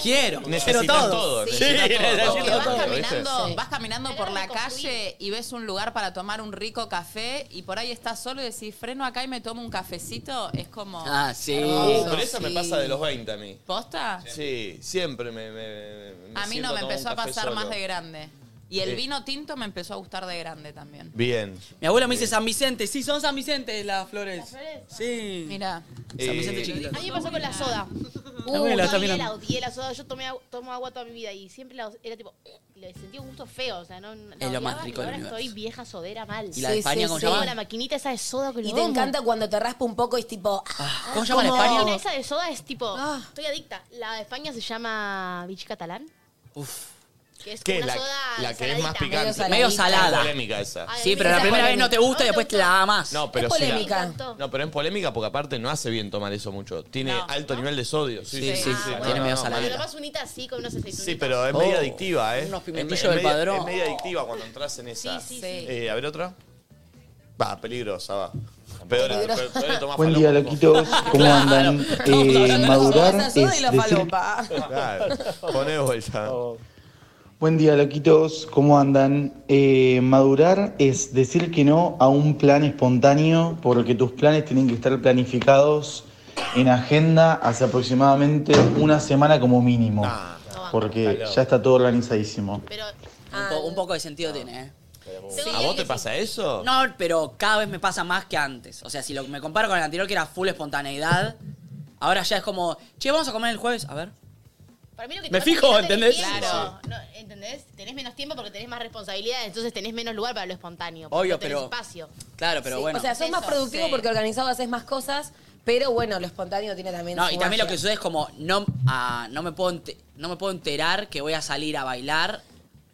Speaker 3: Quiero.
Speaker 1: Necesitas
Speaker 3: quiero todo.
Speaker 1: todo,
Speaker 3: Sí,
Speaker 1: necesitas todo.
Speaker 3: necesito
Speaker 1: Porque vas
Speaker 3: todo.
Speaker 4: Caminando,
Speaker 3: ¿viste?
Speaker 4: Vas caminando por la calle y ves un lugar para tomar un rico café y por ahí estás solo y decís, freno acá y me tomo un cafecito, es como...
Speaker 3: Ah, sí.
Speaker 4: hermoso,
Speaker 1: pero esa me
Speaker 4: sí.
Speaker 1: pasa de los 20 a mí.
Speaker 4: ¿Posta?
Speaker 1: Sí, siempre me. me- me- me
Speaker 4: A mí
Speaker 1: siento
Speaker 4: no me
Speaker 1: a tomar
Speaker 4: empezó
Speaker 1: un
Speaker 4: a
Speaker 1: café
Speaker 4: pasar
Speaker 1: solo.
Speaker 4: más de grande. Y el
Speaker 1: Sí.
Speaker 4: vino tinto me empezó a gustar de grande también.
Speaker 1: Bien.
Speaker 3: Mi abuela me dice San Vicente. Sí, son San Vicente las flores. Sí.
Speaker 4: Mira.
Speaker 3: San Vicente
Speaker 1: Eh,
Speaker 3: chiquito.
Speaker 5: A mí me pasó con la soda. Uh,
Speaker 3: Está bien, la
Speaker 5: no,
Speaker 3: está
Speaker 5: odié
Speaker 3: mirando.
Speaker 5: la, odié la soda. Yo tomé, agu- tomo agua toda mi vida y siempre la, era tipo... eh, Le sentía un gusto feo, o sea, no... la
Speaker 3: Es lo más
Speaker 5: odiaba
Speaker 3: rico del
Speaker 5: y Ahora
Speaker 3: universo.
Speaker 5: estoy vieja sodera mal.
Speaker 3: ¿Y la de Sí, España sí, cómo se sí. llama?
Speaker 5: Tengo la maquinita esa de soda que lo
Speaker 2: Y te
Speaker 5: amo.
Speaker 2: encanta cuando te raspa un poco y es tipo. ah,
Speaker 3: ¿cómo Ah. se llama la
Speaker 5: La
Speaker 2: como-
Speaker 5: máquina esa de soda es tipo... Estoy adicta. La de España se llama Beach Catalán.
Speaker 3: Uf.
Speaker 5: Que es
Speaker 1: ¿Qué?
Speaker 5: como una
Speaker 1: La-
Speaker 5: soda...
Speaker 1: la que es más
Speaker 5: saladita.
Speaker 1: picante.
Speaker 3: Medio salada.
Speaker 1: Es polémica esa.
Speaker 3: Sí, pero la primera vez no te gusta y después te la amas.
Speaker 1: No, pero
Speaker 3: Es
Speaker 1: sí la-
Speaker 3: polémica.
Speaker 1: no, pero es polémica porque aparte no hace bien tomar eso mucho. Tiene alto nivel de sodio. Sí, sí, sí.
Speaker 3: sí,
Speaker 1: sí.
Speaker 3: tiene medio
Speaker 1: No, no, no.
Speaker 5: Cuando tomas unita así con unos aceitunitas.
Speaker 1: Sí, pero es
Speaker 3: Oh,
Speaker 1: media adictiva, ¿eh?
Speaker 3: unos
Speaker 1: Es
Speaker 3: pimentillos
Speaker 1: me- es
Speaker 3: del
Speaker 1: media-
Speaker 3: padrón.
Speaker 1: Es media adictiva cuando entras en esa.
Speaker 5: Sí, sí, sí.
Speaker 1: Eh, a ver otra. Va, peligrosa, va. Peor, peor,
Speaker 2: Peligrosa.
Speaker 1: peor le tomás
Speaker 28: Buen
Speaker 1: falopa.
Speaker 28: día, loquitos. ¿Cómo andan? Eh, madurar es decir...
Speaker 1: Claro, poné vuelta.
Speaker 28: Buen día, loquitos. ¿Cómo andan? Eh, madurar es decir que no a un plan espontáneo porque tus planes tienen que estar planificados en agenda hace aproximadamente una semana como mínimo.
Speaker 1: Ah,
Speaker 28: Porque ya está todo organizadísimo.
Speaker 3: Un, po- un poco de sentido tiene, ¿eh?
Speaker 1: ¿A vos te pasa eso?
Speaker 3: No, pero cada vez me pasa más que antes. O sea, si lo, me comparo con el anterior que era full espontaneidad, ahora ya es como, che, vamos a comer el jueves. A ver.
Speaker 5: Para mí lo que
Speaker 3: Me
Speaker 5: te
Speaker 3: fijo,
Speaker 5: pasa es que no tenés
Speaker 3: ¿entendés?
Speaker 5: tiempo.
Speaker 3: Claro.
Speaker 5: No, ¿Entendés? Tenés menos tiempo porque tenés más responsabilidades, entonces tenés menos lugar para lo espontáneo.
Speaker 3: Obvio,
Speaker 5: no tenés
Speaker 3: pero-
Speaker 5: espacio.
Speaker 3: Claro, pero
Speaker 2: Sí,
Speaker 3: bueno.
Speaker 2: O sea, sos más
Speaker 5: Eso,
Speaker 2: productivo
Speaker 5: sí.
Speaker 2: porque organizado haces más cosas, pero bueno, lo espontáneo tiene también.
Speaker 3: No,
Speaker 2: su
Speaker 3: y también lo
Speaker 2: magia.
Speaker 3: que sucede es como, no, ah, no, me puedo ente- no me puedo enterar que voy a salir a bailar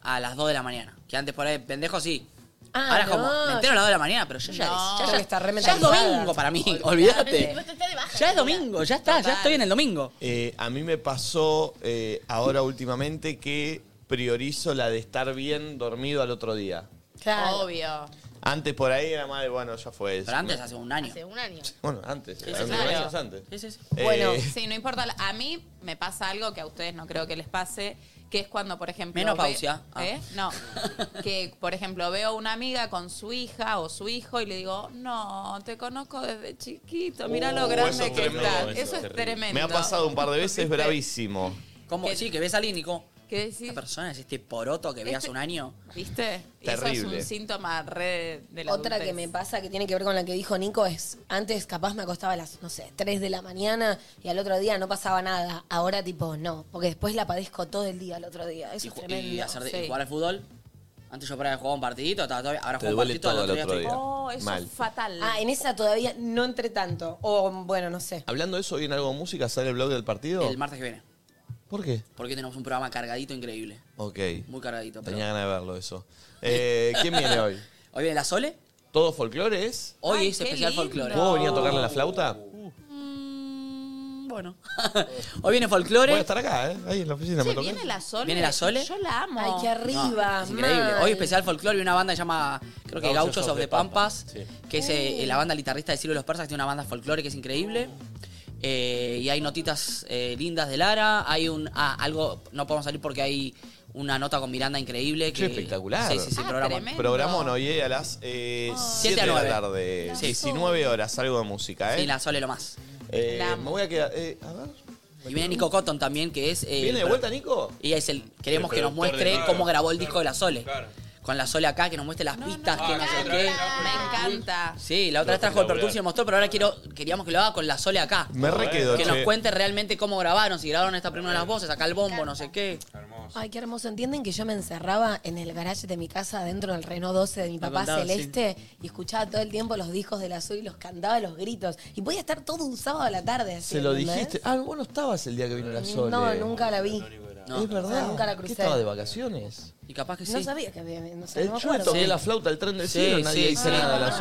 Speaker 3: a las 2 de la mañana. Que antes por ahí, pendejo, sí.
Speaker 2: Ah,
Speaker 3: ahora es como,
Speaker 2: no.
Speaker 3: me entero a las 2 de la mañana, pero yo ya,
Speaker 2: No.
Speaker 3: ya,
Speaker 2: Creo
Speaker 3: ya,
Speaker 2: que está re
Speaker 3: ya es
Speaker 2: mentalizada.
Speaker 3: domingo para mí, olvídate. Ya es domingo, ya está, ya estoy en el domingo.
Speaker 1: Eh, a mí me pasó eh, ahora últimamente que priorizo la de estar bien dormido al otro día.
Speaker 4: Obvio.
Speaker 1: Antes por ahí era más de, bueno, ya fue eso.
Speaker 3: Pero antes, hace un año.
Speaker 4: Hace un año.
Speaker 1: Bueno, antes.
Speaker 4: Sí, sí,
Speaker 1: hace
Speaker 4: claro.
Speaker 1: años antes. Eh,
Speaker 4: Bueno, sí, no importa. A mí me pasa algo que a ustedes no creo que les pase, que es cuando, por ejemplo...
Speaker 3: Menopausia.
Speaker 4: ve- ¿Eh? No. Que, por ejemplo, veo una amiga con su hija o su hijo y le digo, no, te conozco desde chiquito, mira lo
Speaker 1: Uh, eso
Speaker 4: grande
Speaker 1: es
Speaker 4: que
Speaker 1: tremendo,
Speaker 4: estás.
Speaker 1: eso
Speaker 4: Eso,
Speaker 1: es
Speaker 4: es
Speaker 1: terrible.
Speaker 4: tremendo.
Speaker 1: Me ha pasado un par de veces bravísimo.
Speaker 3: Como, sí, que ves a alguien y como,
Speaker 4: ¿Qué
Speaker 3: esta
Speaker 4: decís?
Speaker 3: persona es este poroto que veías
Speaker 4: Este-
Speaker 3: un año.
Speaker 4: ¿Viste? Y Eso es
Speaker 1: Terrible.
Speaker 4: un síntoma re de la
Speaker 2: Otra
Speaker 4: adultez.
Speaker 2: que me pasa que tiene que ver con la que dijo Nico es, antes capaz me acostaba a las, no sé, 3 de la mañana y al otro día no pasaba nada. Ahora tipo, no, porque después la padezco todo el día al otro día. Eso
Speaker 3: Y,
Speaker 2: es
Speaker 3: ju- y
Speaker 2: tremendo.
Speaker 3: hacer de- y
Speaker 2: Sí.
Speaker 3: jugar al fútbol. Antes yo para jugar un partidito, estaba todavía- ahora
Speaker 1: Te
Speaker 3: juego un
Speaker 1: duele
Speaker 3: partidito,
Speaker 1: todo
Speaker 3: al
Speaker 1: el
Speaker 3: otro
Speaker 1: otro
Speaker 3: día
Speaker 1: día.
Speaker 3: estoy-
Speaker 2: Oh,
Speaker 1: eso Mal. es
Speaker 2: fatal. Ah, en esa todavía no entré tanto. O bueno, no sé.
Speaker 1: Hablando de eso, ¿viene algo de música? ¿Sale el blog del partido?
Speaker 3: El martes que viene.
Speaker 1: ¿Por qué?
Speaker 3: Porque tenemos un programa cargadito increíble.
Speaker 1: Ok.
Speaker 3: Muy cargadito. pero-
Speaker 1: Tenía ganas de verlo eso. Eh, ¿Quién viene hoy?
Speaker 3: ¿Hoy viene la Sole?
Speaker 1: ¿Todo folclore es?
Speaker 3: Hoy es especial folclore.
Speaker 1: ¿Puedo venir a tocarle la flauta?
Speaker 3: Bueno. Hoy viene folclore.
Speaker 1: Voy a estar acá, ¿eh? Ahí en la oficina.
Speaker 4: Che,
Speaker 1: me toca.
Speaker 4: ¿Viene la Sole?
Speaker 3: ¿Viene la Sole?
Speaker 4: Yo la amo.
Speaker 2: Ay, qué
Speaker 3: No,
Speaker 2: arriba.
Speaker 3: es increíble.
Speaker 2: mal.
Speaker 3: Hoy especial folclore y una banda que se llama, creo que Gauchos, of the Pampas, que es eh, la banda guitarrista de Silvio de los Persas, que tiene una banda folclore que es increíble. Eh, y hay notitas eh, lindas de Lara. Hay un ah, algo, no podemos salir porque hay una nota con Miranda increíble. Que,
Speaker 1: Qué espectacular.
Speaker 3: Sí, sí,
Speaker 2: Ah,
Speaker 3: sí, programa.
Speaker 1: Programón hoy a las 7
Speaker 3: Ah, Siete a
Speaker 1: de la
Speaker 3: nueve.
Speaker 1: tarde.
Speaker 3: Sí.
Speaker 1: 19 horas, algo de música, ¿eh?
Speaker 3: Sí, la Sole lo más.
Speaker 1: Eh, me voy a quedar. eh, a ver.
Speaker 3: Y viene Nico Cotton también, que es. eh,
Speaker 1: ¿Viene de
Speaker 3: el pro-
Speaker 1: vuelta, Nico?
Speaker 3: Y es el. Queremos
Speaker 1: El
Speaker 3: que nos
Speaker 1: productor
Speaker 3: muestre
Speaker 1: de-
Speaker 3: cómo grabó el disco de la Sole. Con la Sole acá, que nos muestre las pistas, que Ah, no sé qué.
Speaker 4: Me encanta.
Speaker 3: Sí, la otra vez trajo el Pro Tools y el mostró, pero ahora quiero, queríamos que lo haga con la Sole acá.
Speaker 1: Me re quedo,
Speaker 3: Que
Speaker 1: che.
Speaker 3: nos cuente realmente cómo grabaron, si grabaron esta primera de las voces, acá el bombo, no sé qué.
Speaker 2: Ay, qué hermoso. ¿Entienden que yo me encerraba en el garage de mi casa, dentro del Renault 12 de mi papá
Speaker 3: contaba,
Speaker 2: Celeste, y escuchaba todo el tiempo los discos del azul y los cantaba los gritos? Y podía estar todo un sábado a la tarde. así,
Speaker 1: Se lo
Speaker 2: ¿entendés?
Speaker 1: dijiste. Ah, vos no estabas el día que vino la Sole.
Speaker 2: No, nunca la vi.
Speaker 1: No. Es verdad.
Speaker 2: No, nunca la
Speaker 1: ¿Qué
Speaker 2: crucé.
Speaker 1: estaba de vacaciones?
Speaker 3: Y capaz
Speaker 2: No sabía que había. No, sé,
Speaker 1: El
Speaker 2: no me
Speaker 1: yo le
Speaker 2: acuerdo.
Speaker 1: toqué la flauta al tren del
Speaker 3: Sí,
Speaker 1: cielo, nadie
Speaker 3: sí,
Speaker 1: dice
Speaker 3: sí.
Speaker 1: nada a la
Speaker 3: Ah.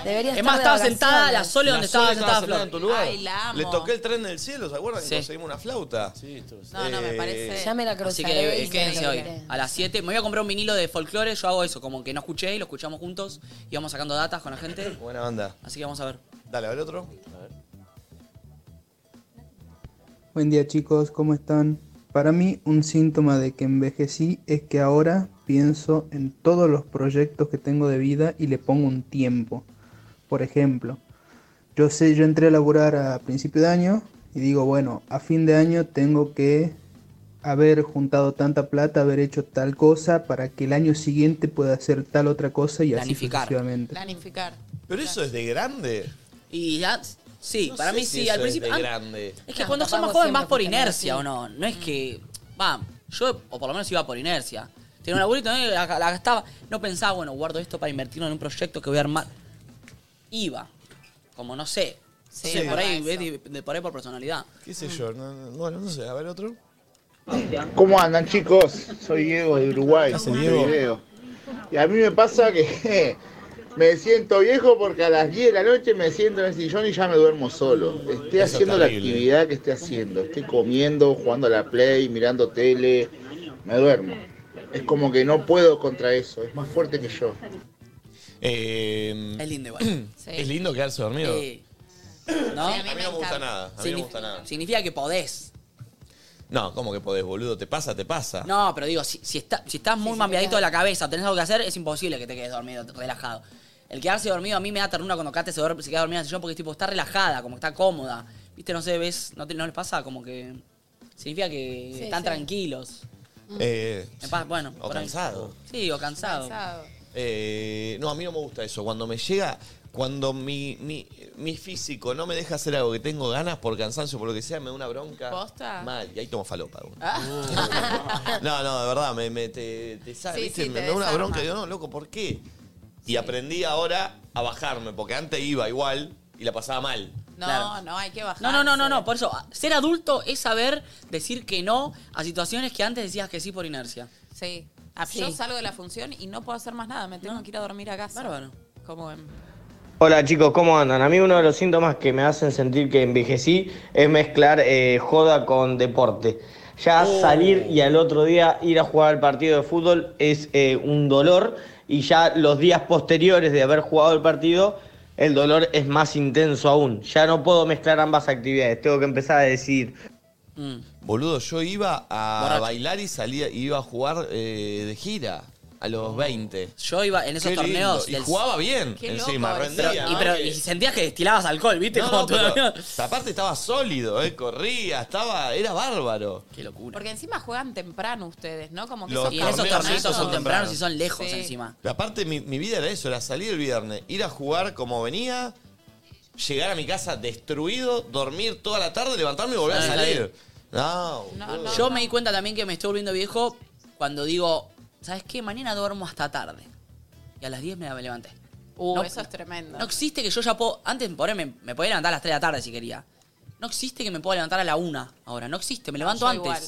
Speaker 1: Sole.
Speaker 2: Debería
Speaker 3: Es
Speaker 2: estar
Speaker 3: más,
Speaker 2: de
Speaker 3: estaba
Speaker 2: vacaciones.
Speaker 3: sentada la Sole
Speaker 1: La
Speaker 3: donde
Speaker 1: Sole
Speaker 3: estaba sentada
Speaker 1: sentada en
Speaker 3: Flor.
Speaker 1: tu lugar.
Speaker 2: Ay, la amo.
Speaker 1: Le toqué el tren del cielo, ¿se acuerdan?
Speaker 3: Sí.
Speaker 1: que Conseguimos una flauta. Eh, Sí,
Speaker 2: No, no, me parece- Ya me la
Speaker 3: Así
Speaker 2: cruzaré
Speaker 3: que
Speaker 2: y
Speaker 3: eh, quédense
Speaker 2: me
Speaker 3: hoy.
Speaker 2: enteré.
Speaker 3: A las 7. Me voy a comprar un vinilo de folclore. Yo hago eso, como que no escuché y lo escuchamos juntos. Y vamos sacando datas con la gente.
Speaker 1: Buena banda.
Speaker 3: Así que vamos a ver.
Speaker 1: Dale, a ver otro.
Speaker 28: Buen día chicos, ¿cómo están? Para mí un síntoma de que envejecí es que ahora pienso en todos los proyectos que tengo de vida y le pongo un tiempo. Por ejemplo, yo sé, yo entré a laburar a principio de año y digo, bueno, a fin de año tengo que haber juntado tanta plata, haber hecho tal cosa para que el año siguiente pueda hacer tal otra cosa y así
Speaker 3: Planificar.
Speaker 28: sucesivamente.
Speaker 4: Planificar.
Speaker 1: Pero eso es de grande.
Speaker 3: Y ya. Sí,
Speaker 1: No
Speaker 3: para
Speaker 1: sé
Speaker 3: mí
Speaker 1: si
Speaker 3: sí.
Speaker 1: eso
Speaker 3: Al
Speaker 1: es
Speaker 3: principio.
Speaker 1: de
Speaker 3: ah,
Speaker 1: grande.
Speaker 3: Es que
Speaker 1: No,
Speaker 3: cuando
Speaker 1: capaz
Speaker 3: sos más
Speaker 1: vos
Speaker 3: joven
Speaker 1: siempre
Speaker 3: vas por
Speaker 1: fuiste
Speaker 3: inercia
Speaker 1: así. Mm.
Speaker 3: o no. No es que. Va, yo, o por lo menos iba por inercia. Tenía un laburito, ¿no? la, la gastaba. No pensaba, bueno, guardo esto para invertirlo en un proyecto que voy a armar. Iba. Como no sé.
Speaker 1: Sí,
Speaker 3: No sé,
Speaker 1: es
Speaker 3: por, ahí,
Speaker 1: verdad
Speaker 3: ves, de- de- por ahí por personalidad.
Speaker 1: ¿Qué sé yo? No, no, bueno, no sé, a ver otro.
Speaker 7: ¿Cómo andan chicos? Soy Diego de Uruguay, Montevideo. Y a mí me pasa que je, me siento viejo porque a las 10 de la noche me siento en el sillón y ya me duermo solo. Esté
Speaker 29: Eso
Speaker 7: haciendo
Speaker 29: es
Speaker 7: la
Speaker 29: terrible.
Speaker 7: actividad que esté haciendo, esté comiendo, jugando a la play, mirando tele, me duermo. Es como que no puedo contra eso, es más fuerte que yo.
Speaker 1: Eh,
Speaker 3: es lindo igual.
Speaker 1: Es lindo quedarse dormido.
Speaker 3: Sí. ¿No?
Speaker 1: a mí no me gusta nada. A mí no me gusta nada.
Speaker 3: Significa que podés.
Speaker 1: No, ¿cómo que podés, boludo? ¿Te pasa? ¿Te pasa?
Speaker 3: No, pero digo, si, si está- si estás muy mapeadito de la cabeza, tenés algo que hacer, es imposible que te quedes dormido, relajado. El quedarse dormido a mí me da ternura cuando Kate se, duerme- se queda dormida en el sillón porque tipo, está relajada, como que está cómoda. Viste, no sé, ves, no, te- no les pasa como que... Significa que
Speaker 1: Sí,
Speaker 3: están
Speaker 1: sí.
Speaker 3: tranquilos.
Speaker 1: Eh,
Speaker 3: Me pasa- bueno,
Speaker 1: o
Speaker 3: por ahí.
Speaker 1: cansado.
Speaker 3: Sí, o cansado.
Speaker 1: Eh, no, a mí no me gusta eso. Cuando me llega, cuando mi, mi, mi físico no me deja hacer algo que tengo ganas por cansancio, por lo que sea, me da una bronca.
Speaker 4: ¿Posta?
Speaker 1: Mal. Y ahí tomo falopa. boludo.
Speaker 4: Ah.
Speaker 1: No, no, de verdad, me, me- te, te sa-
Speaker 4: Sí,
Speaker 1: ¿viste?
Speaker 4: sí,
Speaker 1: me
Speaker 4: te
Speaker 1: da una
Speaker 4: desarma.
Speaker 1: bronca. Digo, no, loco, ¿por qué? Y aprendí ahora a bajarme, porque antes iba igual y la pasaba mal.
Speaker 4: No, no, hay que bajar.
Speaker 3: No, no, no, no, no, por eso, ser adulto es saber decir que no a situaciones que antes decías que sí por inercia.
Speaker 4: Sí. Ah,
Speaker 3: Sí.
Speaker 4: Yo salgo de la función y no puedo hacer más nada. Me tengo que ir a dormir a casa.
Speaker 3: Bárbaro.
Speaker 4: Como en-
Speaker 21: Hola chicos, ¿cómo andan? A mí uno de los síntomas que me hacen sentir que envejecí es mezclar eh, joda con deporte. Ya
Speaker 1: Oh.
Speaker 21: salir y al otro día ir a jugar al partido de fútbol es eh, un dolor y ya los días posteriores de haber jugado el partido el dolor es más intenso aún. Ya no puedo mezclar ambas actividades, tengo que empezar a decir
Speaker 3: Mm.
Speaker 1: Boludo, yo iba a
Speaker 21: Borracho.
Speaker 1: bailar y salía, y iba a jugar eh, de gira a los 20.
Speaker 3: Oh. Yo iba en esos
Speaker 1: Qué lindo.
Speaker 3: torneos.
Speaker 1: Y
Speaker 3: del-
Speaker 1: jugaba bien,
Speaker 3: Qué
Speaker 1: encima,
Speaker 3: loco,
Speaker 1: rendía,
Speaker 3: pero- y,
Speaker 1: ¿no?
Speaker 3: pero- y sentías que destilabas alcohol, ¿viste?
Speaker 1: No,
Speaker 3: Como
Speaker 1: no,
Speaker 3: tú-
Speaker 1: pero aparte estaba sólido, eh, corría, estaba, era bárbaro.
Speaker 3: Qué locura.
Speaker 4: Porque encima juegan temprano ustedes, ¿no? Como que
Speaker 1: Los
Speaker 4: son
Speaker 1: Y esos torneos torneitos son son tempranos. tempranos y
Speaker 3: son lejos
Speaker 4: Sí.
Speaker 3: encima.
Speaker 1: Aparte, mi, mi vida era eso, era salir el viernes, ir a jugar como venía, llegar a mi casa destruido, dormir toda la tarde, levantarme y volver a
Speaker 3: Salir.
Speaker 1: salir. No, boludo.
Speaker 3: Yo me di cuenta también que me estoy volviendo viejo cuando digo, ¿sabes qué? Mañana duermo hasta tarde. Y a las 10 me levanté.
Speaker 4: Uh,
Speaker 3: No-
Speaker 4: eso es tremendo.
Speaker 3: No existe que yo ya puedo. Antes por ahí me, me podía levantar a las 3 de la tarde si quería. No existe que me pueda levantar a la 1 ahora. No existe, me levanto
Speaker 4: yo
Speaker 3: antes.
Speaker 4: igual.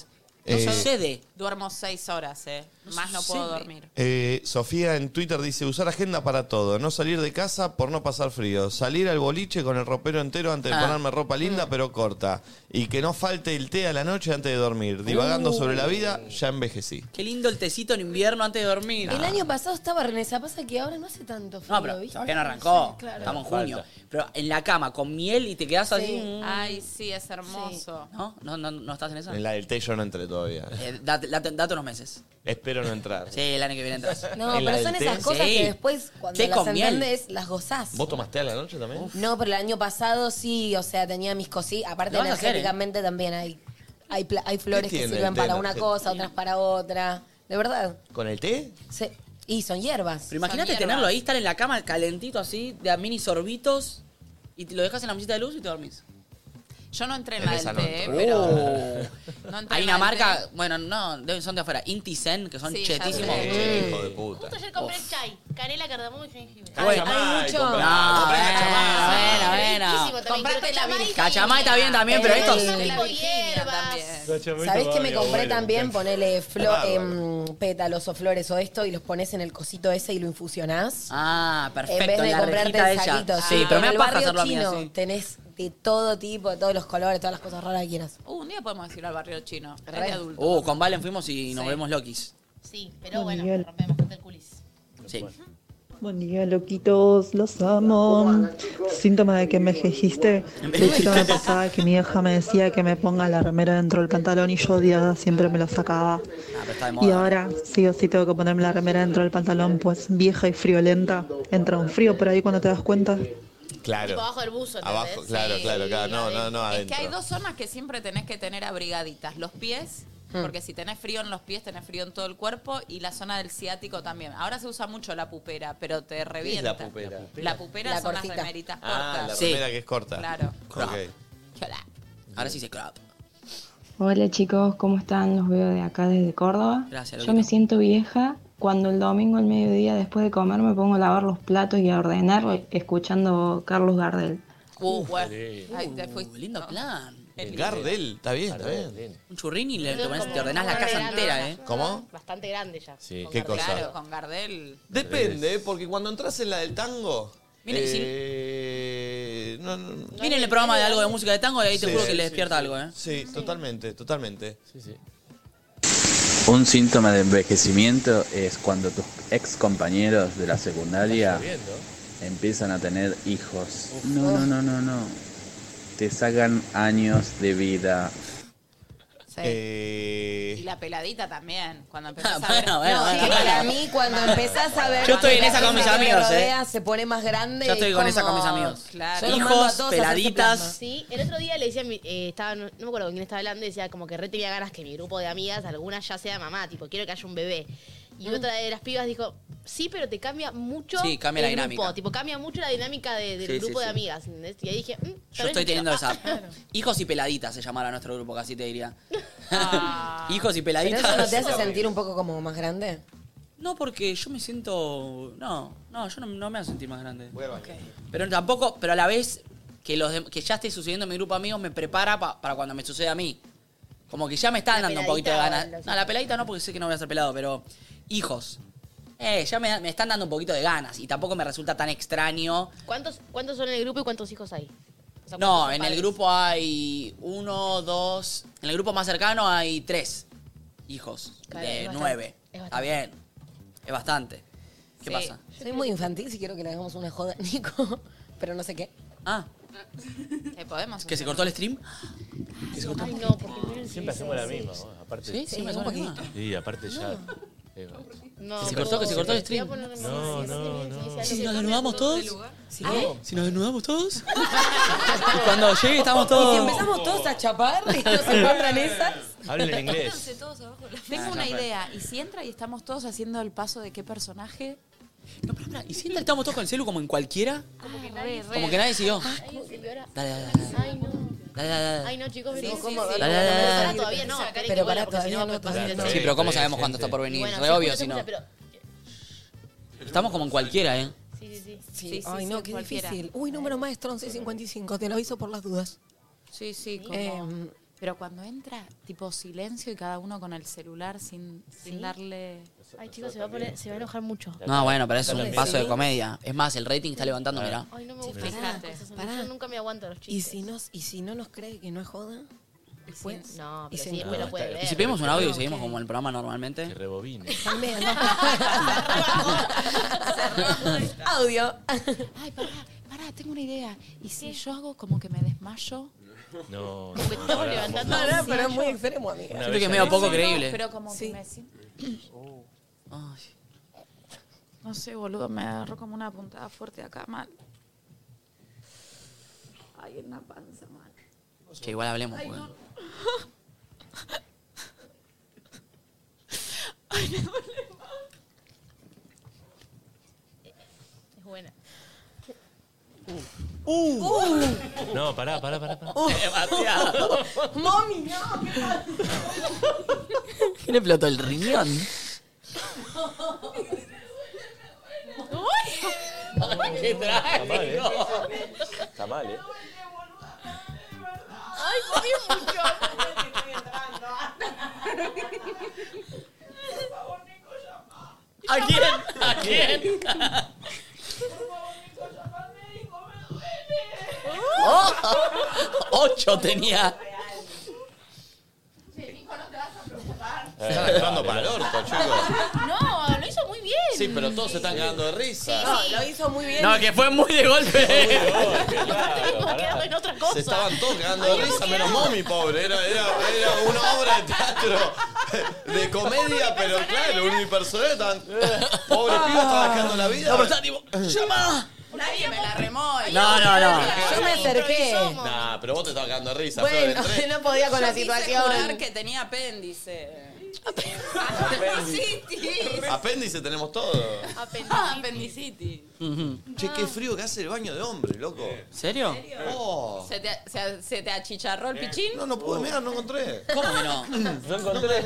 Speaker 3: No
Speaker 1: Eh,
Speaker 3: sucede.
Speaker 4: Duermo seis horas, ¿eh? Más no puedo dormir.
Speaker 1: Eh, Sofía en Twitter dice, usar agenda para todo, no salir de casa por no pasar frío, salir al boliche con el ropero entero antes de
Speaker 4: Ah.
Speaker 1: ponerme ropa linda pero corta, y que no falte el té a la noche antes de dormir, divagando
Speaker 3: Uh.
Speaker 1: sobre la vida, ya envejecí.
Speaker 3: Qué lindo el tecito en invierno antes de dormir.
Speaker 2: El año pasado estaba Renesa, pasa que ahora no hace tanto frío,
Speaker 3: No, pero
Speaker 2: ¿viste?
Speaker 3: todavía no arrancó.
Speaker 2: Sí, claro.
Speaker 3: Estamos en
Speaker 2: Falta.
Speaker 3: junio. Pero en la cama, con miel y te quedas así. mm,
Speaker 4: Ay, sí, es hermoso.
Speaker 3: ¿No? ¿No, no, no estás en esa?
Speaker 1: En la del té yo no entré todavía.
Speaker 3: Eh, date, date- date unos meses.
Speaker 1: Espero no entrar.
Speaker 3: Sí, el año que viene entras.
Speaker 2: No, pero son esas cosas que después, cuando
Speaker 3: Té
Speaker 2: las
Speaker 3: con miel.
Speaker 2: entendés, las gozás.
Speaker 1: ¿Vos tomaste a la noche también?
Speaker 2: No, pero el año pasado sí, o sea, tenía mis cositas. Aparte,
Speaker 1: Lo vas a
Speaker 3: ¿eh?
Speaker 1: hacer,
Speaker 2: energéticamente también hay, hay, pla- hay flores que
Speaker 1: tiene
Speaker 2: sirven
Speaker 1: el té
Speaker 2: para una
Speaker 1: energético?
Speaker 2: cosa, otras para otra. De verdad.
Speaker 1: ¿Con el té?
Speaker 2: se- Y son hierbas.
Speaker 3: Pero imagínate tenerlo ahí, estar en la cama calentito así, de a mini sorbitos, y te lo dejas en la mesita de luz y te dormís.
Speaker 4: Yo no entré en
Speaker 3: En
Speaker 4: la
Speaker 3: esa
Speaker 4: del té,
Speaker 3: no
Speaker 4: pero.
Speaker 3: entré.
Speaker 4: No entré
Speaker 3: Oh. Hay
Speaker 4: en la
Speaker 3: una
Speaker 4: del
Speaker 3: marca, bueno, no, deben- son de afuera, Intizen, que son
Speaker 5: Sí, ya
Speaker 3: chetísimos.
Speaker 5: sé. Che, hijo
Speaker 1: de puta.
Speaker 5: Ayer compré chai, canela, cardamomo y jengibre.
Speaker 3: Bueno,
Speaker 30: Ay, mucho.
Speaker 3: No,
Speaker 30: comprá,
Speaker 4: Ah,
Speaker 30: comprá
Speaker 3: bueno,
Speaker 30: chamay.
Speaker 3: Ah, bueno, bueno.
Speaker 5: Riquísimo también.
Speaker 4: Comprate
Speaker 5: Quiero
Speaker 4: la
Speaker 5: chamay
Speaker 4: virgen.
Speaker 3: Cachamay está bien también, pero
Speaker 5: Pero
Speaker 3: estos...
Speaker 5: el té con hierbas.
Speaker 2: ¿Sabés que me compré también? Ponele flo-
Speaker 3: Bárbaro.
Speaker 2: em, pétalos o flores o esto y los pones en el cosito ese y lo infusionás.
Speaker 3: Ah, perfecto.
Speaker 2: en vez de
Speaker 3: la
Speaker 2: comprarte
Speaker 3: rejita
Speaker 2: el
Speaker 3: ella.
Speaker 2: saquito.
Speaker 3: Sí, pero me
Speaker 2: en
Speaker 3: da
Speaker 2: el
Speaker 3: paja
Speaker 2: barrio
Speaker 3: hacerlo a mí
Speaker 2: chino
Speaker 3: así.
Speaker 2: tenés de todo tipo, de todos los colores, todas las cosas raras que quieras.
Speaker 4: té. Uh, un día podemos ir al barrio chino. Es de
Speaker 2: Re.
Speaker 4: adulto.
Speaker 3: Uh, con Valen fuimos y nos vemos Lokis.
Speaker 5: Sí, pero bueno, rompemos bastante el culis.
Speaker 3: Sí.
Speaker 26: Buen día, loquitos, los amo. Síntoma de que envejeciste. De chica me pasaba que mi hija me decía que me ponga la remera dentro del pantalón y yo odiada siempre me lo sacaba.
Speaker 3: está de moda.
Speaker 26: Y ahora sí o sí tengo que ponerme la remera dentro del pantalón, pues vieja y friolenta. Entra un frío por ahí cuando te das cuenta.
Speaker 1: Claro.
Speaker 4: Tipo abajo del buzo, ¿entendés?
Speaker 1: Abajo, claro,
Speaker 4: Sí.
Speaker 1: claro, claro. No, no, no,
Speaker 4: Es que
Speaker 1: adentro.
Speaker 4: hay dos zonas que siempre tenés que tener abrigaditas. Los pies, porque si tenés frío en los pies, tenés frío en todo el cuerpo. Y la zona del ciático también. Ahora se usa mucho la pupera, pero te revienta.
Speaker 1: la pupera?
Speaker 4: La pupera
Speaker 2: La
Speaker 4: son
Speaker 2: cortita.
Speaker 4: las remeritas cortas.
Speaker 1: Ah, la
Speaker 3: Sí.
Speaker 1: primera que es corta.
Speaker 4: Claro.
Speaker 1: Ok.
Speaker 3: Ahora sí se crop.
Speaker 31: Hola chicos, ¿cómo están? Los veo de acá desde Córdoba.
Speaker 3: Gracias,
Speaker 31: Yo me
Speaker 3: Lolita.
Speaker 31: siento vieja cuando el domingo al mediodía después de comer me pongo a lavar los platos y a ordenar escuchando Carlos Gardel.
Speaker 4: Uh, bueno.
Speaker 1: qué
Speaker 4: Ahí te fuiste. Ah,
Speaker 3: Lindo plan.
Speaker 1: El Gardel, está bien, está bien.
Speaker 3: Un churrini y le- te,
Speaker 5: Pero
Speaker 3: pones-
Speaker 5: como
Speaker 3: te ordenás la
Speaker 5: una
Speaker 3: casa
Speaker 5: gran
Speaker 3: entera,
Speaker 5: cosa.
Speaker 3: ¿eh?
Speaker 1: ¿Cómo?
Speaker 5: Bastante grande ya.
Speaker 1: Sí,
Speaker 5: Con
Speaker 1: qué
Speaker 5: Gardel.
Speaker 1: cosa.
Speaker 4: Claro, con Gardel.
Speaker 1: Depende, ¿eh? porque cuando entras en la del tango.
Speaker 3: Mira, y si-
Speaker 1: eh, no, no, no.
Speaker 3: Miren el programa de algo de música de tango y ahí te
Speaker 1: Sí,
Speaker 3: juro que
Speaker 1: sí,
Speaker 3: le despierta
Speaker 1: sí.
Speaker 3: algo, ¿eh?
Speaker 1: Sí, totalmente, totalmente. Sí, sí.
Speaker 7: Un síntoma de envejecimiento es cuando tus ex compañeros de la secundaria empiezan a tener hijos. No, no, no, no, no. Te sacan años de vida.
Speaker 4: Sí.
Speaker 7: Eh,
Speaker 4: Y la peladita también, cuando empezás a
Speaker 3: bueno,
Speaker 4: ver.
Speaker 3: bueno, bueno,
Speaker 4: sí,
Speaker 3: bueno.
Speaker 4: para mí-
Speaker 2: mí cuando empezás a ver
Speaker 3: Yo estoy en
Speaker 2: la
Speaker 3: esa con
Speaker 2: gente
Speaker 3: mis
Speaker 2: que te
Speaker 3: amigos, eh.
Speaker 2: rodea, se pone más grande
Speaker 3: Yo estoy
Speaker 2: y
Speaker 3: con esa
Speaker 2: como-
Speaker 3: con mis amigos.
Speaker 2: Yo los mando a
Speaker 3: Hijos,
Speaker 2: todos a hacer ese
Speaker 3: peladitas.
Speaker 5: Sí, el otro día le decía, a mi- eh, estaba, no no me acuerdo con quién estaba hablando, y decía como que re tenía ganas que mi grupo de amigas, alguna ya sea mamá, tipo, quiero que haya un bebé. Y otra de las pibas dijo, sí, pero te cambia mucho
Speaker 3: Mm. Sí, cambia la
Speaker 5: el
Speaker 3: dinámica.
Speaker 5: grupo, tipo, cambia mucho la dinámica de- del
Speaker 3: Sí, sí,
Speaker 5: grupo de
Speaker 3: sí.
Speaker 5: amigas. ¿entendés? Y ahí dije, "Mm,
Speaker 3: Yo
Speaker 5: tal vez
Speaker 3: estoy
Speaker 5: no".
Speaker 3: teniendo
Speaker 4: Ah,
Speaker 3: esa. Hijos y peladitas se llamara nuestro grupo, casi te diría.
Speaker 4: Ah.
Speaker 3: Hijos y
Speaker 2: ¿Pero
Speaker 3: peladitas.
Speaker 2: eso no te hace sentir un poco como más grande?
Speaker 3: No, porque yo me siento. No, no, yo no, no me voy a sentir más grande. Pero tampoco, pero a la vez que los dem- que ya esté sucediendo en mi grupo de amigos me prepara pa- para cuando me suceda a mí. Como que ya me están
Speaker 4: La
Speaker 3: dando un poquito de
Speaker 4: peladita,
Speaker 3: ganas.
Speaker 4: los
Speaker 3: No, la peladita no, porque sé que no voy a ser pelado, pero. Hijos. Eh, ya me, da- me están dando un poquito de ganas y tampoco me resulta tan extraño.
Speaker 5: ¿Cuántos, ¿Cuántos son en el grupo y cuántos hijos hay? O sea, ¿cuántos
Speaker 3: No,
Speaker 5: son
Speaker 3: en el
Speaker 5: padres?
Speaker 3: grupo hay uno, dos. En el grupo más cercano hay tres hijos
Speaker 2: Claro, es
Speaker 3: de
Speaker 2: bastante,
Speaker 3: nueve.
Speaker 2: es
Speaker 3: Está bien. Es bastante. ¿Qué pasa?
Speaker 2: Soy muy infantil si quiero que le hagamos una joda a Nico, pero no sé qué.
Speaker 3: Ah.
Speaker 4: Eh, podemos.
Speaker 3: ¿Que se cortó el stream?
Speaker 5: Ay, no, porque
Speaker 18: Siempre hacemos la misma, ¿no? aparte.
Speaker 3: Sí, siempre Sí, hacemos la un misma.
Speaker 18: Sí, aparte ya. Eh,
Speaker 5: No,
Speaker 3: Que se cortó, que se cortó el stream.
Speaker 18: No, no, no.
Speaker 3: ¿Y si nos desnudamos todos?
Speaker 2: ¿Sí?
Speaker 3: No. Ah, ¿Si nos desnudamos todos? y cuando llegue estamos
Speaker 2: Ah. Y si
Speaker 3: todos...
Speaker 2: empezamos todos a chapar y nos encuentran esas.
Speaker 18: Hablen en inglés.
Speaker 4: Pónganse todos abajo de la Tengo una
Speaker 18: Claro.
Speaker 4: idea. ¿Y si entra y estamos todos haciendo el paso de qué personaje?
Speaker 3: ¿Y si estamos todos con el celu como en cualquiera?
Speaker 4: Como que nadie. Ah,
Speaker 3: Como que nadie siguió. Dale, dale, dale.
Speaker 5: Ay, no.
Speaker 3: dale, dale, dale.
Speaker 5: Ay, no, chicos,
Speaker 4: Sí,
Speaker 5: pero
Speaker 4: sí,
Speaker 5: ¿cómo?
Speaker 4: sí.
Speaker 5: Pero
Speaker 3: Dale, dale, dale.
Speaker 5: pará, todavía no. acá hay que
Speaker 2: Pero
Speaker 5: volver,
Speaker 2: pará,
Speaker 5: porque si
Speaker 2: todavía
Speaker 5: no,
Speaker 2: no,
Speaker 5: pues,
Speaker 2: todavía
Speaker 5: no.
Speaker 3: Sí, pero ¿cómo
Speaker 18: Sí,
Speaker 3: sabemos cuánto
Speaker 18: gente.
Speaker 3: está por
Speaker 5: Y
Speaker 3: venir?
Speaker 5: bueno,
Speaker 3: Re
Speaker 5: sí,
Speaker 3: obvio,
Speaker 5: no se
Speaker 3: si no.
Speaker 5: escucha, pero-
Speaker 3: Estamos como en cualquiera, ¿eh?
Speaker 5: Sí, sí, sí.
Speaker 2: Sí,
Speaker 4: Sí, sí,
Speaker 2: ay,
Speaker 4: sí,
Speaker 2: no, qué
Speaker 4: cualquiera.
Speaker 2: difícil. Uy, número maestro 1155, te lo aviso por las dudas.
Speaker 4: Sí, sí, como.
Speaker 2: Eh,
Speaker 4: Pero cuando entra, tipo silencio y cada uno con el celular sin, sin
Speaker 5: Sí.
Speaker 4: darle.
Speaker 5: Ay, chicos, se va, a poner- se va a enojar mucho.
Speaker 3: No, bueno, pero es
Speaker 5: Acá
Speaker 3: un
Speaker 5: también.
Speaker 3: paso de
Speaker 5: Sí.
Speaker 3: comedia. Es más, el rating está levantando, mirá.
Speaker 5: Ay, no me
Speaker 2: Sí,
Speaker 5: gusta
Speaker 2: pará,
Speaker 5: nada esas Ah, cosas.
Speaker 2: pará.
Speaker 5: Yo nunca me aguanto los
Speaker 2: ¿Y
Speaker 5: chistes.
Speaker 2: si, no, ¿Y si no nos cree que no es joda? Después.
Speaker 5: No,
Speaker 2: y
Speaker 5: pero
Speaker 2: se
Speaker 5: sí,
Speaker 2: enoja.
Speaker 5: lo puede ver.
Speaker 3: ¿Y Ah, si pedimos un audio y seguimos como el programa normalmente? Que
Speaker 32: rebobine.
Speaker 2: También, ¿no? Audio.
Speaker 4: Ay, pará, pará, tengo una idea. ¿Y si yo hago como que me desmayo?
Speaker 32: No,
Speaker 4: Como
Speaker 32: no,
Speaker 4: que estamos
Speaker 32: ahora
Speaker 4: levantando
Speaker 32: vamos
Speaker 4: No,
Speaker 32: a-
Speaker 4: no, pero es muy
Speaker 2: extremo,
Speaker 32: amiga. Una
Speaker 4: Creo
Speaker 32: vez al mes.
Speaker 4: No, Pero como que me siento. No sé, boludo, me agarró como una puntada fuerte acá mal. Ay, en la panza mal.
Speaker 3: Che, igual hablemos.
Speaker 4: Ay,
Speaker 3: porque-
Speaker 4: no. Ay, me duele más.
Speaker 5: Es buena.
Speaker 33: Uh.
Speaker 32: No, pará, pará, pará. pará.
Speaker 33: Demasiado.
Speaker 2: Mami, no, ¿qué
Speaker 3: ¿Qué le explotó el riñón?
Speaker 33: ¡Qué
Speaker 32: Está mal, ¿eh?
Speaker 33: trágico!
Speaker 32: Está mal, ¿eh?
Speaker 33: ¡Ay, qué mucho!
Speaker 3: ¿A quién? ¿A quién? Oh, ocho tenía.
Speaker 1: Se están agarrando para el orto, chicos.
Speaker 5: No, lo hizo muy bien.
Speaker 1: Sí, pero todos se están cagando de risa.
Speaker 2: No, lo hizo muy bien.
Speaker 3: No, que fue muy de golpe.
Speaker 5: Quedado en otra cosa.
Speaker 1: Se estaban todos cagando de risa, menos Mommy, pobre. Era, era, era una obra de teatro de comedia, pero claro, unipersonal. Estaban, pobre pibe estaba dejando la vida.
Speaker 3: No, pero está tipo, ¡Llama!
Speaker 4: Nadie me la remó.
Speaker 3: No, no, no.
Speaker 2: Yo me acerqué.
Speaker 1: Nah, pero vos te estabas cagando de risa,
Speaker 2: Bueno,
Speaker 1: Flor, entré.
Speaker 2: no podía con
Speaker 4: Yo
Speaker 2: la
Speaker 4: quise
Speaker 2: situación.
Speaker 4: jurar que tenía apéndice.
Speaker 1: Apéndice tenemos todo.
Speaker 4: Apendicitis.
Speaker 1: Che, qué frío que hace el baño de hombre, loco.
Speaker 3: ¿Serio?
Speaker 1: Oh.
Speaker 4: ¿Se, te, se- se te achicharró
Speaker 7: Eh.
Speaker 4: el pichín? Uh.
Speaker 1: No, no pude mirar, no encontré.
Speaker 3: ¿Cómo que no?
Speaker 1: No encontré.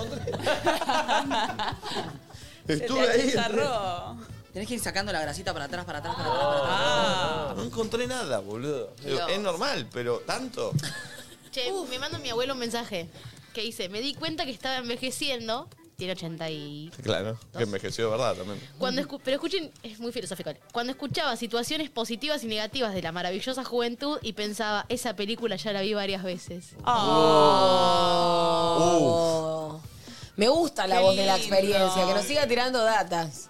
Speaker 3: Estuve
Speaker 4: se te
Speaker 3: ahí.
Speaker 4: achicharró.
Speaker 3: Tenés que ir sacando la grasita para atrás, para atrás, para atrás. para atrás.
Speaker 1: No encontré nada, boludo. Digo,
Speaker 5: Dios.
Speaker 1: Es normal, pero tanto.
Speaker 5: Che, me manda mi abuelo un mensaje que dice, me di cuenta que estaba envejeciendo. Tiene 80 y...
Speaker 1: Claro, que envejeció de verdad también.
Speaker 5: Cuando escu- pero escuchen, es muy filosófico. Cuando escuchaba situaciones positivas y negativas de la maravillosa juventud y pensaba, esa película ya la vi varias veces.
Speaker 2: Ah.
Speaker 3: Uh.
Speaker 2: Oh. Me gusta la
Speaker 5: Qué
Speaker 2: voz de la
Speaker 5: lindo.
Speaker 2: experiencia, que nos siga tirando datas.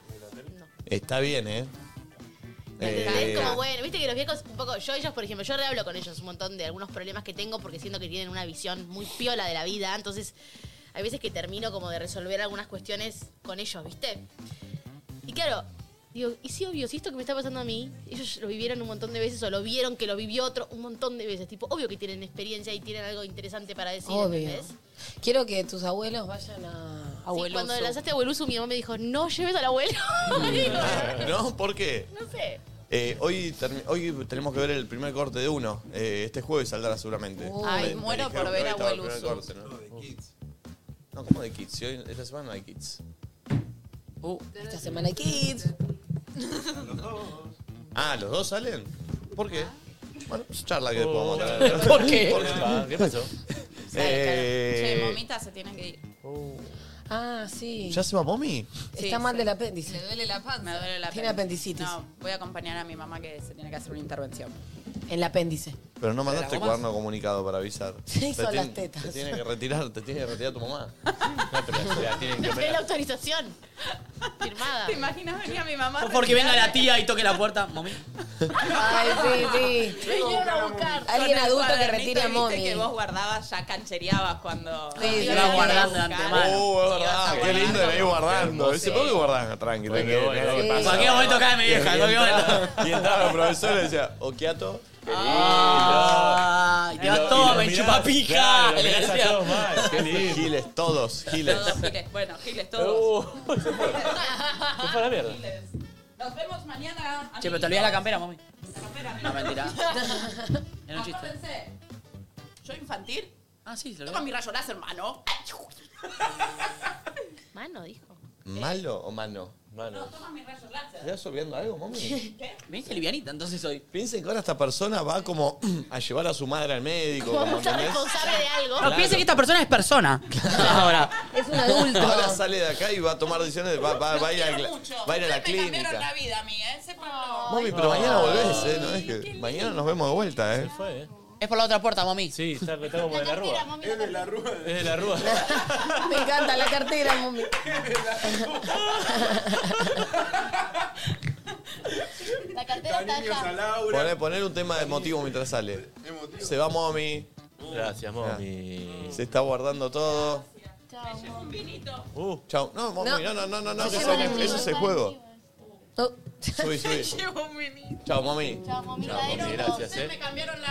Speaker 1: Está bien, ¿eh?
Speaker 5: Es como
Speaker 1: Eh,
Speaker 5: bueno, viste que los viejos, un poco, yo ellos, por ejemplo, yo hablo con ellos un montón de algunos problemas que tengo porque siento que tienen una visión muy piola de la vida, entonces hay veces que termino como de resolver algunas cuestiones con ellos, ¿viste? Y claro, digo, y sí, obvio, si esto que me está pasando a mí, ellos lo vivieron un montón de veces o lo vieron que lo vivió otro un montón de veces, tipo, obvio que tienen experiencia y tienen algo interesante para decir,
Speaker 2: Obvio.
Speaker 5: ¿entendés?
Speaker 2: Quiero que tus abuelos vayan a.
Speaker 5: Sí, cuando lanzaste a Abuelusu, mi mamá me dijo, no lleves al abuelo. Digo,
Speaker 1: ¿No? ¿Por qué?
Speaker 5: no sé.
Speaker 1: Eh, hoy, termi- hoy tenemos que ver el primer corte de uno. Eh, este jueves saldrá seguramente.
Speaker 4: Uy. Ay,
Speaker 1: Me- me
Speaker 4: muero
Speaker 1: dijeron
Speaker 4: por
Speaker 1: que
Speaker 4: ver
Speaker 1: hoy
Speaker 4: a
Speaker 1: estaba el
Speaker 4: Abuelusu.
Speaker 1: primer corte, ¿no? No, ¿cómo de Kids? Si hoy, esta semana no hay Kids.
Speaker 3: Uh.
Speaker 2: Esta semana hay kids.
Speaker 1: Ah, ¿los dos salen? ¿Por
Speaker 4: Ah.
Speaker 1: qué? Bueno, es charla que después vamos
Speaker 4: Oh.
Speaker 1: a tener.
Speaker 3: ¿Por qué?
Speaker 1: Ah, ¿Qué pasó?
Speaker 4: Che,
Speaker 1: Eh,
Speaker 4: momita, se tienen que ir.
Speaker 2: Ah, sí.
Speaker 1: ¿Ya se va Mommy?
Speaker 2: Está mal del apéndice.
Speaker 4: Me duele la panza. Me duele la
Speaker 2: Tiene apendicitis.
Speaker 4: No, voy a acompañar a mi mamá que se tiene que hacer una intervención.
Speaker 2: El apéndice.
Speaker 1: Pero no mandaste
Speaker 2: gomas?
Speaker 1: cuaderno comunicado para avisar.
Speaker 2: Sí,
Speaker 1: Te
Speaker 2: son las
Speaker 1: tien-
Speaker 2: tetas.
Speaker 1: Te tiene que retirar, te tiene que retirar tu mamá. No, pero se la tienen
Speaker 5: No
Speaker 1: que
Speaker 5: sé la
Speaker 1: operar.
Speaker 5: autorización. Firmada.
Speaker 4: ¿Te imaginas venir a mi mamá?
Speaker 3: Porque venga la tía y toque la puerta. Mami.
Speaker 2: Ay, sí, sí. Alguien adulto que retire a
Speaker 4: mommy.
Speaker 2: mommy.
Speaker 4: que vos guardabas, ya canchereabas cuando...
Speaker 2: Sí,
Speaker 4: Ibas
Speaker 2: sí.
Speaker 4: a
Speaker 2: guardando
Speaker 4: buscar.
Speaker 1: Uh, es verdad, qué lindo de ir guardando. Dice, ¿por qué guardás? Tranqui, tranqui.
Speaker 32: Porque
Speaker 1: mirá
Speaker 32: voy,
Speaker 1: lo que
Speaker 32: sí.
Speaker 1: pasa.
Speaker 32: Cualquier momento cae mi vieja,
Speaker 1: Y
Speaker 32: cualquier
Speaker 1: entraba- Y entraba el profesor y decía, Okiato. Qué lindo.
Speaker 3: Ah,
Speaker 1: Y
Speaker 3: te va
Speaker 1: lo-
Speaker 3: todo,
Speaker 1: y lo
Speaker 3: me
Speaker 1: mirás,
Speaker 3: chupa pica.
Speaker 1: claro, lo
Speaker 3: Le
Speaker 1: mirás a
Speaker 3: decía.
Speaker 1: todos mal, Qué lindo. Giles, todos, giles.
Speaker 4: Todos giles. Bueno, giles
Speaker 3: Uh.
Speaker 4: todos.
Speaker 5: Ah,
Speaker 32: Se fue a la mierda.
Speaker 4: Giles. Nos vemos mañana.
Speaker 3: Che, pero te olvidás la campera, mami.
Speaker 4: campera.
Speaker 3: No, mentira. Era un chiste.
Speaker 4: Acuérdense, ¿yo infantil?
Speaker 3: Ah, sí, se lo
Speaker 4: Toma mi rayo láser, hermano.
Speaker 5: Mano, dijo.
Speaker 1: ¿Malo o mano? Mano.
Speaker 4: Toma mis rayos láser.
Speaker 1: ¿Estás olvidando algo, mami?
Speaker 3: Me hice livianita, entonces hoy.
Speaker 1: Piensen que ahora esta persona va como a llevar a su madre al médico.
Speaker 5: Como
Speaker 1: como, ¿entendés?
Speaker 5: responsable de algo.
Speaker 3: No, piensen que esta persona es persona. Ahora.
Speaker 5: Es un
Speaker 1: Ahora sale de acá y va a tomar decisiones, va, va- va a, ir a, la- va a ir a
Speaker 4: Cambiaron
Speaker 1: la
Speaker 4: la
Speaker 1: clínica.
Speaker 4: vida a mí, ¿eh? Se fue
Speaker 1: Mami, pero mañana volvés, ¿eh? No es que mañana nos vemos de vuelta, ¿eh?
Speaker 3: Es por la otra puerta, mami.
Speaker 32: Sí, está, está como de la rúa. Es de la rúa. Es de la rúa.
Speaker 2: Me encanta la cartera, mami.
Speaker 5: La cartera está allá.
Speaker 1: Poner, poner un tema emotivo mientras sale. Se va mommy.
Speaker 32: Gracias, mommy.
Speaker 1: Se está guardando todo. Uh, chau. No, mommy, no,
Speaker 33: No.
Speaker 1: no, no, no, no.
Speaker 33: Se
Speaker 1: que
Speaker 33: lleva
Speaker 1: eso-
Speaker 33: un
Speaker 1: Eso es el juego. Subí, subí.
Speaker 4: Llevo un minuto.
Speaker 1: Chau, mami.
Speaker 4: Chao, mami.
Speaker 1: Chao, mami, gracias, eh.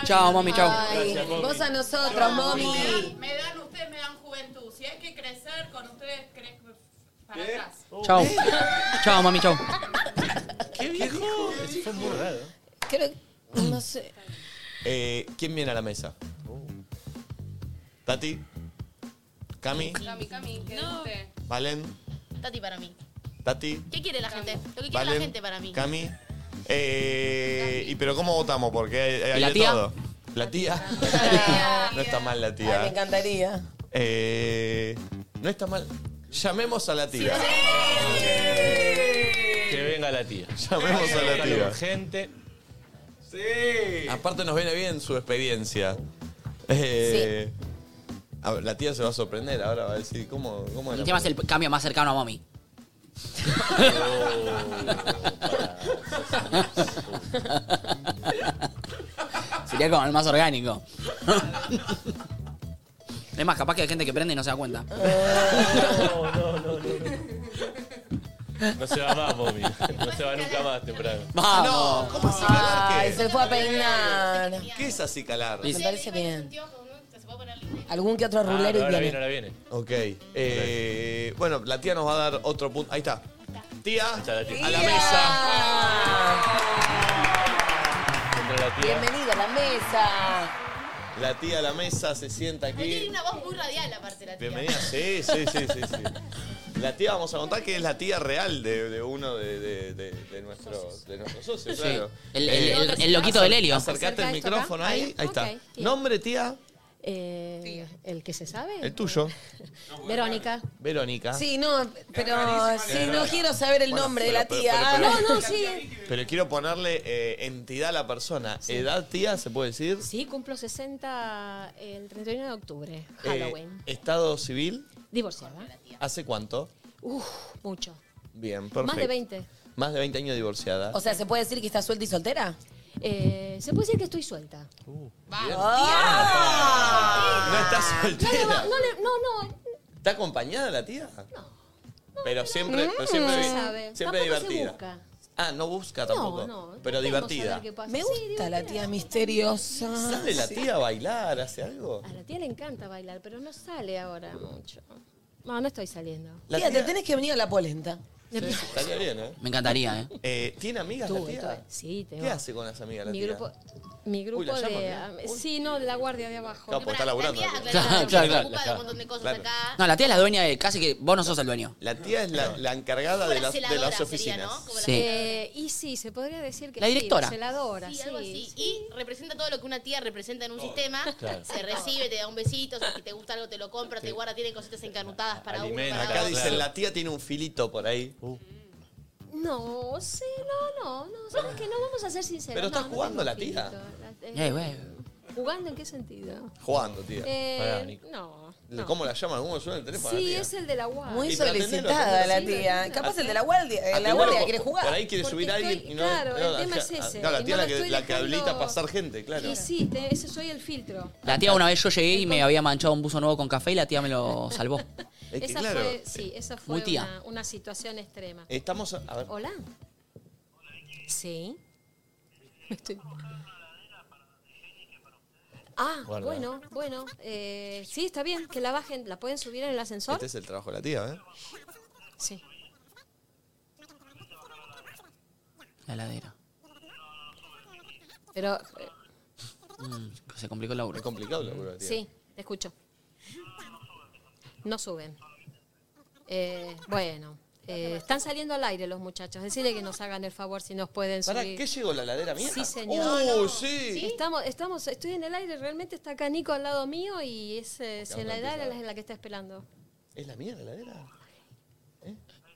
Speaker 3: Chao, mami, chao.
Speaker 2: Ay,
Speaker 3: Gracias, mami.
Speaker 2: vos a nosotros, mami.
Speaker 4: Ah, Me dan, ustedes me dan juventud. Si hay que crecer con ustedes, crezco para atrás.
Speaker 1: Oh.
Speaker 3: Chao. Chao, mami, chao.
Speaker 1: ¿Qué viejo? Eso fue muy raro.
Speaker 2: Creo no sé.
Speaker 1: Eh, ¿Quién viene a la mesa? Tati, Cami,
Speaker 5: Cami, Cami, ¿qué guste.
Speaker 1: Valen,
Speaker 5: Tati para mí.
Speaker 1: Tati,
Speaker 5: ¿Qué quiere la gente? Lo que quiere
Speaker 1: Valen,
Speaker 5: la gente para mí.
Speaker 1: Cami. Eh, y pero cómo votamos porque hay, hay
Speaker 3: ¿Y la
Speaker 1: de
Speaker 3: tía?
Speaker 1: todo. La tía. no está mal la
Speaker 2: Ay, me
Speaker 1: tía.
Speaker 2: encantaría.
Speaker 1: Eh, no está mal. Llamemos a la tía.
Speaker 32: Que venga la tía.
Speaker 1: Llamemos a la tía.
Speaker 32: Gente.
Speaker 1: Aparte nos viene bien su experiencia. Eh, a ver, la tía se va a sorprender ahora, va a decir, ¿cómo, cómo
Speaker 3: El
Speaker 1: era?
Speaker 3: tema es el cambio más cercano a mami.
Speaker 1: Oh,
Speaker 3: Sería como el más orgánico. Es más, capaz que hay gente que prende y no se da cuenta.
Speaker 32: No,
Speaker 1: Oh,
Speaker 32: no, no, no. No se va más, mommy. No se va nunca más temprano. Ah,
Speaker 1: No, ¿cómo así calar?
Speaker 2: Ay,
Speaker 1: ¿Qué?
Speaker 2: se fue a peinar.
Speaker 1: ¿Qué es así calar?
Speaker 2: Me parece bien. Algún que
Speaker 1: Ah,
Speaker 2: otro rulero y viene.
Speaker 32: Ah, viene.
Speaker 1: Ok. eh, bueno, la tía nos va a dar otro punto. Ahí está. Tía, a la
Speaker 2: Tía.
Speaker 1: mesa.
Speaker 3: Ah.
Speaker 2: Bienvenida a la mesa.
Speaker 1: La tía a la mesa se sienta
Speaker 5: Tiene
Speaker 1: aquí.
Speaker 5: una voz muy radial aparte la tía.
Speaker 1: Bienvenida. Sí, sí, sí, sí, sí. La tía, vamos a contar que es la tía real de, de uno de, de, de- de nuestro, de nuestros socios,
Speaker 3: Sí.
Speaker 1: claro. Eh,
Speaker 3: El- el- el- el loquito del Helio.
Speaker 1: Acercate el
Speaker 18: ¿Acerca esto acá?
Speaker 1: micrófono ahí. Ahí está.
Speaker 18: Ok, tía.
Speaker 1: Nombre, tía.
Speaker 18: Eh, el que se sabe.
Speaker 1: El tuyo.
Speaker 18: Verónica.
Speaker 1: Verónica.
Speaker 2: Sí, no, pero sí, no
Speaker 1: Verónica.
Speaker 2: quiero saber el
Speaker 1: Bueno,
Speaker 2: nombre de
Speaker 1: pero-
Speaker 2: la
Speaker 1: pero-
Speaker 2: tía.
Speaker 1: pero- pero-
Speaker 18: No, no, sí.
Speaker 1: Pero quiero ponerle eh, entidad a la persona. ¿Edad, tía, se puede decir?
Speaker 18: Sí, cumplo 60 el 31 de octubre,
Speaker 1: Eh,
Speaker 18: Halloween.
Speaker 1: estado civil.
Speaker 18: Divorciada.
Speaker 1: ¿Hace cuánto?
Speaker 18: Uf, mucho.
Speaker 1: Bien, perfecto.
Speaker 18: Más de 20.
Speaker 1: Más de 20 años divorciada.
Speaker 2: O sea, ¿se puede decir que está suelta y soltera?
Speaker 18: Eh, se puede decir que estoy suelta.
Speaker 1: no está
Speaker 18: Ah, No, le
Speaker 1: soltera.
Speaker 18: va- no, le- no, no,
Speaker 1: ¿Está acompañada la tía? No. Pero siempre, pero siempre,
Speaker 18: no se
Speaker 1: vi-
Speaker 18: sabe.
Speaker 1: siempre
Speaker 18: Mm. Tampoco se
Speaker 1: divertida.
Speaker 18: busca.
Speaker 1: Ah, no busca
Speaker 18: No,
Speaker 1: tampoco.
Speaker 18: no,
Speaker 1: pero
Speaker 18: queremos
Speaker 1: divertida.
Speaker 18: saber qué pasa.
Speaker 2: Me
Speaker 18: Sí,
Speaker 2: gusta la tía misteriosa.
Speaker 1: ¿Sabe la
Speaker 2: Sí.
Speaker 1: tía bailar? ¿Hace algo?
Speaker 18: A la tía le encanta bailar, pero no sale ahora mucho. No, no estoy saliendo.
Speaker 1: La
Speaker 2: tía,
Speaker 1: tía-
Speaker 2: te tenés que venir a la polenta.
Speaker 1: Estaría bien, ¿eh?
Speaker 3: Me encantaría, ¿eh?
Speaker 1: Eh, ¿Tiene amigas la
Speaker 18: Tuve,
Speaker 1: tía?
Speaker 18: tuve. Sí, tengo.
Speaker 1: ¿Qué hace con las amigas la
Speaker 18: mi
Speaker 1: tía?
Speaker 18: grupo, mi grupo
Speaker 1: Uy, la llaman,
Speaker 18: de.
Speaker 1: ¿eh?
Speaker 18: am- sí, no, de la guardia de abajo.
Speaker 1: Claro, porque pues está laburando.
Speaker 18: Claro, claro, claro.
Speaker 5: ocupa de un montón de cosas
Speaker 1: Claro.
Speaker 5: acá.
Speaker 3: No, la tía es la dueña de. Casi que vos no sos el dueño.
Speaker 1: La tía es la, la encargada de
Speaker 5: la
Speaker 1: las, de
Speaker 5: celadora
Speaker 1: las
Speaker 5: sería,
Speaker 1: oficinas.
Speaker 5: ¿no?
Speaker 3: Sí.
Speaker 18: Eh, y sí, se podría decir que
Speaker 3: La
Speaker 18: sí,
Speaker 3: directora.
Speaker 18: celadora,
Speaker 5: Sí, algo
Speaker 18: sí.
Speaker 5: así. Y representa todo lo que una tía representa en un sistema.
Speaker 18: Claro.
Speaker 5: Se recibe, te da un besito, si te gusta algo te lo compra, te guarda, tiene cositas encanutadas para uno.
Speaker 1: Acá
Speaker 5: para otro.
Speaker 1: dicen, la tía tiene un filito por ahí.
Speaker 18: Uh. No, sí, no, no, no. ¿Sabes que No vamos a ser sinceros.
Speaker 1: Pero
Speaker 18: no,
Speaker 1: está
Speaker 18: no tengo
Speaker 1: jugando la tía.
Speaker 18: filito. La- eh,
Speaker 1: Eh, güey.
Speaker 18: ¿Jugando en qué sentido?
Speaker 1: Jugando, tía.
Speaker 18: Eh,
Speaker 1: Pará, Nico.
Speaker 18: no.
Speaker 1: Le- ¿Cómo la llaman? ¿Cómo suena el teléfono?
Speaker 18: Sí,
Speaker 1: la tía?
Speaker 18: es el de la guardia.
Speaker 2: Muy
Speaker 1: Y pero atendelo,
Speaker 2: solicitada la
Speaker 18: atendelo.
Speaker 2: tía. Capaz el de la guardia, eh, la
Speaker 1: Atendelo,
Speaker 2: guardia
Speaker 1: por-
Speaker 2: quiere jugar.
Speaker 1: Ah, Por ahí quiere subir a
Speaker 18: estoy-
Speaker 1: alguien y no.
Speaker 18: claro,
Speaker 1: no,
Speaker 18: el
Speaker 1: la
Speaker 18: tema
Speaker 1: tía-
Speaker 18: es ese,
Speaker 1: No, la
Speaker 18: y no
Speaker 1: tía la,
Speaker 18: lo
Speaker 1: que,
Speaker 18: estoy
Speaker 1: la que
Speaker 18: dejando-
Speaker 1: habilita a pasar gente, claro.
Speaker 18: Y sí, te- ese soy el filtro.
Speaker 3: La tía, una vez yo llegué y me había manchado un buzo nuevo con café y la tía me lo salvó.
Speaker 18: esa fue, sí, esa fue
Speaker 3: muy tía.
Speaker 18: Una, una situación extrema.
Speaker 1: eh, Estamos. A ver.
Speaker 18: Hola. Sí. Me estoy- Ah,
Speaker 1: Guarda.
Speaker 18: bueno, bueno. eh, sí, está bien, que la bajen, la pueden subir en el ascensor.
Speaker 1: Este es el trabajo de la tía, ¿eh?
Speaker 18: Sí.
Speaker 3: La heladera.
Speaker 18: Pero eh,
Speaker 3: Mm, se complicó el laburo. Es
Speaker 1: complicado el laburo,
Speaker 18: sí, te escucho. No suben. Eh, bueno, Eh, están saliendo al aire los muchachos. Decirle que nos hagan el favor si nos pueden
Speaker 1: ¿Para
Speaker 18: subir.
Speaker 1: qué llegó la ladera mía?
Speaker 18: Sí, señor.
Speaker 1: ¡Oh, sí!
Speaker 18: Estamos, estamos, estoy en el aire, realmente está acá Nico al lado mío y es, eh,
Speaker 1: Acabamos
Speaker 18: la
Speaker 1: de
Speaker 18: edad
Speaker 1: empezar.
Speaker 18: es la que está esperando.
Speaker 1: ¿Es la mía la heladera?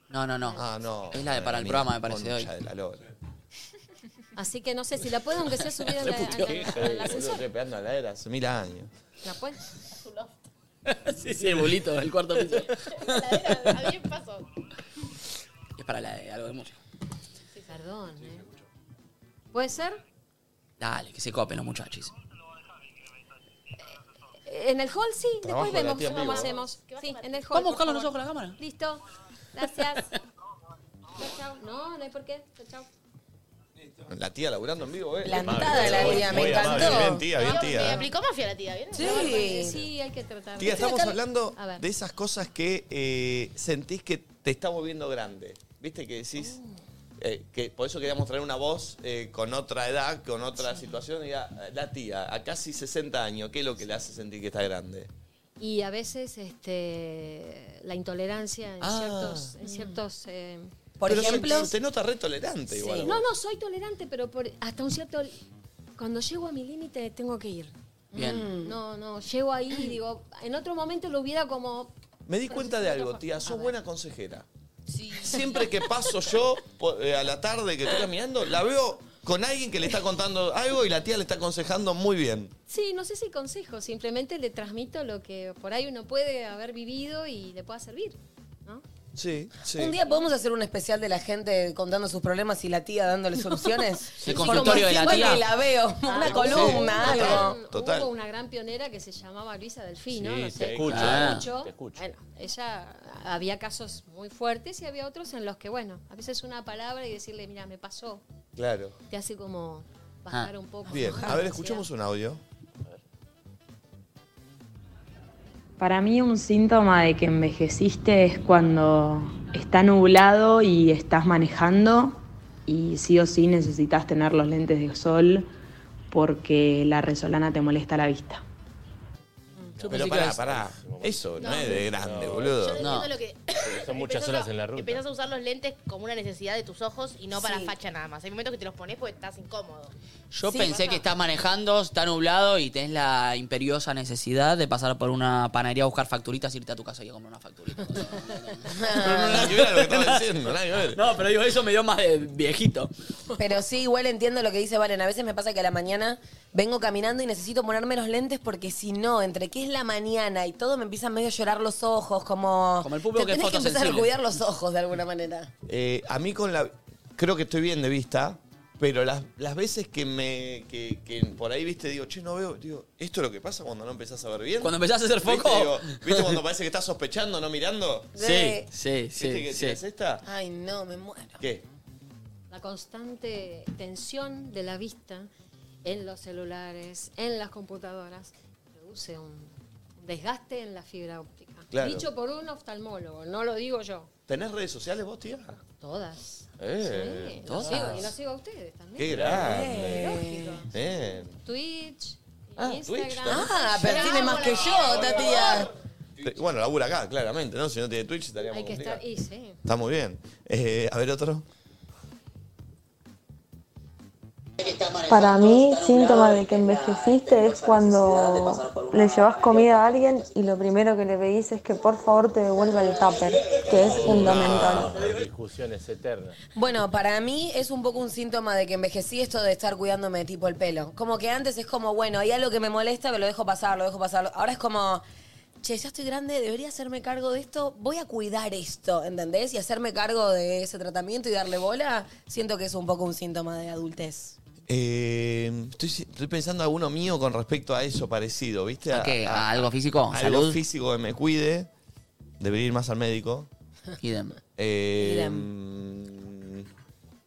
Speaker 3: No, no, no.
Speaker 1: Ah, no.
Speaker 3: Es la de para el programa, me parece, de hoy.
Speaker 1: Concha de la lora.
Speaker 18: Así que no sé si la pueden aunque sea subir en la, en la- en la ascensor.
Speaker 1: pegando a la era hace mil años.
Speaker 18: ¿La pueden?
Speaker 3: sí, sí, el bulito del cuarto piso.
Speaker 5: A bien paso.
Speaker 3: Es para la de algo de mucho.
Speaker 18: Perdón. eh. ¿Puede ser?
Speaker 3: Dale, que se copen los muchachos.
Speaker 18: En el hall sí,
Speaker 3: Trabajo
Speaker 18: después
Speaker 3: de la
Speaker 18: vemos
Speaker 3: tía
Speaker 18: cómo
Speaker 3: Migo, ¿no?
Speaker 18: hacemos. Sí, en el hall.
Speaker 3: Vamos a buscar
Speaker 18: por
Speaker 3: los
Speaker 18: favor.
Speaker 3: ojos a la cámara.
Speaker 18: Listo. Gracias. Chao, chao. No, no hay por qué. Chao, chao.
Speaker 1: La tía laburando en vivo, eh.
Speaker 18: Plantada la tía, me
Speaker 1: Muy amable,
Speaker 18: encantó.
Speaker 1: Ah, Bien, tía, ¿eh? bien,
Speaker 5: Me
Speaker 1: tía.
Speaker 5: aplicó mafia la tía, ¿vieron?
Speaker 18: Sí. Sí, hay que tratar.
Speaker 1: Tía, estamos
Speaker 18: Tratar-
Speaker 1: hablando
Speaker 18: A ver.
Speaker 1: de esas cosas que eh, sentís que te está volviendo grande. ¿Viste que decís?
Speaker 18: Mm.
Speaker 1: eh, que por eso queríamos traer una voz eh, con otra edad, con otra situación. Y a- la tía, a casi 60 años, ¿qué es lo que le hace sentir que está grande?
Speaker 18: Y a veces este, la intolerancia en
Speaker 1: Ah.
Speaker 18: ciertos...
Speaker 3: Mm.
Speaker 18: En ciertos eh,
Speaker 1: Pero se- Se, te nota re tolerante igual.
Speaker 18: Sí.
Speaker 1: vos.
Speaker 18: No, no, soy tolerante, pero por- hasta un cierto... Cuando llego a mi límite tengo que ir.
Speaker 1: Bien.
Speaker 18: Mm, No, no, llego ahí y digo, en otro momento lo hubiera como...
Speaker 1: Me di cuenta de algo, tía, sos buena consejera. Siempre que paso yo po- eh, a la tarde que estoy caminando, la veo con alguien que le está contando algo y la tía le está aconsejando muy bien.
Speaker 18: Sí, no sé si consejo, simplemente le transmito lo que por ahí uno puede haber vivido y le pueda servir.
Speaker 1: Sí, sí.
Speaker 2: Un día podemos hacer un especial de la gente contando sus problemas y la tía dándole soluciones.
Speaker 3: El consultorio de la
Speaker 2: Como si
Speaker 3: tía. Ah,
Speaker 2: fuera que la veo, una columna,
Speaker 18: Sí,
Speaker 2: algo.
Speaker 18: Hubo
Speaker 3: Total.
Speaker 18: una gran pionera que se llamaba Luisa Delfino,
Speaker 3: Sí,
Speaker 18: no
Speaker 3: te
Speaker 18: sé,
Speaker 3: escucho,
Speaker 18: la
Speaker 3: eh,
Speaker 18: escucho.
Speaker 3: te escucho.
Speaker 18: Bueno, ella había casos muy fuertes y había otros en los que, bueno, a veces una palabra y decirle, mira, me pasó,
Speaker 1: Claro.
Speaker 18: te hace como bajar
Speaker 1: Ah,
Speaker 18: un poco.
Speaker 1: Bien, a ver,
Speaker 18: Sí.
Speaker 1: escuchemos un audio.
Speaker 26: Para mí un síntoma de que envejeciste es cuando está nublado y estás manejando y sí o sí necesitas tener los lentes de sol porque la resolana te molesta la vista.
Speaker 1: Pero pará, pará. Eso no,
Speaker 5: No.
Speaker 1: es de grande,
Speaker 5: Yo
Speaker 1: boludo.
Speaker 5: entiendo lo que.
Speaker 1: Son muchas horas en la ruta.
Speaker 5: Empezás a usar los lentes como una necesidad de tus ojos y no para
Speaker 2: Sí.
Speaker 5: facha nada más. Hay momentos que te los pones porque estás incómodo.
Speaker 3: Yo
Speaker 5: Sí,
Speaker 3: pensé
Speaker 5: pasa.
Speaker 3: que estás manejando, está nublado y tenés la imperiosa necesidad de pasar por una panadería a buscar facturitas, e irte a tu casa y a comprar una facturita. No,
Speaker 1: nada que ver a lo que estaba diciendo, nada que ver.
Speaker 3: No, pero digo, eso me dio más de viejito.
Speaker 2: Pero sí, igual entiendo lo que dice Valen. A veces me pasa que a la mañana vengo caminando y necesito ponerme los lentes porque si no, entre que es la mañana y todo, me empiezan medio a llorar los ojos, como...
Speaker 3: Como el público
Speaker 2: Te
Speaker 3: que es
Speaker 2: tenés que empezar a
Speaker 3: fotosensible.
Speaker 2: cuidar los ojos de alguna manera.
Speaker 1: Eh, a mí con la... Creo que estoy bien de vista, pero las, las veces que me... Que, que por ahí, viste, digo, che, no veo... Digo, ¿esto es lo que pasa cuando no empezás a ver bien?
Speaker 3: Cuando empezás a hacer
Speaker 1: ¿Viste?
Speaker 3: foco.
Speaker 1: Digo, ¿Viste cuando parece que estás sospechando, no mirando?
Speaker 3: Sí, sí, sí,
Speaker 1: ¿Viste que
Speaker 3: sí.
Speaker 1: tirás esta?
Speaker 2: Ay, no, me muero.
Speaker 1: ¿Qué?
Speaker 18: La constante tensión de la vista en los celulares, en las computadoras, produce un desgaste en la fibra óptica.
Speaker 1: Claro.
Speaker 18: Dicho por un oftalmólogo, no lo digo yo.
Speaker 1: ¿Tenés redes sociales vos, tía?
Speaker 18: Todas.
Speaker 1: Eh,
Speaker 18: Sí, los sigo, y los sigo a ustedes también.
Speaker 1: Qué grande.
Speaker 18: Lógico.
Speaker 1: Bien.
Speaker 18: Twitch,
Speaker 1: Ah,
Speaker 18: Instagram.
Speaker 1: Twitch también.
Speaker 2: Ah, pero tiene más que yo, Tatía.
Speaker 1: Te- Bueno, labura acá, claramente, ¿no? Si no tiene Twitch estaríamos
Speaker 18: Hay que
Speaker 1: complicados.
Speaker 18: estar. Y sí.
Speaker 1: Está muy bien. Eh, a ver otro.
Speaker 26: Para mí, síntoma de que envejeciste es cuando le llevas comida a alguien y lo primero que le pedís es que por favor te devuelva el tupper, que es fundamental.
Speaker 1: Ah,
Speaker 32: Discusiones eternas.
Speaker 2: Bueno, para mí es un poco un síntoma de que envejecí esto de estar cuidándome tipo el pelo. Como que antes es como, bueno, hay algo que me molesta, pero lo dejo pasar, lo dejo pasar. Ahora es como, che, ya estoy grande, debería hacerme cargo de esto, voy a cuidar esto, ¿entendés? Y hacerme cargo de ese tratamiento y darle bola, siento que es un poco un síntoma de adultez.
Speaker 1: Eh, estoy, estoy pensando alguno mío con respecto a eso parecido, ¿viste?
Speaker 3: ¿A qué? ¿A algo físico?
Speaker 1: a Algo
Speaker 3: ¿Salud?
Speaker 1: físico que me cuide. Debería ir más al médico.
Speaker 3: Idem.
Speaker 1: Eh, mm,
Speaker 3: Idem.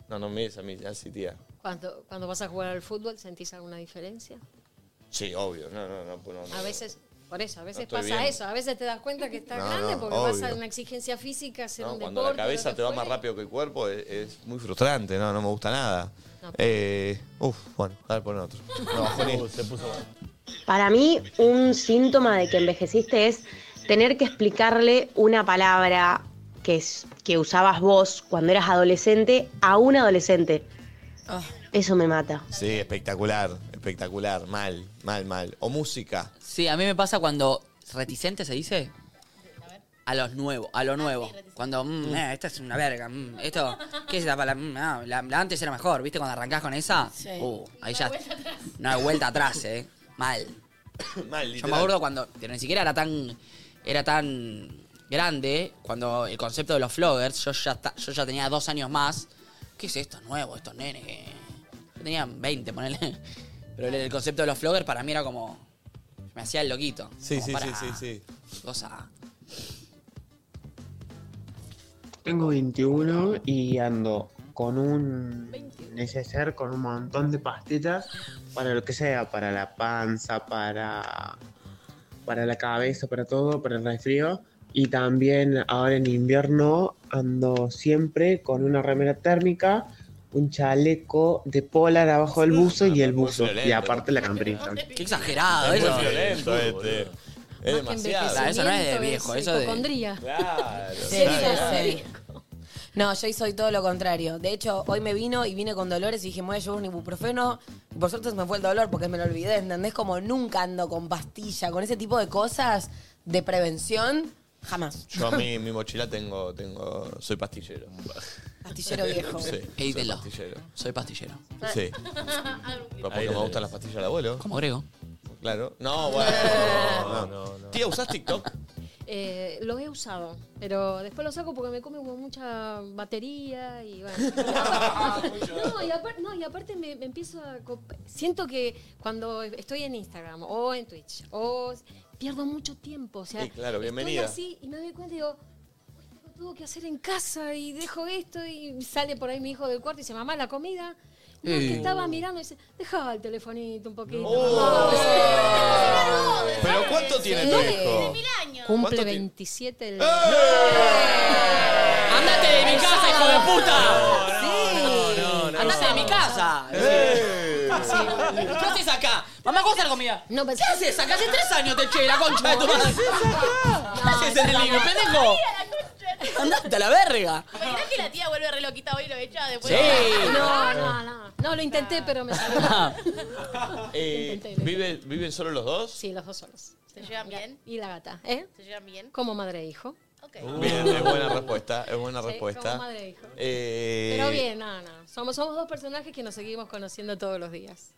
Speaker 1: No, no me mires a mí, así, tía.
Speaker 18: Cuando, cuando vas a jugar al fútbol, ¿sentís alguna diferencia?
Speaker 1: Sí, obvio. No, no, no. no, no.
Speaker 18: A veces, por eso, a
Speaker 1: No
Speaker 18: veces
Speaker 1: estoy
Speaker 18: pasa
Speaker 1: bien.
Speaker 18: eso. A veces te das cuenta que estás
Speaker 1: No,
Speaker 18: grande
Speaker 1: no,
Speaker 18: porque vas a
Speaker 1: obvio.
Speaker 18: una exigencia física, hacer
Speaker 1: No,
Speaker 18: un
Speaker 1: cuando
Speaker 18: deporte.
Speaker 1: la
Speaker 18: lo
Speaker 1: cabeza te
Speaker 18: que
Speaker 1: va
Speaker 18: fuere.
Speaker 1: más rápido que el cuerpo, es, es muy frustrante, no, no me gusta nada. Eh, uf, bueno, a ver, poner otro. No, Juanín.
Speaker 26: Para mí, un síntoma de que envejeciste es tener que explicarle una palabra
Speaker 34: que, es- que usabas vos cuando eras adolescente a un adolescente.
Speaker 2: Ah.
Speaker 34: Eso me mata.
Speaker 1: Sí, espectacular, espectacular, mal, mal, mal. O música.
Speaker 3: Sí, a mí me pasa cuando reticente se dice a los nuevos, a lo nuevo. Cuando, mm, eh, esta es una verga, mm, esto, ¿qué es esta palabra? Mm, ah, la, la antes era mejor, ¿viste? Cuando arrancás con esa,
Speaker 33: Sí.
Speaker 3: uh, ahí ya no hay vuelta atrás, ¿eh? Mal.
Speaker 1: Mal,
Speaker 3: Yo me acuerdo cuando, que ni siquiera era tan, era tan grande, cuando el concepto de los floggers, yo ya, ta- yo ya tenía dos años más. ¿Qué es esto nuevo, estos nenes? que- Yo tenía 20, ponele. Pero el, el concepto de los floggers para mí era como, me hacía el loquito.
Speaker 1: Sí,
Speaker 3: Como
Speaker 1: sí,
Speaker 3: para-
Speaker 1: sí, sí,
Speaker 3: Cosa.
Speaker 8: Tengo 21 y ando con un neceser con un montón de pastetas para lo que sea, para la panza, para para la cabeza, para todo, para el resfrío. Y también ahora en invierno ando siempre con una remera térmica, un chaleco de polar abajo del buzo y el buzo. Y aparte la camperita.
Speaker 3: Qué exagerado
Speaker 1: Es muy
Speaker 3: Ah, eso.
Speaker 1: violento
Speaker 32: eh.
Speaker 1: este. Es
Speaker 8: que
Speaker 1: demasiado.
Speaker 3: Claro, eso no es de viejo, eso es de.
Speaker 1: Claro.
Speaker 2: Sí,
Speaker 1: claro.
Speaker 2: sí, sí. No, yo soy todo lo contrario. De hecho, hoy me vino y vine con dolores y dije, me voy a llevar un ibuprofeno. Y por suerte se me fue el dolor porque me lo olvidé, ¿entendés? Como nunca ando con pastilla, con ese tipo de cosas de prevención, jamás.
Speaker 1: Yo en mi, mi mochila tengo, tengo. Soy pastillero.
Speaker 2: Pastillero viejo.
Speaker 1: Sí, soy
Speaker 3: Edítelo.
Speaker 1: pastillero.
Speaker 3: Soy pastillero.
Speaker 1: Sí. Pero porque
Speaker 3: Ahí
Speaker 1: me
Speaker 3: lo
Speaker 1: gustan las pastillas del abuelo.
Speaker 3: Como Grego.
Speaker 1: Claro. No, bueno.
Speaker 8: No,
Speaker 1: No, Tía, ¿usás TikTok?
Speaker 18: Eh, lo he usado, pero después lo saco porque me come como mucha batería y bueno. no, y apar- no, y aparte me, me empiezo a... co- Siento que cuando estoy en Instagram o en Twitch o pierdo mucho tiempo, o sea,
Speaker 1: Y claro, bienvenida.
Speaker 18: estoy así y me doy cuenta y digo, "Uy, tengo todo que hacer en casa y dejo esto y sale por ahí mi hijo del cuarto y dice, mamá, la comida. No, es
Speaker 1: Sí.
Speaker 18: que estaba mirando y dice, deja el telefonito un poquito.
Speaker 1: Oh. Pero ¿cuánto tiene tu hijo? ¡Eh!
Speaker 18: Cumple 27 el...
Speaker 3: ¡Andate de mi casa, hijo de puta!
Speaker 18: Sí.
Speaker 3: ¡Andate de mi casa! ¿Qué haces acá? Mamá, ¿cómo haces la comida?
Speaker 18: No, pues-
Speaker 3: ¿Qué haces acá? Hace tres años te eché la concha de tu madre. ¿Qué haces en el libro, pendejo? ¡Andate a la verga!
Speaker 5: Imaginás que la tía vuelve re loquita hoy y lo echa después.
Speaker 3: Sí.
Speaker 18: No, no, no. No, lo intenté, pero me salió.
Speaker 1: Eh, ¿viven, ¿Viven solo los dos?
Speaker 18: Sí, los dos solos.
Speaker 5: ¿Se llevan bien?
Speaker 18: Y la gata, ¿eh?
Speaker 5: ¿Se llevan bien?
Speaker 18: Como madre e hijo.
Speaker 1: Bien, es buena respuesta, es buena
Speaker 18: Sí,
Speaker 1: respuesta.
Speaker 18: como madre e hijo.
Speaker 1: Eh,
Speaker 18: Pero bien, no, no. Somos, somos dos personajes que nos seguimos conociendo todos los días.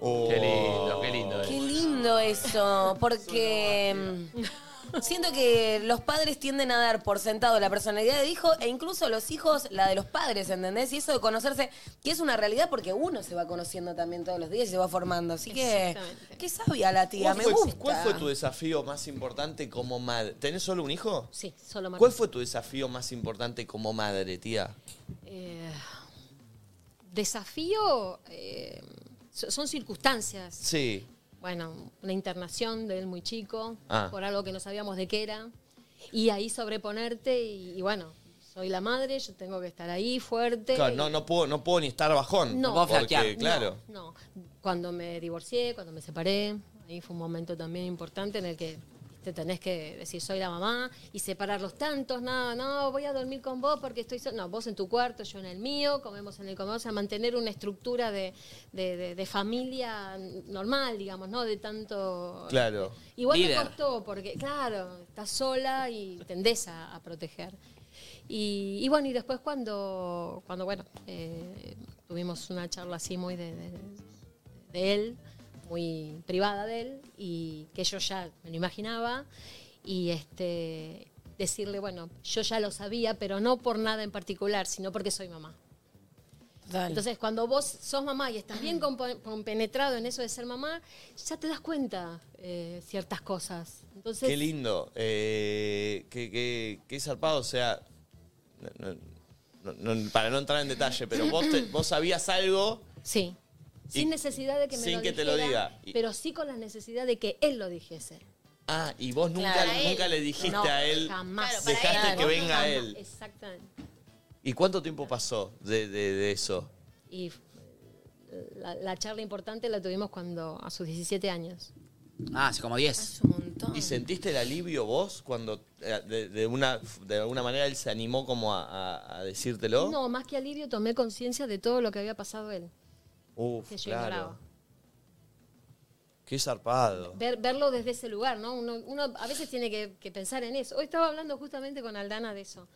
Speaker 1: oh.
Speaker 32: Qué lindo, qué lindo.
Speaker 2: Qué lindo eso, porque mm, siento que los padres tienden a dar por sentado la personalidad del hijo e incluso los hijos la de los padres, ¿entendés? Y eso de conocerse, que es una realidad porque uno se va conociendo también todos los días y se va formando. Así que, qué sabia la tía,
Speaker 1: ¿Cuál
Speaker 2: me
Speaker 1: fue,
Speaker 2: gusta.
Speaker 1: cuál fue tu desafío más importante como madre? ¿Tenés solo un hijo?
Speaker 18: Sí, solo Martín.
Speaker 1: ¿Cuál fue tu desafío más importante como madre, tía?
Speaker 18: Eh, desafío eh, so- son circunstancias.
Speaker 1: Sí.
Speaker 18: Bueno, una internación de él muy chico,
Speaker 1: Ah.
Speaker 18: por algo que no sabíamos de qué era. Y ahí sobreponerte y, y bueno, soy la madre, yo tengo que estar ahí fuerte.
Speaker 1: Claro, no, no, puedo, no puedo ni estar bajón.
Speaker 18: No.
Speaker 1: porque,
Speaker 18: No flaquear.
Speaker 1: Claro.
Speaker 18: No, cuando me divorcié, cuando me separé, ahí fue un momento también importante en el que te tenés que decir soy la mamá y separar los tantos, no, no, voy a dormir con vos porque estoy sola. No, vos en tu cuarto, yo en el mío, comemos en el comedor, o sea, mantener una estructura de, de- de- de familia normal, digamos, ¿no? De tanto...
Speaker 1: Claro.
Speaker 18: Igual
Speaker 1: Líder.
Speaker 18: me costó porque, claro, estás sola y tendés a, a proteger. Y, y bueno, y después cuando, cuando bueno, eh, tuvimos una charla así muy de, de- de él, muy privada de él, y que yo ya me lo imaginaba, y este decirle, bueno, yo ya lo sabía, pero no por nada en particular, sino porque soy mamá. Entonces, cuando vos sos mamá y estás bien compo- compenetrado en eso de ser mamá, ya te das cuenta eh, ciertas cosas. Entonces,
Speaker 1: Qué lindo. Eh, qué, qué- qué zarpado, o sea. no- no- no- no- para no entrar en detalle, pero vos, te- vos sabías algo.
Speaker 18: Sí. sin necesidad de que me
Speaker 1: sin
Speaker 18: lo
Speaker 1: que te lo
Speaker 18: dijera,
Speaker 1: diga. Y-
Speaker 18: pero sí con la necesidad de que él lo dijese.
Speaker 1: Ah, y vos nunca,
Speaker 18: Claro, a él.
Speaker 1: nunca le dijiste
Speaker 18: No,
Speaker 1: a él.
Speaker 18: jamás.
Speaker 1: Dejaste que venga
Speaker 18: Jamás,
Speaker 1: él.
Speaker 18: Exactamente.
Speaker 1: ¿Y cuánto tiempo pasó de, de- de eso?
Speaker 18: Y f- la, la charla importante la tuvimos cuando a sus 17 años.
Speaker 3: Ah, hace como 10.
Speaker 2: montón.
Speaker 1: ¿Y sentiste el alivio vos cuando eh, de, de una, de alguna manera él se animó como a, a- a decírtelo?
Speaker 18: No, más que alivio tomé conciencia de todo lo que había pasado él.
Speaker 1: Uf,
Speaker 18: que yo
Speaker 1: claro.
Speaker 18: ignoraba.
Speaker 1: Qué zarpado.
Speaker 18: Ver- verlo desde ese lugar, ¿no? Uno, uno a veces tiene que, que pensar en eso. Hoy estaba hablando justamente con Aldana de eso.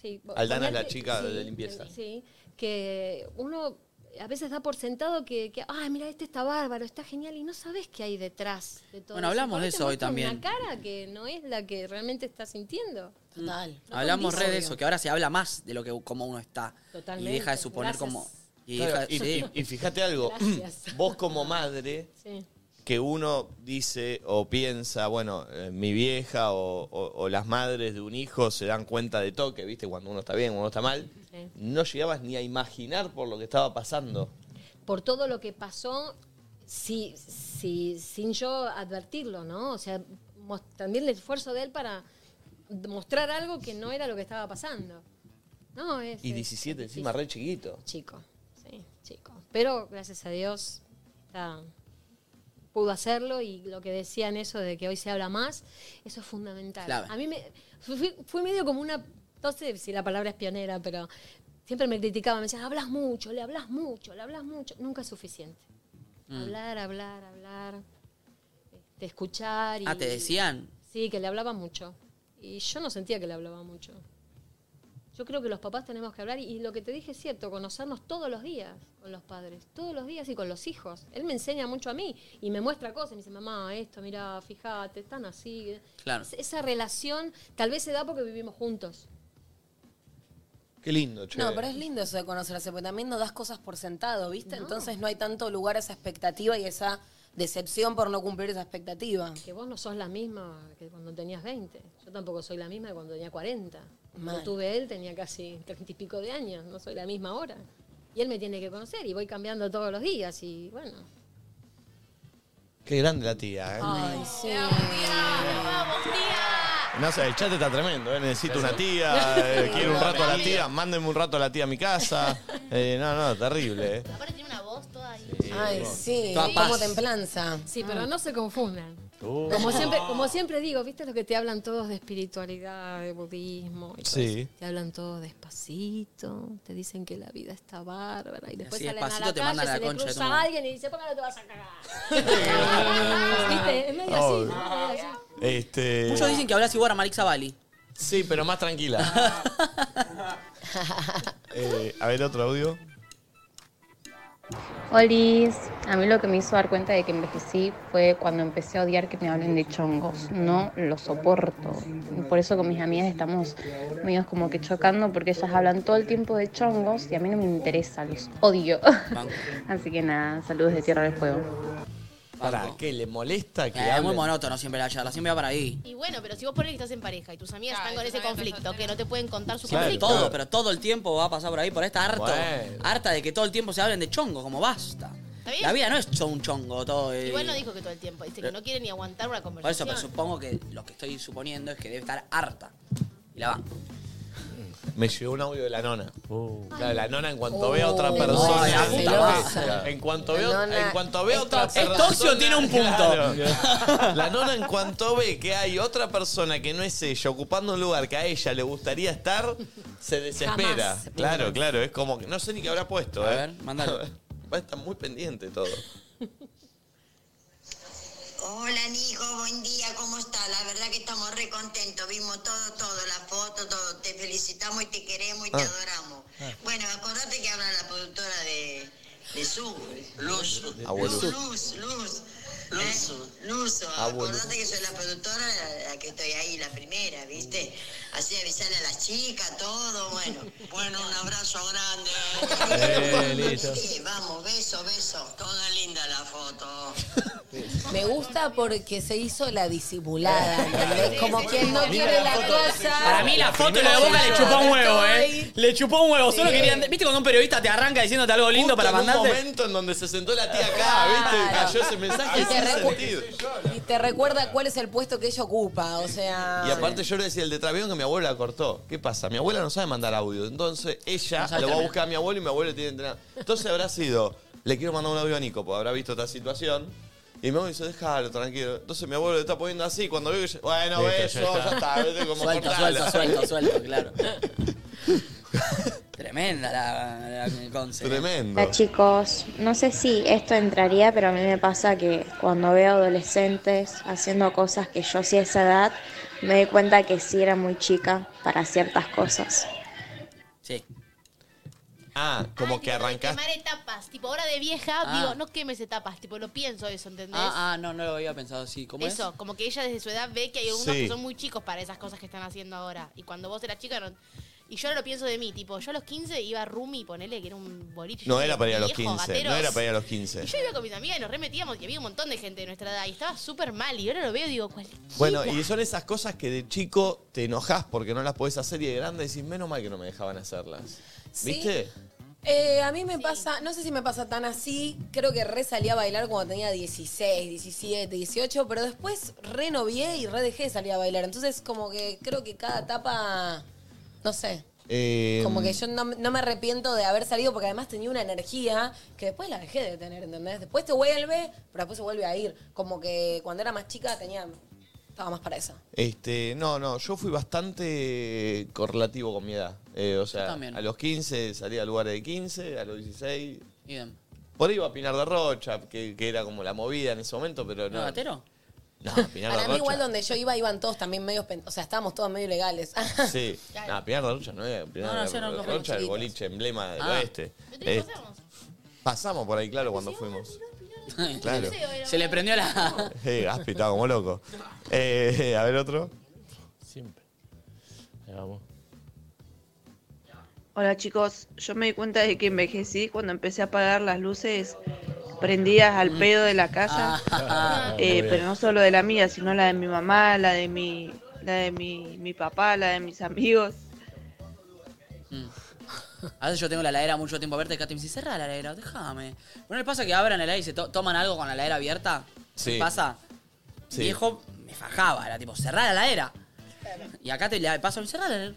Speaker 18: Sí, bo-
Speaker 1: Aldana es la
Speaker 18: ponerte-
Speaker 1: chica
Speaker 18: sí,
Speaker 1: de limpieza.
Speaker 18: Sí, que uno a veces da por sentado que, que ah, mira, este está bárbaro, está genial, y no sabes qué hay detrás de todo
Speaker 3: Bueno, hablamos
Speaker 18: Por ahí
Speaker 3: de
Speaker 18: te
Speaker 3: eso hoy
Speaker 18: muestran
Speaker 3: también.
Speaker 18: Una cara que no es la que realmente está sintiendo.
Speaker 2: Total.
Speaker 3: Hablamos re de
Speaker 18: condice.
Speaker 3: eso, que ahora se habla más de lo que como uno está.
Speaker 18: Totalmente.
Speaker 3: Y deja de suponer
Speaker 18: Gracias.
Speaker 3: como. Y,
Speaker 1: Claro,
Speaker 3: deja-
Speaker 1: y-
Speaker 3: sí.
Speaker 1: y- y fíjate algo,
Speaker 18: Gracias.
Speaker 1: vos como madre,
Speaker 18: Sí.
Speaker 1: que uno dice o piensa, bueno, eh, mi vieja o, o- o las madres de un hijo se dan cuenta de toque, ¿viste? Cuando uno está bien, cuando uno está mal.
Speaker 18: Sí.
Speaker 1: No llegabas ni a imaginar por lo que estaba pasando.
Speaker 18: por todo lo que pasó si, si- sin yo advertirlo, ¿no? O sea, mos- también el esfuerzo de él para mostrar algo que no era lo que estaba pasando. No, es,
Speaker 1: Y
Speaker 18: es
Speaker 1: 17 encima, re chiquito.
Speaker 18: chico, sí, chico. Pero gracias a Dios está- pudo hacerlo y lo que decían eso de que hoy se habla más, eso es fundamental.
Speaker 35: Clave.
Speaker 18: A mí me fui, fui medio como una, no sé si la palabra es pionera, pero siempre me criticaban, me decían, hablas mucho, le hablas mucho, le hablas mucho, nunca es suficiente.
Speaker 3: Mm.
Speaker 18: Hablar, hablar, hablar, este, escuchar. Y,
Speaker 3: Ah, te decían.
Speaker 18: Sí, que le hablaba mucho. Y yo no sentía que le hablaba mucho. Yo creo que los papás tenemos que hablar, y lo que te dije es cierto, conocernos todos los días con los padres, todos los días y con los hijos. Él me enseña mucho a mí y me muestra cosas, me dice, mamá, esto, mira, fíjate, están así.
Speaker 1: Claro.
Speaker 18: Es- Esa relación tal vez se da porque vivimos juntos.
Speaker 1: Qué lindo, che.
Speaker 2: No, pero es lindo eso de conocerse, porque también no das cosas por sentado, ¿viste? Entonces no hay tanto lugar a esa expectativa y esa decepción por no cumplir esa expectativa.
Speaker 18: Que vos no sos la misma que cuando tenías 20. Yo tampoco soy la misma que cuando tenía 40.
Speaker 2: Mal.
Speaker 18: Cuando tuve él tenía casi 30 y pico de años, no soy la misma ahora. Y él me tiene que conocer y voy cambiando todos los días y bueno.
Speaker 1: Qué grande la tía, ¿eh?
Speaker 18: Ay,
Speaker 2: sí.
Speaker 1: No sé, el chat está tremendo, ¿eh? Necesito una tía, eh, quiero un rato a la tía, mándenme un rato a la tía a mi casa. Eh, no, no, terrible, ¿eh?
Speaker 5: Aparte tiene una voz toda ahí.
Speaker 2: Ay, sí,
Speaker 1: Toda
Speaker 2: como
Speaker 1: paz.
Speaker 2: templanza.
Speaker 18: Sí, pero no se confundan. Como siempre, como siempre digo, ¿viste lo que te hablan todos de espiritualidad, de budismo? y todo
Speaker 33: Sí.
Speaker 18: eso? Te hablan todos despacito, te dicen que la vida está bárbara y después
Speaker 33: Así,
Speaker 18: salen a la
Speaker 33: despacito te
Speaker 18: calle,
Speaker 33: mandan a
Speaker 18: se
Speaker 33: la
Speaker 18: le
Speaker 33: concha de tu
Speaker 18: cruza a
Speaker 33: madre.
Speaker 18: alguien y dice, ¿por qué no te vas a cagar? ¿Viste? Es medio así,
Speaker 1: Obvio.
Speaker 18: ¿no? Es medio así.
Speaker 1: Este...
Speaker 3: Muchos dicen que hablas igual a Marix Bali.
Speaker 1: Sí, pero más
Speaker 18: Ah.
Speaker 1: tranquila. Eh, a ver, otro audio.
Speaker 35: Olis, a mí lo que me hizo dar cuenta de que envejecí fue cuando empecé a odiar que me hablen de chongos. No lo soporto. Por eso con mis amigas estamos medios como que chocando porque ellas hablan todo el tiempo de chongos y a mí no me interesa, los odio. Así que nada, saludos de Tierra del Fuego.
Speaker 1: Para, ¿qué? ¿Le molesta que
Speaker 3: Eh, es muy
Speaker 1: hablen?
Speaker 3: monótono siempre la charla, siempre va para ahí.
Speaker 5: Y bueno, pero si vos ponés que estás en pareja y tus amigas están con ese conflicto, que no te pueden contar su
Speaker 3: Claro,
Speaker 5: conflicto.
Speaker 3: todo, pero todo el tiempo va a pasar por ahí, por ahí está harto.
Speaker 5: Bueno.
Speaker 3: Harta de que todo el tiempo se hablen de chongo, como basta.
Speaker 5: bien?
Speaker 3: La vida no es solo un chongo, todo. eh,
Speaker 5: Igual no dijo que todo el tiempo, dice que no quiere ni aguantar una
Speaker 3: Por eso,
Speaker 5: conversación.
Speaker 3: pero supongo que lo que estoy suponiendo es que debe estar harta. Y la banco.
Speaker 1: Me llegó un audio de la nona. Claro, la nona en cuanto
Speaker 3: Oh.
Speaker 1: ve a otra
Speaker 3: Ay,
Speaker 1: persona.
Speaker 3: la puta
Speaker 1: Claro.
Speaker 3: madre.
Speaker 1: en cuanto
Speaker 3: La
Speaker 1: veo,
Speaker 3: nona
Speaker 1: en cuanto ve a otra
Speaker 3: es tóxica.
Speaker 1: persona.
Speaker 3: Es tóxico, tiene un punto.
Speaker 1: Claro. La nona en cuanto ve que hay otra persona que no es ella ocupando un lugar que a ella le gustaría estar, se desespera.
Speaker 3: Jamás.
Speaker 1: Claro, claro, es como que no sé ni qué habrá puesto,
Speaker 3: A
Speaker 1: eh.
Speaker 3: ver, mándalo.
Speaker 1: Va a estar muy pendiente todo.
Speaker 36: Hola Nico, buen día, ¿cómo está? La verdad que estamos re contentos, vimos todo, todo, la foto, todo, te felicitamos y te queremos y te
Speaker 1: Ah.
Speaker 36: adoramos. Bueno, acordate que habla la productora de, de Su, Luz,
Speaker 1: Abuelo.
Speaker 36: Luz, Luz, Luz, Luz, Luz,
Speaker 1: Abuelo.
Speaker 36: acordate que soy la productora, la, la que estoy ahí, la primera, ¿viste? Así avisarle a las chicas, todo, bueno. Bueno, un abrazo grande.
Speaker 1: Eh, listo.
Speaker 36: Sí, vamos, beso, beso. Toda linda la foto.
Speaker 2: Me gusta porque se hizo la disimulada, ¿entendés? Como quien no
Speaker 36: Mira
Speaker 2: quiere
Speaker 36: la
Speaker 2: la
Speaker 36: foto.
Speaker 2: cosa.
Speaker 3: Para mí la foto
Speaker 2: primera
Speaker 3: lo de Boca
Speaker 2: vez
Speaker 3: le
Speaker 2: que
Speaker 3: chupó un
Speaker 2: yo
Speaker 3: huevo,
Speaker 2: estoy-
Speaker 3: ¿eh? Le chupó un huevo. Solo
Speaker 2: Sí.
Speaker 3: querían... ¿Viste cuando un periodista te arranca diciéndote algo lindo para
Speaker 1: en un
Speaker 3: mandarte?
Speaker 1: momento en donde se sentó la tía acá, ¿viste? Y cayó ese mensaje
Speaker 2: Y te
Speaker 1: sin
Speaker 2: recu-
Speaker 1: sentido.
Speaker 2: Y te recuerda cuál es el puesto que ella ocupa, o sea...
Speaker 1: Y aparte yo le decía el de Travión que mi abuela la cortó. ¿Qué pasa? Mi abuela no sabe mandar audio. Entonces ella
Speaker 3: No sabe
Speaker 1: lo va a
Speaker 3: terminar.
Speaker 1: buscar a mi abuelo y mi abuelo tiene que entrenar. Entonces habrá sido, le quiero mandar un audio a Nico, porque habrá visto esta situación. Y mi abuelo dice, déjalo, tranquilo. Entonces mi abuelo le está poniendo así. Cuando veo que. yo- Bueno,
Speaker 33: Listo,
Speaker 1: beso,
Speaker 33: ya está.
Speaker 1: ya está. Vete como
Speaker 3: Suelto,
Speaker 1: cortala.
Speaker 3: suelto, suelto, suelto, claro. Tremenda la, la, conce.
Speaker 1: Tremendo.
Speaker 26: Hola chicos, no sé si esto entraría, pero a mí me pasa que cuando veo adolescentes haciendo cosas que yo sí a esa edad, me doy cuenta que sí era muy chica para ciertas cosas.
Speaker 1: Ah, como que arrancás.
Speaker 5: Quemar etapas. Tipo, ahora de vieja,
Speaker 3: Ah.
Speaker 5: digo, no quemes etapas. Tipo, lo pienso eso, ¿entendés?
Speaker 3: Ah, ah, no, no lo había pensado así. ¿Cómo
Speaker 5: eso,
Speaker 3: es?
Speaker 5: como que ella desde su edad ve que hay algunos
Speaker 3: Sí.
Speaker 5: que son muy chicos para esas cosas que están haciendo ahora. Y cuando vos eras chica, no- y yo ahora lo pienso de mí, tipo, yo a los 15 iba a Rumi, ponele que era un boliche.
Speaker 1: No era para ir a los
Speaker 5: viejo,
Speaker 1: 15. No
Speaker 5: gateros.
Speaker 1: era para ir a los 15.
Speaker 5: Y yo iba con mis amigas y nos remetíamos y había un montón de gente de nuestra edad y estaba súper mal. Y ahora lo veo y digo, ¿cuál
Speaker 1: Bueno, y son esas cosas que de chico te enojás porque no las podés hacer y de grande decís, menos mal que no me dejaban hacerlas.
Speaker 2: Sí.
Speaker 1: ¿Viste?
Speaker 2: Eh, a mí me pasa, no sé si me pasa tan así, creo que re salí a bailar cuando tenía 16, 17, 18, pero después renovié y re dejé de salir a bailar. Entonces como que creo que cada etapa, no sé,
Speaker 1: Eh,
Speaker 2: como
Speaker 21: Mm.
Speaker 2: que yo no, no me arrepiento de haber salido porque además tenía una energía que después la dejé de tener, ¿entendés? Después te vuelve, pero después se vuelve a ir. Como que cuando era más chica tenía, estaba más para eso.
Speaker 1: Este, no, no, yo fui bastante correlativo con mi edad. Eh, o sea,
Speaker 3: también.
Speaker 1: a los 15 salí a lugares de 15, a los 16.
Speaker 3: Bien.
Speaker 1: Por ahí iba a Pinar de Rocha, que, que era como la movida en ese momento, pero no.
Speaker 3: ¿No, gatero?
Speaker 1: No, Pinar de
Speaker 2: Para mí igual
Speaker 1: Rocha.
Speaker 2: donde yo iba iban todos también medios, pen- o sea, estábamos todos medio ilegales.
Speaker 1: Sí, no, Pinar de Rocha no era. Pinar
Speaker 2: No, no,
Speaker 1: de
Speaker 2: yo no conozco
Speaker 1: Rocha,
Speaker 2: los
Speaker 1: el
Speaker 2: chiquitos.
Speaker 1: boliche emblema del
Speaker 2: Ah.
Speaker 1: oeste. Eh, pasamos por ahí, claro, cuando fuimos. Claro.
Speaker 3: Se le prendió la.
Speaker 1: Eh, Gaspi estaba como loco. Eh, a ver otro.
Speaker 32: Siempre. Ahí vamos.
Speaker 37: Hola chicos, yo me di cuenta de que envejecí cuando empecé a apagar las luces prendidas al pedo de la casa,
Speaker 33: Ah,
Speaker 37: Eh,
Speaker 33: muy bien.
Speaker 37: pero no solo de la mía, sino la de mi mamá, la de mi, la de mi, mi papá, la de mis amigos.
Speaker 3: Mm. A veces yo tengo la heladera mucho tiempo abierta y Katy me dice, cerrá la heladera, déjame. ¿No le pasa que abran el aire y se to- toman algo con la heladera abierta?
Speaker 1: Sí.
Speaker 3: ¿Qué pasa?
Speaker 1: Sí.
Speaker 3: Viejo me fajaba, era tipo, cerrá la heladera. Y acá te le paso, cerrá la heladera.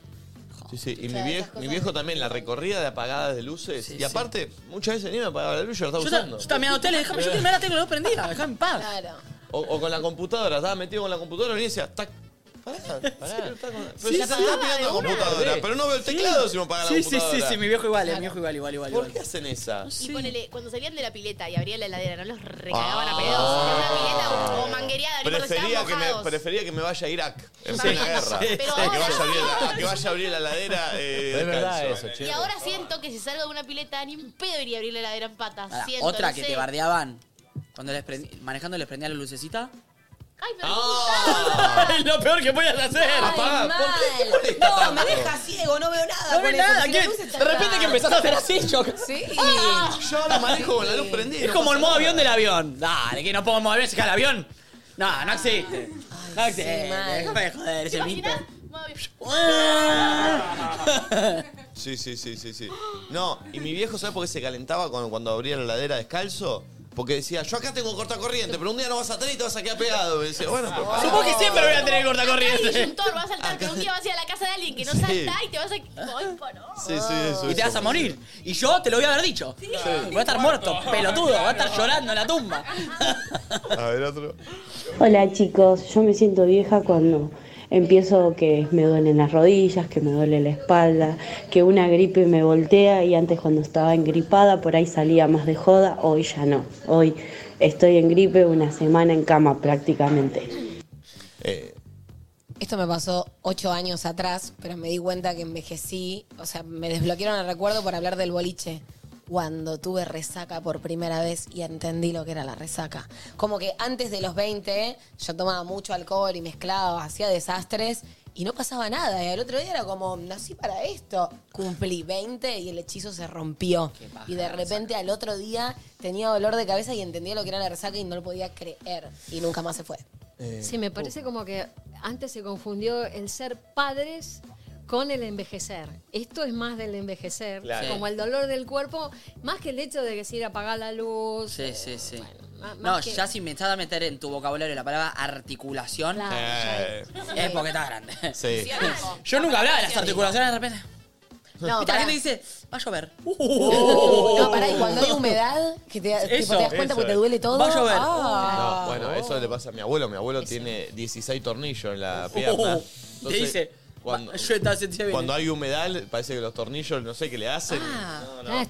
Speaker 1: Sí, sí, y
Speaker 3: O
Speaker 1: mi,
Speaker 3: sea,
Speaker 1: vie-
Speaker 3: esas cosas-
Speaker 1: mi viejo también, la recorrida de apagadas de luces. y aparte, muchas veces ni me apagaba la luz, yo la estaba
Speaker 3: Yo, ta-
Speaker 1: usando.
Speaker 3: yo también a ustedes, déjame, yo también la tengo la luz prendida, déjame en paz.
Speaker 2: Claro.
Speaker 1: O, o con la computadora, estaba metido con la computadora y decía, tac. Pará, pará. Pero
Speaker 3: Sí,
Speaker 1: si
Speaker 3: sí.
Speaker 1: estaba mirando la computadora,
Speaker 3: Sí.
Speaker 1: pero no veo el
Speaker 3: Sí.
Speaker 1: teclado si no apaga la
Speaker 3: Sí, sí, sí,
Speaker 1: computadora.
Speaker 3: sí, mi viejo igual, eh, mi viejo igual, igual, igual,
Speaker 1: ¿Por
Speaker 3: igual.
Speaker 1: qué hacen esa?
Speaker 5: Y ponele, cuando salían de la pileta y abría la heladera, no los recagaban a pedos.
Speaker 1: Ah.
Speaker 5: Era una pileta o manguereada, no importa,
Speaker 1: Prefería
Speaker 5: estaban
Speaker 1: que, me,
Speaker 5: mojados.
Speaker 1: prefería que me vaya a Irak en plena guerra.
Speaker 33: Sí, sí.
Speaker 1: que, vaya a abrir la, a que vaya a abrir la ladera. Eh,
Speaker 33: Es verdad
Speaker 1: descalzo.
Speaker 33: eso,
Speaker 5: Y ahora siento que si salgo de una pileta, ni un pedo iría a abrir la heladera en patas.
Speaker 3: Ahora,
Speaker 5: Siento,
Speaker 3: otra
Speaker 5: no
Speaker 3: que
Speaker 5: sé.
Speaker 3: te bardeaban. Cuando les prendí- manejando les prendía la lucecita. ¡Ah!
Speaker 5: Ay, me
Speaker 3: es lo peor que puedes hacer.
Speaker 33: Apagá, ¿por
Speaker 2: qué
Speaker 33: No,
Speaker 2: me deja ciego, no veo nada.
Speaker 3: No ves nada, ¿qué? De repente que empezás a hacer así, yo. Ah,
Speaker 2: Sí.
Speaker 1: Yo ahora manejo con la luz prendida.
Speaker 3: Es como el modo avión del avión. Dale, que no puedo modo avión, se cae el avión. No, no existe. No existe. Déjame de joder ese mito.
Speaker 1: Sí, sí, sí, sí, sí. No, y mi viejo, ¿sabes por qué se calentaba cuando, cuando abría la heladera descalzo? Porque decía, yo acá tengo corriente, pero un día no vas a tener y te vas a quedar pegado. Me dice, bueno, pues, pero
Speaker 3: Supongo que siempre voy a tener
Speaker 5: Ay,
Speaker 3: corriente.
Speaker 5: disyuntor, vas a saltar, pero un día vas a ir a la casa de alguien que no
Speaker 3: Sí.
Speaker 5: salta y te vas a... Ay, por- no.
Speaker 1: Sí, sí, eso.
Speaker 3: Y te vas a morir. Y yo te lo voy a haber dicho. Voy a estar muerto, pelotudo. Voy a estar llorando en la tumba.
Speaker 1: A ver, otro.
Speaker 38: Hola chicos, yo me siento vieja cuando empiezo que me duelen las rodillas, que me duele la espalda, que una gripe me voltea y antes cuando estaba engripada por ahí salía más de joda, hoy ya no. Hoy estoy en gripe una semana en cama prácticamente.
Speaker 2: Esto me pasó ocho años atrás, pero me di cuenta que envejecí. O sea, me desbloquearon el recuerdo por hablar del boliche. Cuando tuve resaca por primera vez y entendí lo que era la resaca. Como que antes de los 20 yo tomaba mucho alcohol y mezclaba, hacía desastres y no pasaba nada. Y al otro día era como, nací para esto. Cumplí 20 y el hechizo se rompió. Y de repente al otro día tenía dolor de cabeza y entendía lo que era la resaca y no lo podía creer. Y nunca más se fue.
Speaker 18: Sí, me parece como que antes se confundió el ser padres con el envejecer. Esto es más del envejecer,
Speaker 3: Claro.
Speaker 18: como el dolor del cuerpo, más que el hecho de que se ir a apagar la luz.
Speaker 3: Sí, sí, sí.
Speaker 18: más-
Speaker 3: No,
Speaker 18: más que-
Speaker 3: ya si me estás a meter en tu vocabulario la palabra articulación,
Speaker 18: Claro,
Speaker 1: ya
Speaker 3: es porque estás grande.
Speaker 1: Eh, Sí.
Speaker 3: Yo nunca hablaba de las articulaciones de repente.
Speaker 2: No,
Speaker 3: Viste, la
Speaker 2: pará.
Speaker 3: gente dice, va a llover.
Speaker 2: No, pará, y cuando hay humedad, que te, tipo,
Speaker 1: Eso,
Speaker 2: te das cuenta
Speaker 1: eso
Speaker 2: porque te
Speaker 1: es.
Speaker 2: duele todo.
Speaker 1: Va a llover.
Speaker 2: Ah.
Speaker 1: No, bueno, eso le pasa a mi abuelo. Mi abuelo tiene 16 tornillos en la pierna.
Speaker 3: Te dice,
Speaker 1: cuando,
Speaker 3: yo estaba sentida bien.
Speaker 1: cuando hay humedad, parece que los tornillos no sé qué le hacen. no, no,
Speaker 18: Ah, es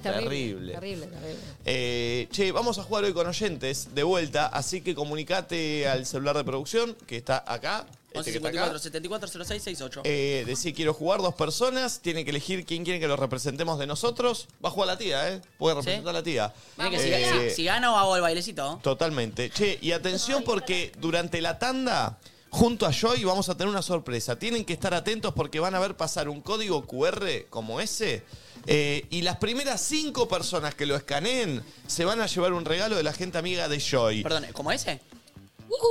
Speaker 18: terrible.
Speaker 1: terrible.
Speaker 18: Terrible, terrible.
Speaker 1: Eh, che, vamos a jugar hoy con oyentes de vuelta, así que comunicate al celular de producción que está acá. Este que está acá.
Speaker 3: 1154 74 06 68.
Speaker 1: Eh, decir quiero jugar dos personas, tienen que elegir quién quieren que los representemos de nosotros. Va a jugar la tía, ¿eh? Puede representar la tía.
Speaker 3: Mira que si,
Speaker 1: Eh,
Speaker 3: si- si gano, hago el bailecito.
Speaker 1: Totalmente. Che, y atención porque durante la tanda, junto a Joy, vamos a tener una sorpresa. Tienen que estar atentos porque van a ver pasar un código QR como ese. eh, y las primeras cinco personas que lo escaneen se van a llevar un regalo de la gente amiga de Joy.
Speaker 3: Perdón, ¿como ese?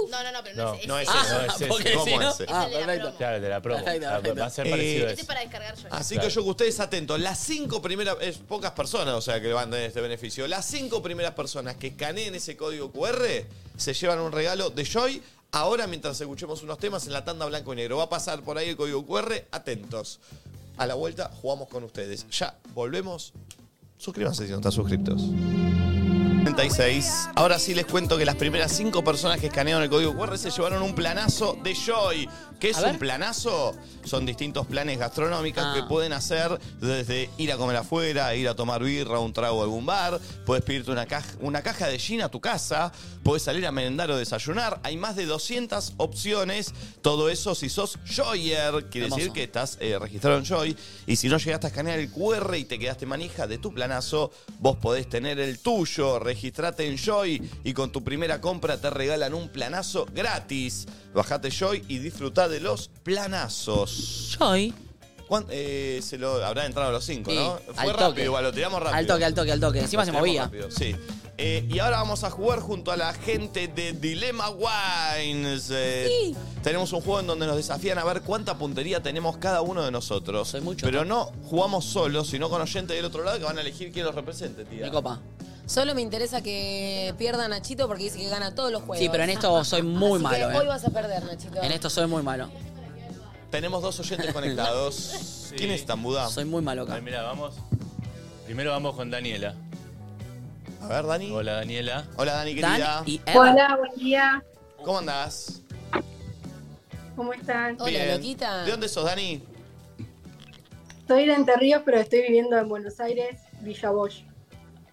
Speaker 5: No, no, no, pero no,
Speaker 1: No,
Speaker 5: es,
Speaker 1: no es
Speaker 5: ese.
Speaker 1: ese, no es ese.
Speaker 32: porque
Speaker 1: ¿Cómo
Speaker 32: si no-
Speaker 1: es ese?
Speaker 5: Ah, Uh-huh. Es el de la perfecto. promo.
Speaker 32: Claro, el de la promo.
Speaker 3: Perfecto,
Speaker 32: Ah,
Speaker 3: perfecto.
Speaker 32: Va a ser parecido a
Speaker 5: Este
Speaker 32: ese.
Speaker 5: es para descargar yo.
Speaker 1: Así
Speaker 32: Claro.
Speaker 1: que yo que ustedes atentos, las cinco primeras, es pocas personas, o sea, que van a tener este beneficio. Las cinco primeras personas que escaneen ese código QR se llevan un regalo de Joy. Ahora, mientras escuchemos unos temas en la tanda blanco y negro, va a pasar por ahí el código QR. Atentos. A la vuelta jugamos con ustedes. Ya, volvemos. Suscríbanse si no están suscritos. 36. Ahora sí les cuento que las primeras cinco personas que escanearon el código QR se llevaron un planazo de Joy. ¿Qué es
Speaker 3: A ver.
Speaker 1: un planazo? Son distintos planes gastronómicos
Speaker 3: Ah.
Speaker 1: que pueden hacer desde ir a comer afuera, ir a tomar birra, un trago a algún bar. Puedes pedirte una caja, una caja de gin a tu casa. Puedes salir a merendar o desayunar. Hay más de 200 opciones. Todo eso si sos Joyer. Quiere
Speaker 3: Hermoso.
Speaker 1: decir que estás eh, registrado en Joy. Y si no llegaste a escanear el QR y te quedaste manija de tu planazo, vos podés tener el tuyo. Registrate en Joy y con tu primera compra te regalan un planazo gratis. Bajate Joy y disfrutá de los planazos.
Speaker 3: Joy.
Speaker 1: eh, se lo habrá entrado a los cinco,
Speaker 3: Sí,
Speaker 1: ¿no?
Speaker 3: al
Speaker 1: Fue
Speaker 3: toque.
Speaker 1: rápido, igual, lo tiramos rápido.
Speaker 3: Al toque, al toque, al toque. Encima
Speaker 1: Lo
Speaker 3: se
Speaker 1: tiramos
Speaker 3: movía.
Speaker 1: rápido, sí. Eh, y ahora vamos a jugar junto a la gente de Dilemma Wines. Eh, Tenemos un juego en donde nos desafían a ver cuánta puntería tenemos cada uno de nosotros. Pero no jugamos solos, sino con oyentes del otro lado que van a elegir quién los represente, tía.
Speaker 3: Mi copa.
Speaker 2: Solo me interesa que pierda Nachito porque dice que gana todos los juegos.
Speaker 3: Sí, pero en esto soy muy
Speaker 2: Así que
Speaker 3: malo,
Speaker 2: Hoy
Speaker 3: ¿eh?
Speaker 2: vas a perder, Nachito.
Speaker 3: En esto soy muy malo.
Speaker 1: Tenemos dos oyentes conectados. ¿Quién es Tambuda?
Speaker 3: Soy muy malo
Speaker 32: Ay,
Speaker 3: acá.
Speaker 32: mira, vamos. Primero vamos con Daniela.
Speaker 1: A ver, Dani.
Speaker 32: Hola, Daniela.
Speaker 1: Hola, Dani, querida.
Speaker 32: y
Speaker 39: Hola, buen día.
Speaker 1: ¿Cómo andás?
Speaker 39: ¿Cómo están?
Speaker 1: Bien. ¿De dónde sos, Dani?
Speaker 39: Soy de Entre Ríos, pero estoy viviendo en Buenos Aires, Villa Bosch.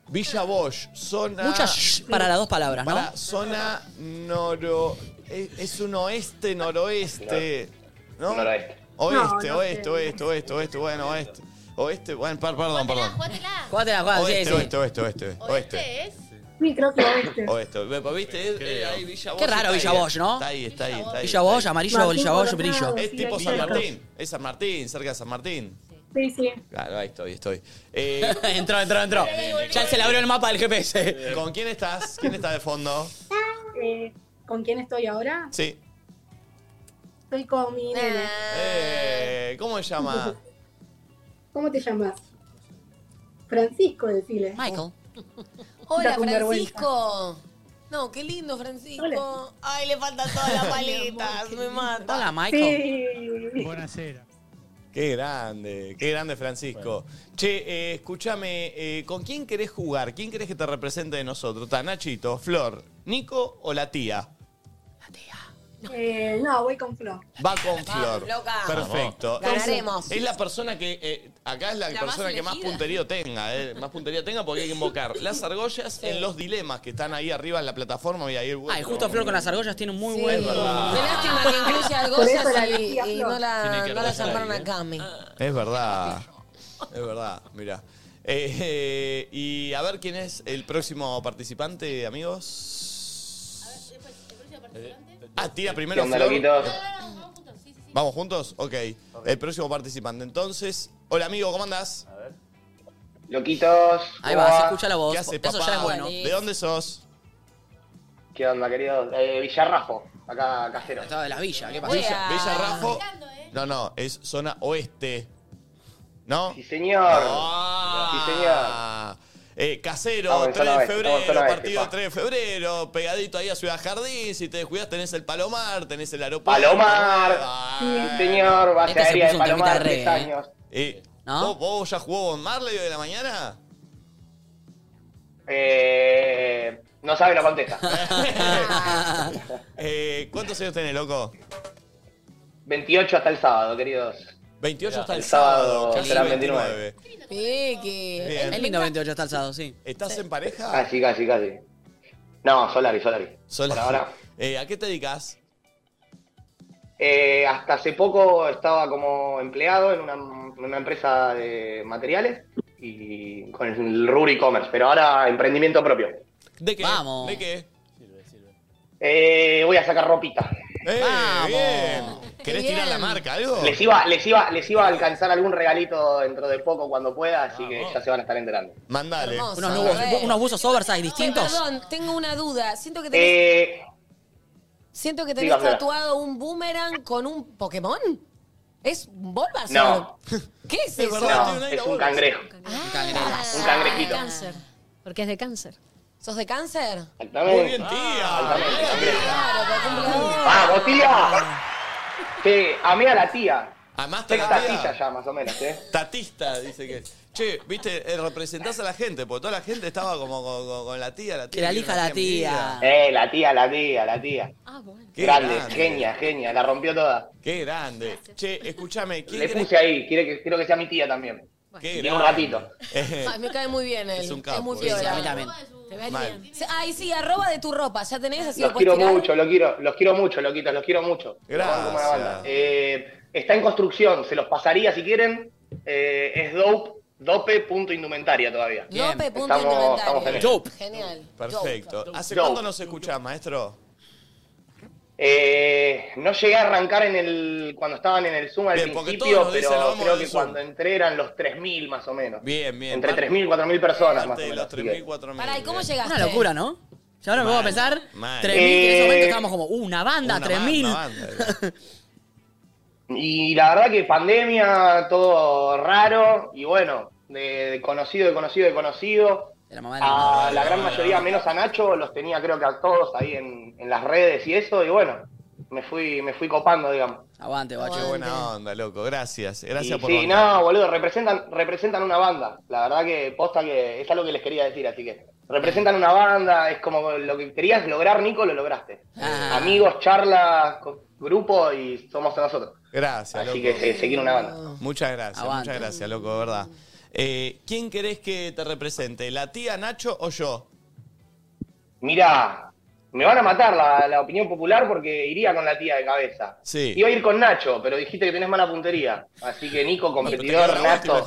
Speaker 1: Villa Bosch, zona.
Speaker 3: Muchas sh para las dos palabras, ¿no?
Speaker 1: Para zona noro. Es, es un oeste, noroeste. ¿No?
Speaker 3: Noroeste.
Speaker 1: Oeste,
Speaker 3: No, no
Speaker 1: oeste,
Speaker 3: sé.
Speaker 1: oeste, oeste, oeste, bueno, oeste. Oeste, bueno, par- perdón, perdón.
Speaker 3: Jugátela, jugátela, Ah, sí,
Speaker 1: Oeste,
Speaker 3: sí.
Speaker 1: oeste, oeste, oeste, oeste.
Speaker 39: Sí, creo que oeste.
Speaker 1: Oeste, Ve- ¿viste? Eh, ahí Villa Bosch
Speaker 3: Qué raro
Speaker 1: está
Speaker 3: Villa
Speaker 1: ahí,
Speaker 3: Bosch, ¿no?
Speaker 1: Está ahí, está ahí. Está ahí
Speaker 3: Villa Bosch,
Speaker 1: está ahí.
Speaker 3: amarillo, Martín Villa Bosch, Colorado, brillo.
Speaker 1: Es
Speaker 3: sí,
Speaker 1: tipo
Speaker 3: aquí
Speaker 1: San
Speaker 3: cerca.
Speaker 1: Martín, es San Martín, cerca de San Martín.
Speaker 39: Sí, sí.
Speaker 1: Claro, ahí estoy, estoy. Eh,
Speaker 3: entró, entró, entró. Ya se le abrió el mapa del GPS.
Speaker 1: ¿Con quién estás? ¿Quién está de fondo?
Speaker 39: Eh, ¿Con quién estoy ahora?
Speaker 1: Sí.
Speaker 39: Estoy con mi nene.
Speaker 1: Eh, ¿Cómo se llama?
Speaker 39: ¿Cómo te llamas? Francisco, decile.
Speaker 3: Michael.
Speaker 2: Hola,
Speaker 39: con vergüenza.
Speaker 2: Francisco. No, qué lindo, Francisco. Ay, le faltan todas las paletas. me mata.
Speaker 3: Hola,
Speaker 39: Buenasera.
Speaker 1: Qué grande, qué grande Francisco. Che, eh, escúchame, eh, ¿con quién querés jugar? ¿Quién querés que te represente de nosotros? ¿Está Nachito, Flor, Nico o la tía?
Speaker 39: Eh, no, voy con Flo.
Speaker 1: Va con Flor.
Speaker 39: loca.
Speaker 1: Perfecto.
Speaker 39: Vamos. Ganaremos.
Speaker 1: Es, es la persona que, eh, acá es la,
Speaker 39: La más
Speaker 1: persona que más
Speaker 39: elegida.
Speaker 1: punterío tenga, eh, más puntería tenga porque hay que invocar las argollas en los dilemas que están ahí arriba en la plataforma. Y ahí el
Speaker 3: Ay, justo Flor con las argollas tiene un muy
Speaker 1: Sí.
Speaker 3: buen.
Speaker 1: Es verdad. Qué
Speaker 2: Lástima que incluye al
Speaker 39: Por eso
Speaker 2: Goya
Speaker 39: la
Speaker 2: y,
Speaker 39: elegí a
Speaker 2: y
Speaker 39: Flor.
Speaker 2: no la,
Speaker 1: Tiene que
Speaker 2: no la
Speaker 1: arreglar
Speaker 2: llamaron
Speaker 1: ahí,
Speaker 2: a Cami.
Speaker 3: Eh,
Speaker 1: Es verdad. Es verdad, mira. Eh, eh, y a ver quién es el próximo participante, amigos. Ah, tira primero
Speaker 40: ¿Qué onda,
Speaker 1: Flor.
Speaker 40: loquitos?
Speaker 1: Vamos juntos, ok. El próximo participante, entonces. Hola amigo, ¿cómo andás?
Speaker 40: Loquitos.
Speaker 3: Ahí
Speaker 40: ¿cómo
Speaker 3: va, se
Speaker 40: va?
Speaker 3: escucha la voz.
Speaker 1: ¿Qué haces,
Speaker 3: Eso
Speaker 1: papá?
Speaker 3: ya es bueno.
Speaker 1: ¿De dónde sos?
Speaker 40: ¿Qué onda, queridos? Eh, Villarrafo, acá casero.
Speaker 3: Estaba de las villas, ¿qué pasa?
Speaker 1: Villa, Villa Raffo. No, no, es zona oeste. ¿No? Sí,
Speaker 40: señor. Sí,
Speaker 1: señor. Eh, casero,
Speaker 40: Estamos en
Speaker 1: 3
Speaker 40: zona
Speaker 1: de
Speaker 40: oeste,
Speaker 1: febrero,
Speaker 40: estamos en zona oeste,
Speaker 1: partido
Speaker 40: pa.
Speaker 1: 3 de febrero, pegadito ahí a Ciudad Jardín. Si te descuidas, tenés el Palomar, tenés el aeropuerto.
Speaker 40: Palomar.
Speaker 1: Ah.
Speaker 40: Sí, señor, base
Speaker 1: Este se
Speaker 40: aérea de
Speaker 1: puso un temita
Speaker 40: Palomar,
Speaker 1: re,
Speaker 40: 10
Speaker 1: eh.
Speaker 40: años.
Speaker 1: Eh, ¿Vos, vos ya jugó Bob Marley hoy de la mañana?
Speaker 21: Eh, no sabe la contesta.
Speaker 1: Eh, ¿Cuántos años tenés, loco?
Speaker 21: 28 hasta el sábado, queridos.
Speaker 1: 28 hasta el sábado,
Speaker 21: sábado.
Speaker 1: casi
Speaker 21: Serán
Speaker 1: 29.
Speaker 21: 29.
Speaker 2: Pique.
Speaker 3: Es lindo 28 hasta el sábado, sí.
Speaker 1: ¿Estás en pareja?
Speaker 21: Casi, Ah, casi, casi. No, Solari, Solari.
Speaker 1: Solari.
Speaker 21: Por ahora.
Speaker 1: Eh, ¿A qué te dedicas?
Speaker 21: Eh, hasta hace poco estaba como empleado en una, en una empresa de materiales y con el rubro e-commerce, pero ahora emprendimiento propio.
Speaker 1: ¿De qué?
Speaker 21: Vamos.
Speaker 1: ¿De qué?
Speaker 21: Eh, voy a sacar ropita.
Speaker 1: ¡Vamos! Bien. ¿Querés tirar la marca, algo?
Speaker 21: Les iba, les, iba, les iba a alcanzar algún regalito dentro de poco cuando pueda, así que ya se van a estar enterando.
Speaker 1: Mandale.
Speaker 21: Unos,
Speaker 3: Unos, nuevos- unos buzos oversize
Speaker 2: Che,
Speaker 3: distintos.
Speaker 2: perdón, tengo una duda. Siento que tenés,
Speaker 21: Eh,
Speaker 2: siento que tenés
Speaker 21: dígame.
Speaker 2: tatuado un boomerang con un Pokémon. ¿Es un Bulbasaur?
Speaker 21: no,
Speaker 2: ¿Qué
Speaker 21: Es
Speaker 2: es, eso?
Speaker 21: verdad, No, tiene un es aire un a Bulbasaur. cangrejo. un cangrejito.
Speaker 18: Ah, Cáncer. Porque es de cáncer.
Speaker 2: ¿Sos de cáncer?
Speaker 21: Exactamente.
Speaker 2: Muy bien,
Speaker 21: tía. Exactamente, cangrejo.
Speaker 2: Claro, pero cumpleaños.
Speaker 21: ¡Vamos, tía! Sí, amé a la tía.
Speaker 1: Además,
Speaker 21: Soy
Speaker 1: tatía.
Speaker 21: tatilla ya, más o menos, ¿eh?
Speaker 1: Tatista, dice que es. Che, viste, eh, representás a la gente, porque toda la gente estaba como con, con- con la tía, la tía.
Speaker 21: Eh, la tía, la tía, la tía.
Speaker 1: Qué
Speaker 21: grande,
Speaker 1: grande.
Speaker 21: genia, genia, la rompió toda.
Speaker 1: Qué grande. Che, escúchame, ¿quién
Speaker 21: Le
Speaker 1: crees-
Speaker 21: puse ahí, quiere que, quiero que sea mi tía también.
Speaker 1: Qué
Speaker 21: Tiene un
Speaker 1: grande.
Speaker 21: ratito.
Speaker 1: Eh,
Speaker 2: Ay, me cae muy bien él.
Speaker 21: Es
Speaker 2: Es,
Speaker 21: un capo,
Speaker 2: muy
Speaker 21: sí, sí,
Speaker 2: piola.
Speaker 21: a mí también.
Speaker 2: Te ves
Speaker 21: Mal.
Speaker 2: bien. Ay, sí, arroba de tu ropa. Ya tenés así.
Speaker 21: Los
Speaker 2: lo puedes
Speaker 21: quiero
Speaker 2: tirar.
Speaker 21: mucho, los quiero, los quiero mucho, loquitos, los quiero mucho. Los banco como una
Speaker 1: Gracias.
Speaker 21: banda. Eh, está en construcción, se los pasaría si quieren. Eh, es dope, dope.indumentaria todavía.
Speaker 2: Dope punto
Speaker 21: Estamos,
Speaker 2: indumentaria.
Speaker 21: estamos en eso.
Speaker 2: Genial.
Speaker 1: perfecto. ¿Hace
Speaker 21: Dope.
Speaker 1: cuánto nos escuchás, maestro?
Speaker 21: Eh, no llegué a arrancar en el cuando estaban en el Zoom al
Speaker 1: Bien, porque
Speaker 21: principio,
Speaker 1: todos nos
Speaker 21: pero
Speaker 1: dicen, lo vamos
Speaker 21: creo
Speaker 1: en
Speaker 21: que
Speaker 1: el Zoom.
Speaker 21: cuando entré eran los 3.000 más o menos.
Speaker 1: Bien, bien.
Speaker 21: Entre
Speaker 1: Parte-
Speaker 21: 3.000 y 4.000 personas más o
Speaker 1: parte de
Speaker 21: menos.
Speaker 1: los
Speaker 21: así que-
Speaker 1: 3.000, 4.000.
Speaker 2: Pará, ¿y cómo
Speaker 1: bien.
Speaker 2: llegaste?
Speaker 3: Una locura, ¿no? Yo ahora me voy a
Speaker 1: Mal,
Speaker 3: pensar. 3.000,
Speaker 1: mal.
Speaker 3: que en ese momento
Speaker 21: Eh,
Speaker 3: estábamos como, uh, una banda,
Speaker 21: una
Speaker 3: 3.000.
Speaker 21: banda, Y la verdad que pandemia, todo raro, y bueno, de, de conocido, de conocido, de conocido. a la gran mayoría, menos a Nacho, los tenía creo que a todos ahí en, en las redes y eso, y bueno, me fui, me fui copando, digamos.
Speaker 3: Aguante,
Speaker 1: guacho. Qué buena onda, loco. Gracias. Gracias
Speaker 21: y
Speaker 1: por
Speaker 21: sí,
Speaker 1: bancar.
Speaker 21: no, boludo, representan, representan una banda. La verdad que posta que es algo que les quería decir, así que representan una banda, es como lo que querías lograr, Nico, lo lograste. Amigos, charlas, co- grupo y somos nosotros.
Speaker 1: Gracias,
Speaker 21: Así
Speaker 1: loco.
Speaker 21: que se- seguir una banda.
Speaker 1: Muchas gracias,
Speaker 21: Aguante.
Speaker 1: muchas gracias, loco, de verdad. Eh, ¿Quién querés que te represente? ¿La tía Nacho o yo?
Speaker 21: Mirá, me van a matar la, la opinión popular porque iría con la tía de cabeza.
Speaker 1: Sí.
Speaker 21: Iba a ir con Nacho, pero dijiste que tenés mala puntería. Así que Nico, competidor, Nato.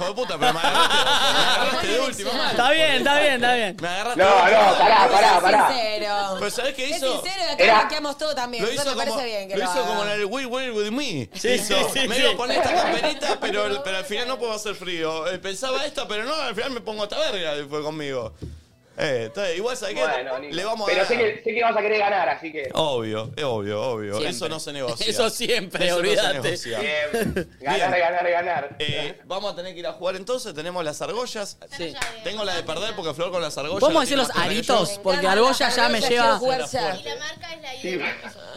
Speaker 3: Está bien, está bien, está bien.
Speaker 1: Me agarraste.
Speaker 21: No, no, pará, pará, pará.
Speaker 2: Sincero.
Speaker 1: Pero ¿sabés qué
Speaker 2: Es
Speaker 1: hizo?
Speaker 2: sincero y acá
Speaker 1: Era-
Speaker 2: banqueamos todo también.
Speaker 1: Lo
Speaker 2: Entonces
Speaker 1: hizo,
Speaker 2: me
Speaker 1: como,
Speaker 2: parece bien que
Speaker 1: lo
Speaker 2: lo,
Speaker 1: hizo como en
Speaker 2: haga.
Speaker 1: el We Will With Me.
Speaker 21: Sí,
Speaker 1: Hizo,
Speaker 21: sí, sí,
Speaker 1: medio
Speaker 21: sí.
Speaker 1: con esta camperita, pero, pero al final no puedo hacer frío. Eh, Pensaba esta, pero no, al final me pongo esta verga. y Fue conmigo. Eh, entonces, igual, ¿sabés qué?
Speaker 21: Bueno, Nico,
Speaker 1: Le vamos a
Speaker 21: pero sé
Speaker 1: ganar.
Speaker 21: que, sé que vas a querer ganar, así que.
Speaker 1: Obvio, es obvio, obvio.
Speaker 21: Siempre.
Speaker 1: Eso no se negocia.
Speaker 21: Eso siempre,
Speaker 1: Eso no se
Speaker 21: olvídate.
Speaker 1: negocia.
Speaker 21: Siempre. Ganar,
Speaker 1: Bien.
Speaker 21: ganar, ganar.
Speaker 1: Eh, vamos a tener que ir a jugar entonces. Tenemos las argollas. Tengo la de perder porque Flor con las argollas.
Speaker 3: ¿Podemos decir
Speaker 1: la tiene
Speaker 3: los
Speaker 1: más clara que
Speaker 3: aritos?
Speaker 1: yo.
Speaker 3: Porque argolla ya me lleva.
Speaker 1: Sí.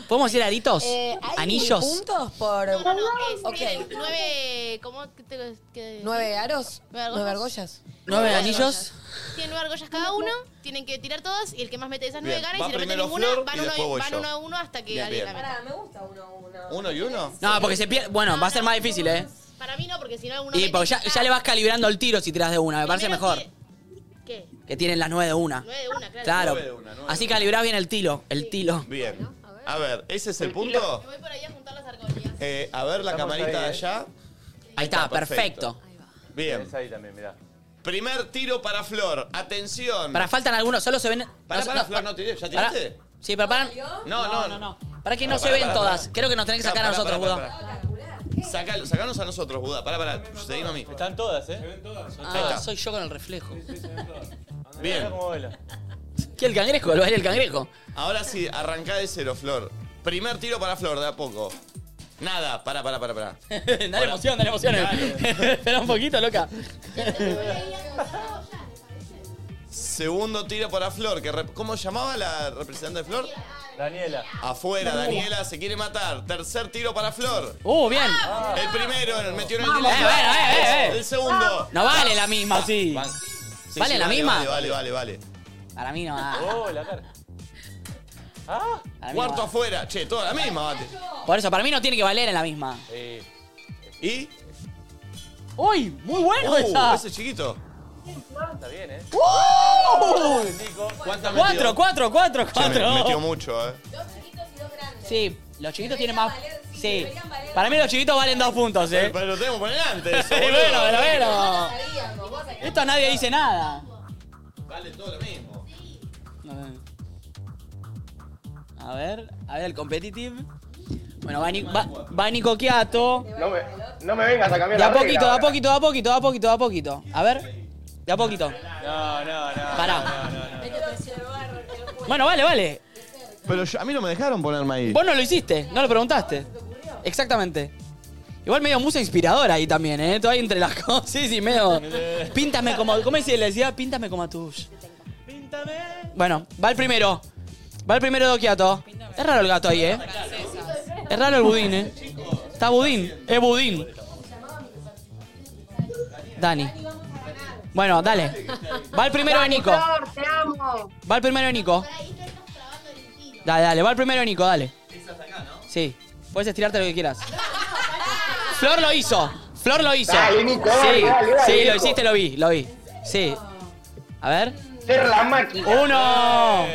Speaker 3: ¿Podemos decir aritos?
Speaker 2: Eh, ¿hay
Speaker 3: Anillos.
Speaker 2: puntos por...?
Speaker 5: No, no, es
Speaker 2: Ok.
Speaker 5: nueve, nueve- ¿cómo que te- que-
Speaker 2: ¿Nueve aros? ¿Nueve argollas?
Speaker 3: ¿Nueve anillos?
Speaker 5: Tienen nueve argollas cada uno, tienen que tirar todas y el que más mete esas nueve
Speaker 1: Bien,
Speaker 5: gana y
Speaker 1: va
Speaker 5: si no mete
Speaker 1: primero
Speaker 5: ninguna,
Speaker 1: Flor
Speaker 5: van,
Speaker 1: y
Speaker 5: uno,
Speaker 1: después voy
Speaker 5: van
Speaker 1: yo.
Speaker 5: uno a uno hasta que
Speaker 1: Bien,
Speaker 5: alguien
Speaker 1: bien.
Speaker 5: la meta.
Speaker 1: ¿Uno y uno?
Speaker 3: No, porque se pierde. Bueno, va a ser más difícil, ¿eh?
Speaker 5: Para mí no, porque si no alguno
Speaker 3: Y porque ya, ya le vas calibrando el tiro si tiras de una. Me parece mejor.
Speaker 5: ¿Qué?
Speaker 3: Que tienen las nueve de una.
Speaker 5: Nueve de una, claro.
Speaker 3: Claro.
Speaker 1: Nueve de una, nueve
Speaker 3: Así
Speaker 1: de una.
Speaker 3: calibrás bien el tiro. El tilo.
Speaker 1: Bien. A ver, ¿ese es el punto?
Speaker 5: Me voy por ahí a juntar las argollas.
Speaker 1: Eh, a ver la
Speaker 32: Estamos
Speaker 1: camarita de
Speaker 32: ahí, ¿eh?
Speaker 1: allá.
Speaker 3: Ahí está, perfecto.
Speaker 1: Bien.
Speaker 32: Es ahí también, mirá.
Speaker 1: Primer tiro para Flor. Atención.
Speaker 3: Para faltan algunos, solo se ven.
Speaker 1: Para,
Speaker 3: no,
Speaker 1: para,
Speaker 3: no,
Speaker 1: Flor, no tiré. ¿Ya
Speaker 3: pará.
Speaker 1: tiraste?
Speaker 3: Sí, pero para.
Speaker 1: No, no, no.
Speaker 3: Para que no
Speaker 1: Pará,
Speaker 3: se
Speaker 1: pará,
Speaker 3: ven
Speaker 1: pará,
Speaker 3: todas.
Speaker 1: pará.
Speaker 3: Creo que nos tenés que
Speaker 1: No,
Speaker 3: sacar a
Speaker 1: pará,
Speaker 3: nosotros,
Speaker 1: pará,
Speaker 3: Budó.
Speaker 1: pará, pará. Sacalo- sacanos a nosotros, Buda. Pará, pará. Seguimos a mí.
Speaker 32: Están todas, ¿eh? Se ven todas.
Speaker 1: Ahí
Speaker 3: Ah,
Speaker 1: está.
Speaker 3: soy yo con el reflejo.
Speaker 1: Bien.
Speaker 3: ¿Qué el cangrejo? ¿Lo era el cangrejo?
Speaker 1: Ahora sí, arrancá de cero, Flor. Primer tiro para Flor, de a poco. Nada, pará, pará, pará, pará.
Speaker 3: dale emoción, dale emoción. Espera un poquito, loca.
Speaker 1: Segundo tiro para Flor. Que rep- ¿Cómo llamaba la representante de Flor?
Speaker 32: Daniela.
Speaker 1: Afuera, Daniela se quiere matar. Tercer tiro para Flor.
Speaker 3: ¡Uh, bien!
Speaker 1: El primero, el metió en el
Speaker 3: Vamos.
Speaker 1: dilema.
Speaker 3: Eh, eh, eh, eh.
Speaker 1: El segundo.
Speaker 3: No vale la misma, sí.
Speaker 1: Sí,
Speaker 3: ¿Vale
Speaker 1: sí,
Speaker 3: la misma?
Speaker 1: Vale, vale, vale. vale.
Speaker 3: Para mí no va.
Speaker 32: Oh, la cara. Ah.
Speaker 3: Para mí no
Speaker 1: Cuarto
Speaker 3: va.
Speaker 1: afuera. Che, toda la misma, mate.
Speaker 3: Por eso, para mí no tiene que valer en la misma.
Speaker 1: ¿Y?
Speaker 3: ¡Uy! ¡Muy bueno
Speaker 1: Uh,
Speaker 3: esa!
Speaker 1: ese chiquito.
Speaker 32: Está bien, ¿eh?
Speaker 3: ¡Uh!
Speaker 1: ¿Cuántas
Speaker 3: Cuatro, cuatro, cuatro, cuatro.
Speaker 1: metió mucho, eh.
Speaker 3: Sí, los chiquitos tienen más. Sí. Para mí los chiquitos valen dos puntos, eh.
Speaker 1: Pero lo tenemos por delante. eso,
Speaker 3: bueno,
Speaker 1: boludo.
Speaker 3: bueno, bueno. Esto nadie dice nada.
Speaker 1: Vale todo lo mismo.
Speaker 3: A ver, a ver el competitive. Bueno, va, Ni- va- va Nico Quiato.
Speaker 21: No me, no me vengas a cambiar
Speaker 3: De a
Speaker 21: la
Speaker 3: poquito, de
Speaker 21: regla
Speaker 3: a
Speaker 21: ahora.
Speaker 3: poquito, de a poquito, de a poquito, de a poquito. A ver. De a poquito.
Speaker 32: No, no, no.
Speaker 3: Pará.
Speaker 32: No, no, no.
Speaker 3: Bueno, vale, vale.
Speaker 1: Pero yo- a mí no me dejaron ponerme ahí.
Speaker 3: Vos no lo hiciste, no lo preguntaste. Exactamente. Igual medio musa inspiradora ahí también, ¿eh? Todo ahí entre las cosas. Sí, sí, medio. Píntame como. ¿Cómo decía? Le decía, píntame como a tus. Píntame. Bueno, va el primero. Va el primero de Occhiato. Es raro el gato ahí, ¿eh? Es raro el budín, ¿eh? Está budín. Es budín. Dani. Bueno, dale. Va el primero de
Speaker 39: Dani,
Speaker 3: Nico.
Speaker 39: Flor, te amo.
Speaker 3: Va el primero de Nico. Dale, dale, va el primero de Nico, dale. Sí. Puedes estirarte lo que quieras. Flor lo hizo. Flor lo hizo.
Speaker 21: Dale, Nico, dale,
Speaker 3: Sí,
Speaker 21: dale, dale,
Speaker 3: sí, lo
Speaker 21: Nico.
Speaker 3: hiciste, lo vi, lo vi. Sí. A ver.
Speaker 21: Ser la máquina.
Speaker 3: ¡Uno!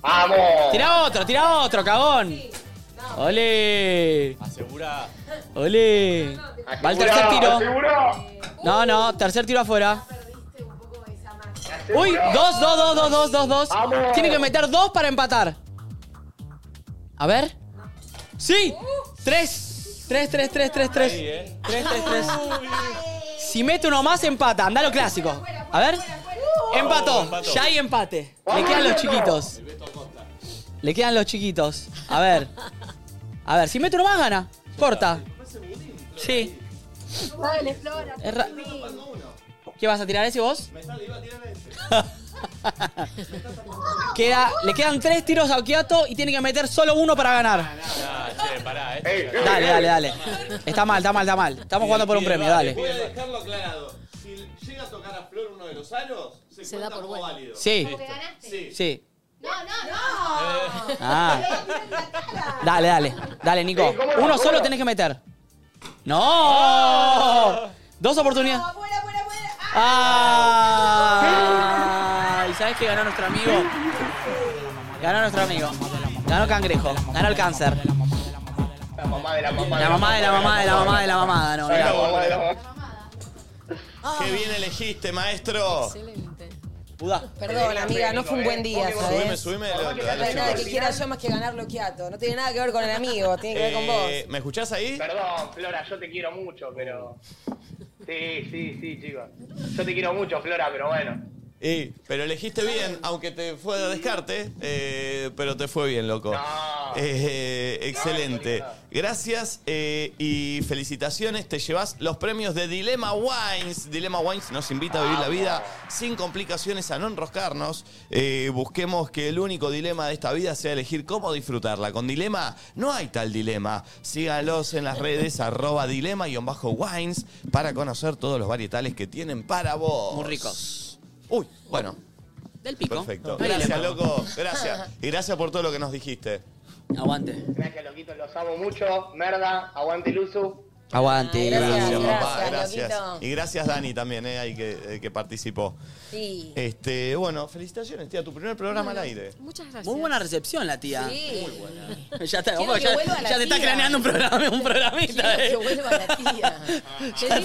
Speaker 21: ¡Vamos!
Speaker 3: Tira otro, tira otro, cagón. ¡Ole!
Speaker 32: Asegura.
Speaker 3: ¡Ole! Va el tercer tiro. No, no, tercer tiro afuera. Uy, dos, dos, dos, dos, dos, dos, dos. Tiene que meter dos para empatar. A ver. Sí, tres. Tres, tres, tres, tres, tres.
Speaker 32: eh.
Speaker 3: Tres, tres, tres. Si mete uno más, empata. Anda lo clásico. A ver. Empató.
Speaker 33: Empató.
Speaker 3: Ya hay empate. Le quedan los chiquitos. Le quedan los chiquitos. A ver. A ver, si mete uno más, gana. Corta. Sí.
Speaker 39: Dale, Flora.
Speaker 3: Es ra- ¿Qué vas a tirar ese vos? Queda, le quedan tres tiros a Okiato y tiene que meter solo uno para ganar.
Speaker 32: Ah, che, pará, eh.
Speaker 3: Dale, dale, dale. Está mal, está mal, está mal. Estamos jugando por un premio,
Speaker 1: Voy
Speaker 3: dale.
Speaker 1: a dejarlo aclarado. Si llega a tocar a Flor uno de los aros, se, cuenta como válido.
Speaker 3: Sí.
Speaker 1: Sí.
Speaker 3: Sí.
Speaker 5: No, no, no.
Speaker 3: Ah. Dale, dale. Dale, Nico.
Speaker 33: Sí, ¿cómo no?
Speaker 3: Uno
Speaker 33: ¿Cómo
Speaker 3: solo
Speaker 33: no?
Speaker 3: tenés que meter.
Speaker 1: Ah.
Speaker 3: ¡No! Dos oportunidades. Ah.
Speaker 18: Ah.
Speaker 3: ¡Ay! ¿Sabes Ah. qué ganó nuestro amigo? Ganó nuestro amigo. Ganó Cangrejo. Ganó el cáncer.
Speaker 21: La mamá de la mamá.
Speaker 3: La mamá de la mamá de la mamá Ah, de la mamá. No,
Speaker 21: Soy la
Speaker 3: mirá.
Speaker 21: mamá de la mamá.
Speaker 1: Qué bien elegiste, maestro.
Speaker 3: Pudá.
Speaker 2: Perdón, amiga, no fue un buen día,
Speaker 1: Subime,
Speaker 2: ¿sabes?
Speaker 1: subime.
Speaker 2: No
Speaker 1: lo-
Speaker 2: tiene
Speaker 1: a los
Speaker 2: nada que
Speaker 1: chicos.
Speaker 2: quiera yo más que ganarlo quiato. No tiene nada que ver con el amigo, tiene que ver con vos.
Speaker 1: Eh, ¿Me escuchás ahí?
Speaker 21: Perdón, Flora, yo te quiero mucho, pero. Sí, sí, sí, chicos. Yo te quiero mucho, Flora, pero bueno.
Speaker 1: Eh, pero elegiste bien, aunque te fue de descarte, eh, pero te fue bien, loco. Eh, excelente. Gracias eh, y felicitaciones. Te llevas los premios de Dilema Wines. Dilema Wines nos invita a vivir la vida sin complicaciones, a no enroscarnos. Eh, busquemos que el único dilema de esta vida sea elegir cómo disfrutarla. Con Dilema no hay tal dilema. Sígalos en las redes arroba dilema-wines para conocer todos los varietales que tienen para vos.
Speaker 3: Muy ricos.
Speaker 1: Uy, bueno.
Speaker 3: Del pico.
Speaker 1: Perfecto.
Speaker 3: No hay
Speaker 1: Gracias,
Speaker 3: dilema.
Speaker 1: loco. Gracias. Y gracias por todo lo que nos dijiste.
Speaker 3: Aguante.
Speaker 21: Gracias, loquitos, los amo mucho. Merda, aguante, Luzu.
Speaker 3: Aguante.
Speaker 1: Gracias, papá.
Speaker 21: gracias,
Speaker 1: Gracias.
Speaker 21: loquito.
Speaker 1: Y gracias, Dani, también, eh, ahí que, eh, que participó.
Speaker 2: Sí.
Speaker 1: Este, bueno, felicitaciones, tía. Tu primer programa al aire.
Speaker 18: Muchas gracias.
Speaker 3: Muy buena recepción la tía.
Speaker 18: Sí.
Speaker 3: Muy buena. Ya está,
Speaker 18: Quiero
Speaker 3: vos,
Speaker 18: que
Speaker 3: ya,
Speaker 18: vuelva la
Speaker 3: ya te está
Speaker 18: tía.
Speaker 3: craneando un programa, un programita, eh.
Speaker 18: Quiero que vuelva la
Speaker 3: Ya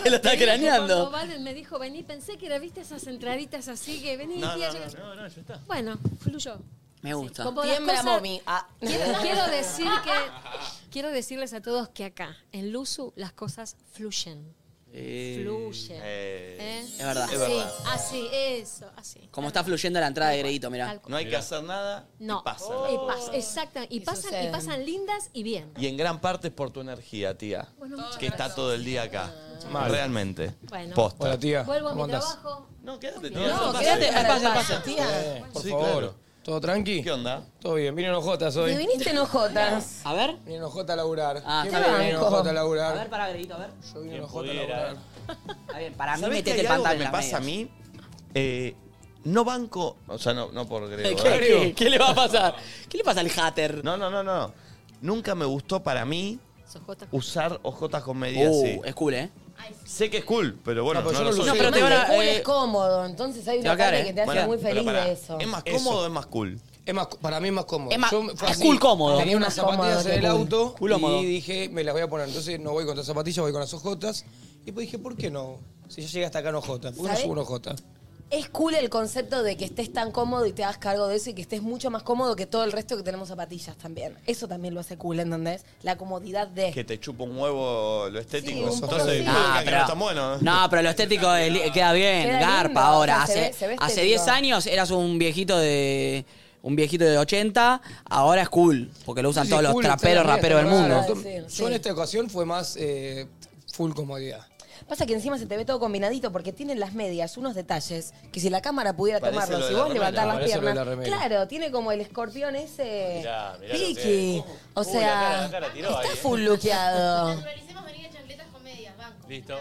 Speaker 3: te lo está
Speaker 18: Cuando
Speaker 3: craneando.
Speaker 18: Valen me dijo, vení, pensé que era, viste, esas entraditas así que vení,
Speaker 3: No,
Speaker 18: tía.
Speaker 3: no,
Speaker 18: yo- Bueno, fluyó.
Speaker 3: Me gusta.
Speaker 18: Como las
Speaker 2: Tiembla,
Speaker 18: cosas-
Speaker 2: momi. Ah.
Speaker 18: Quiero, quiero decir que quiero decirles a todos que acá, en Luzu, las cosas fluyen. Fluye.
Speaker 1: Eh,
Speaker 3: Es verdad.
Speaker 18: Así,
Speaker 3: Es verdad.
Speaker 18: así, eso, así.
Speaker 3: Como está fluyendo la entrada de Greguito, mirá.
Speaker 18: Tal cual. No hay que
Speaker 1: hacer nada.
Speaker 18: No.
Speaker 1: Y pasan.
Speaker 18: Y pas- exacta- y pasan, y
Speaker 1: suceden.
Speaker 18: pasan lindas y bien.
Speaker 1: Y en gran parte es por tu energía, tía.
Speaker 18: Bueno, muchas
Speaker 1: que está todo el día acá.
Speaker 41: Mal.
Speaker 1: Realmente.
Speaker 18: Bueno.
Speaker 1: Posta.
Speaker 41: Hola, tía.
Speaker 18: Vuelvo a mi
Speaker 41: ¿Cómo andás?
Speaker 18: trabajo.
Speaker 1: No, quédate,
Speaker 41: tía. No,
Speaker 18: quédate.
Speaker 41: quédate.
Speaker 18: para el
Speaker 41: Pasa,
Speaker 18: paso,
Speaker 41: pasa.
Speaker 18: tía.
Speaker 41: Eh, por
Speaker 1: Sí,
Speaker 41: favor.
Speaker 1: claro.
Speaker 41: ¿Todo tranqui? ¿Qué
Speaker 1: onda?
Speaker 41: Todo bien. Vienen ojotas hoy.
Speaker 2: Te viniste en ojotas.
Speaker 3: A ver.
Speaker 41: Vienen ojotas a laburar.
Speaker 3: Ah,
Speaker 41: ¿Quién
Speaker 3: está bien.
Speaker 41: viene en ojotas a laburar?
Speaker 3: A ver, pará, Greguito, a ver.
Speaker 41: Yo vine en ojotas a laburar.
Speaker 3: Está bien, para mí
Speaker 1: ¿Sabés que
Speaker 3: metete
Speaker 1: hay
Speaker 3: el
Speaker 1: algo
Speaker 3: pantalón
Speaker 1: que
Speaker 3: en
Speaker 1: me
Speaker 3: las
Speaker 1: pasa a
Speaker 3: medias.
Speaker 1: mí? Eh, no banco, o sea, no, no por Grego.
Speaker 3: ¿Qué-
Speaker 1: ¿eh?
Speaker 3: qué- qué le va a pasar? ¿Qué le pasa al hater?
Speaker 1: No, no, no, no. Nunca me gustó para mí
Speaker 18: Sojotas.
Speaker 1: usar ojotas con medias.
Speaker 3: Uh,
Speaker 1: sí.
Speaker 3: es cool, ¿eh?
Speaker 1: Sé que es cool, pero bueno,
Speaker 41: No, pero
Speaker 1: no,
Speaker 41: yo no
Speaker 1: lo soy.
Speaker 41: lo
Speaker 2: No, pero te van
Speaker 1: eh,
Speaker 3: eh,
Speaker 2: es cómodo, entonces hay una parte que te hace
Speaker 1: Bueno,
Speaker 2: muy
Speaker 1: pero
Speaker 2: feliz
Speaker 1: pará.
Speaker 2: de eso.
Speaker 1: ¿Es más cómodo o es más cool?
Speaker 41: Es más, para mí es más cómodo.
Speaker 2: Es más-
Speaker 41: Yo fue
Speaker 2: es
Speaker 41: así.
Speaker 2: cool cómodo.
Speaker 41: Tenía unas
Speaker 2: Es más cómodo
Speaker 41: zapatillas en
Speaker 2: que
Speaker 41: el
Speaker 2: cool.
Speaker 41: auto
Speaker 2: Culo modo.
Speaker 41: y dije, me las voy a poner. Entonces no voy con todas zapatillas, voy con las ojotas. Y pues dije, ¿por qué no? Si ya llegué hasta acá en ojota, ¿por qué no
Speaker 2: ¿Sabés?
Speaker 41: subo una ojota?
Speaker 2: Es cool el concepto de que estés tan cómodo y te hagas cargo de eso y que estés mucho más cómodo que todo el resto que tenemos zapatillas también. Eso también lo hace cool, ¿entendés? La comodidad de...
Speaker 1: Que te chupa un huevo lo estético.
Speaker 2: un poco
Speaker 1: Entonces,
Speaker 2: sí.
Speaker 1: no,
Speaker 3: Eh. Ah,
Speaker 1: que
Speaker 3: pero-
Speaker 1: no está bueno. ¿eh?
Speaker 3: No, pero lo estético eh, li- queda bien,
Speaker 2: Queda
Speaker 3: garpa
Speaker 2: lindo,
Speaker 3: ahora.
Speaker 2: o sea, se
Speaker 3: hace,
Speaker 2: ve- se ve
Speaker 3: hace
Speaker 2: estético.
Speaker 3: 10 años eras un viejito de un viejito de 80, ahora es cool, porque lo usan
Speaker 41: Sí,
Speaker 3: todos los
Speaker 41: cool,
Speaker 3: traperos,
Speaker 41: está
Speaker 3: raperos del
Speaker 41: raro.
Speaker 3: mundo.
Speaker 41: Yo en esta ocasión fue más eh, full comodidad.
Speaker 2: Pasa que encima se te ve todo combinadito porque tienen las medias, unos detalles que si la cámara pudiera
Speaker 41: Parece lo
Speaker 2: tomarlos
Speaker 41: de
Speaker 2: y
Speaker 41: la
Speaker 2: vos
Speaker 41: remera,
Speaker 2: levantás las
Speaker 41: parece lo de
Speaker 2: piernas.
Speaker 41: la remera.
Speaker 2: claro, tiene como el escorpión ese...
Speaker 32: Mirá, mirá lo que-
Speaker 2: Piqui. O
Speaker 32: Uh, la cara,
Speaker 2: sea,
Speaker 32: la cara tiró
Speaker 2: está
Speaker 32: ahí, eh.
Speaker 2: full lookeado.
Speaker 32: Listo.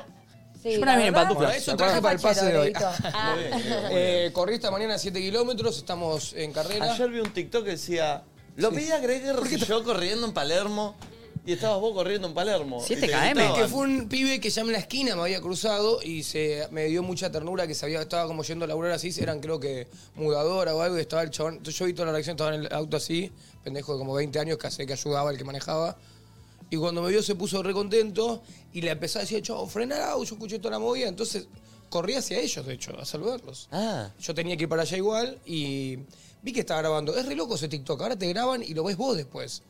Speaker 2: Sí,
Speaker 32: Yo una
Speaker 2: la
Speaker 32: vez vine en
Speaker 2: verdad,
Speaker 32: pantuflas.
Speaker 41: Para eso
Speaker 32: Acá
Speaker 41: traje para el pase de hoy.
Speaker 2: Fachero, Dieguito. Ah.
Speaker 41: Eh, corrí esta mañana 7 kilómetros, estamos en carrera.
Speaker 1: Ayer vi un TikTok que decía, lo
Speaker 41: Sí.
Speaker 1: pedí a Greger y yo corriendo en Palermo y estabas vos corriendo en Palermo. Y te gritaban.
Speaker 41: Que Este, fue un pibe que ya en la esquina me había cruzado y se me dio mucha ternura que sabía, estaba como yendo a laburar así, eran creo que mudadora o algo y estaba el chabón. Entonces yo vi toda la reacción, estaba en el auto así, pendejo de como 20 años que hace que ayudaba el que manejaba. Y cuando me vio se puso re contento y le empezó a decir, chavo, frená, yo escuché toda la movida. Entonces corrí hacia ellos, de hecho, a saludarlos.
Speaker 32: Ah.
Speaker 41: Yo tenía que ir para allá igual y vi que estaba grabando. Es re loco ese TikTok, ahora te graban y lo ves vos después.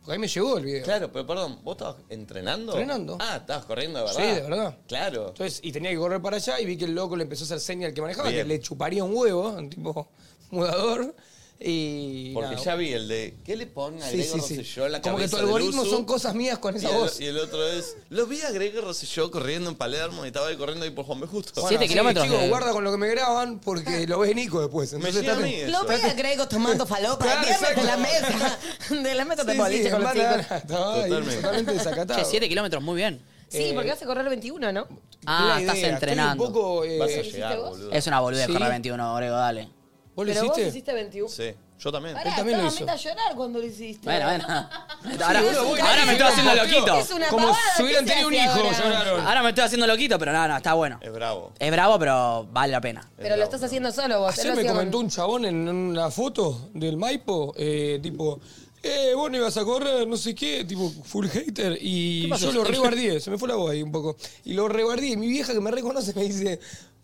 Speaker 41: Porque ahí me llegó el video.
Speaker 1: Claro, pero perdón, ¿vos estabas entrenando?
Speaker 41: Entrenando.
Speaker 1: Ah, estabas corriendo de verdad.
Speaker 41: Sí, de verdad.
Speaker 1: Claro.
Speaker 41: Entonces, y tenía que correr para allá y vi que el loco le empezó a hacer señas al que manejaba,
Speaker 1: Bien.
Speaker 41: que le chuparía un huevo, un tipo mudador. Y.
Speaker 1: Porque
Speaker 41: nada.
Speaker 1: ya vi el de, ¿qué le ponen a
Speaker 41: Sí,
Speaker 1: Greger
Speaker 41: sí, sí.
Speaker 1: Rosselló en la
Speaker 41: Como que tu
Speaker 1: cabeza del
Speaker 41: algoritmo
Speaker 1: Usu?
Speaker 41: son cosas mías con
Speaker 1: Y
Speaker 41: esa
Speaker 1: el-
Speaker 41: voz.
Speaker 1: Y el otro es, lo vi a Greger Rosselló corriendo en Palermo y estaba ahí corriendo ahí por Juan B. Justo.
Speaker 41: Bueno, sí, Chicos, guarda con lo que me graban porque lo ves Nico después.
Speaker 1: Me
Speaker 41: Entonces,
Speaker 1: llega a
Speaker 41: está-
Speaker 1: mí eso.
Speaker 2: Lo ve a Grego tomando falopa
Speaker 41: Claro,
Speaker 2: Dígame de la
Speaker 41: exacto.
Speaker 2: mesa. De la mesa
Speaker 41: Sí,
Speaker 2: de
Speaker 41: sí,
Speaker 2: boliche con los
Speaker 41: hermana,
Speaker 2: chicos.
Speaker 41: estaba ahí
Speaker 3: Totalmente.
Speaker 41: totalmente desacatado.
Speaker 3: Che, 7 kilómetros, muy bien.
Speaker 41: Eh,
Speaker 2: Sí, porque vas a correr 21, ¿no?
Speaker 3: Ah,
Speaker 41: la
Speaker 3: estás
Speaker 41: idea, estoy
Speaker 3: entrenando.
Speaker 41: un poco, eh, Vas a
Speaker 2: llegar, vos? boludo.
Speaker 3: Es una boludez
Speaker 41: Sí.
Speaker 3: correr 21, Grego, dale.
Speaker 41: ¿Vos
Speaker 2: Pero vos hiciste 21.
Speaker 1: Sí, yo también.
Speaker 2: Pará, también lo a llorar cuando lo hiciste.
Speaker 3: Bueno, bueno.
Speaker 2: Sí,
Speaker 3: Ahora,
Speaker 2: es un
Speaker 3: ahora me estoy haciendo
Speaker 2: carajo.
Speaker 3: loquito.
Speaker 2: Es una Como pavada, si hubieran ¿qué se tenido un hace hijo, ahora? lloraron.
Speaker 3: Ahora me estoy haciendo loquito, pero no, no, está bueno.
Speaker 1: Es bravo.
Speaker 3: Es bravo, pero vale la pena.
Speaker 2: Pero lo estás haciendo solo vos. él
Speaker 41: Ayer
Speaker 2: lo
Speaker 41: me
Speaker 2: hacía con-
Speaker 41: comentó un chabón en una foto del Maipo, eh, tipo, eh, vos no ibas a correr, no sé qué, tipo, full hater. Y
Speaker 33: ¿Qué pasó?
Speaker 41: yo lo reguardié, se me fue la voz ahí un poco. Y lo reguardié, y mi vieja que me reconoce me dice,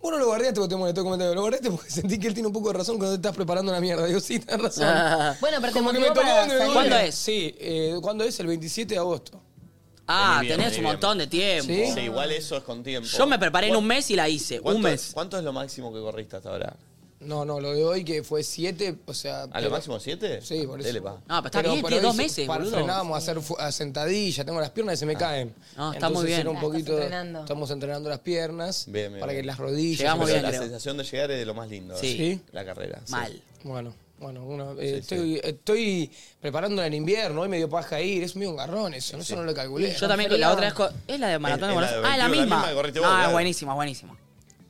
Speaker 41: vos no lo guardaste porque te molestó el comentario, lo guardaste porque sentí que él tiene un poco de razón cuando te estás preparando una mierda. Digo, sí, tenés razón.
Speaker 3: Ah. Bueno, pero te
Speaker 41: Como que
Speaker 3: motivó
Speaker 41: me tocó
Speaker 3: para
Speaker 41: donde me
Speaker 3: salir.
Speaker 41: duele.
Speaker 3: ¿Cuándo es?
Speaker 41: Sí, eh, ¿cuándo es? El 27 de agosto.
Speaker 3: Ah,
Speaker 1: Vení bien,
Speaker 3: tenés
Speaker 1: vení
Speaker 3: un
Speaker 1: bien.
Speaker 3: montón de tiempo.
Speaker 1: Sí, igual eso es con tiempo.
Speaker 3: Yo me preparé en
Speaker 1: ¿Cuán-
Speaker 3: un mes y la hice. Un
Speaker 1: cuánto-
Speaker 3: mes.
Speaker 1: ¿Cuánto es lo máximo que corriste hasta ahora?
Speaker 41: No, no, lo de hoy que fue 7, o sea...
Speaker 1: ¿A lo máximo siete?
Speaker 41: Eh, Sí, por eso.
Speaker 1: Dele, pa.
Speaker 3: No, pero está bien, tiene
Speaker 41: hoy
Speaker 3: dos
Speaker 41: se-
Speaker 3: meses,
Speaker 41: para-
Speaker 3: boludo. Ah.
Speaker 41: Frenábamos a hacer fu- a sentadilla, tengo las piernas y se me caen.
Speaker 3: No, está
Speaker 41: Entonces
Speaker 3: muy bien.
Speaker 41: era un
Speaker 3: Ah,
Speaker 41: poquito,
Speaker 3: estás entrenando.
Speaker 41: Estamos entrenando las piernas
Speaker 1: Bien, bien,
Speaker 41: para
Speaker 1: bien.
Speaker 41: que las rodillas...
Speaker 1: Pero
Speaker 41: Pero
Speaker 1: La
Speaker 41: la sensación-
Speaker 1: sensación de llegar es de lo más lindo.
Speaker 41: Sí.
Speaker 1: ¿eh? La carrera. sí.
Speaker 41: Bueno, bueno, uno, eh, estoy, estoy preparándola en invierno, hoy me dio paja ir, es medio un garrón eso, no, eso no lo calculé.
Speaker 3: Yo también, la otra vez. co- ¿Es la de Maratón de
Speaker 41: Es-
Speaker 3: Buenos
Speaker 41: es la de
Speaker 3: Aires? Ah, es la
Speaker 41: 21, la
Speaker 3: misma.
Speaker 41: misma que corriste
Speaker 3: No,
Speaker 41: vos,
Speaker 3: es
Speaker 41: claro.
Speaker 3: buenísima, buenísima.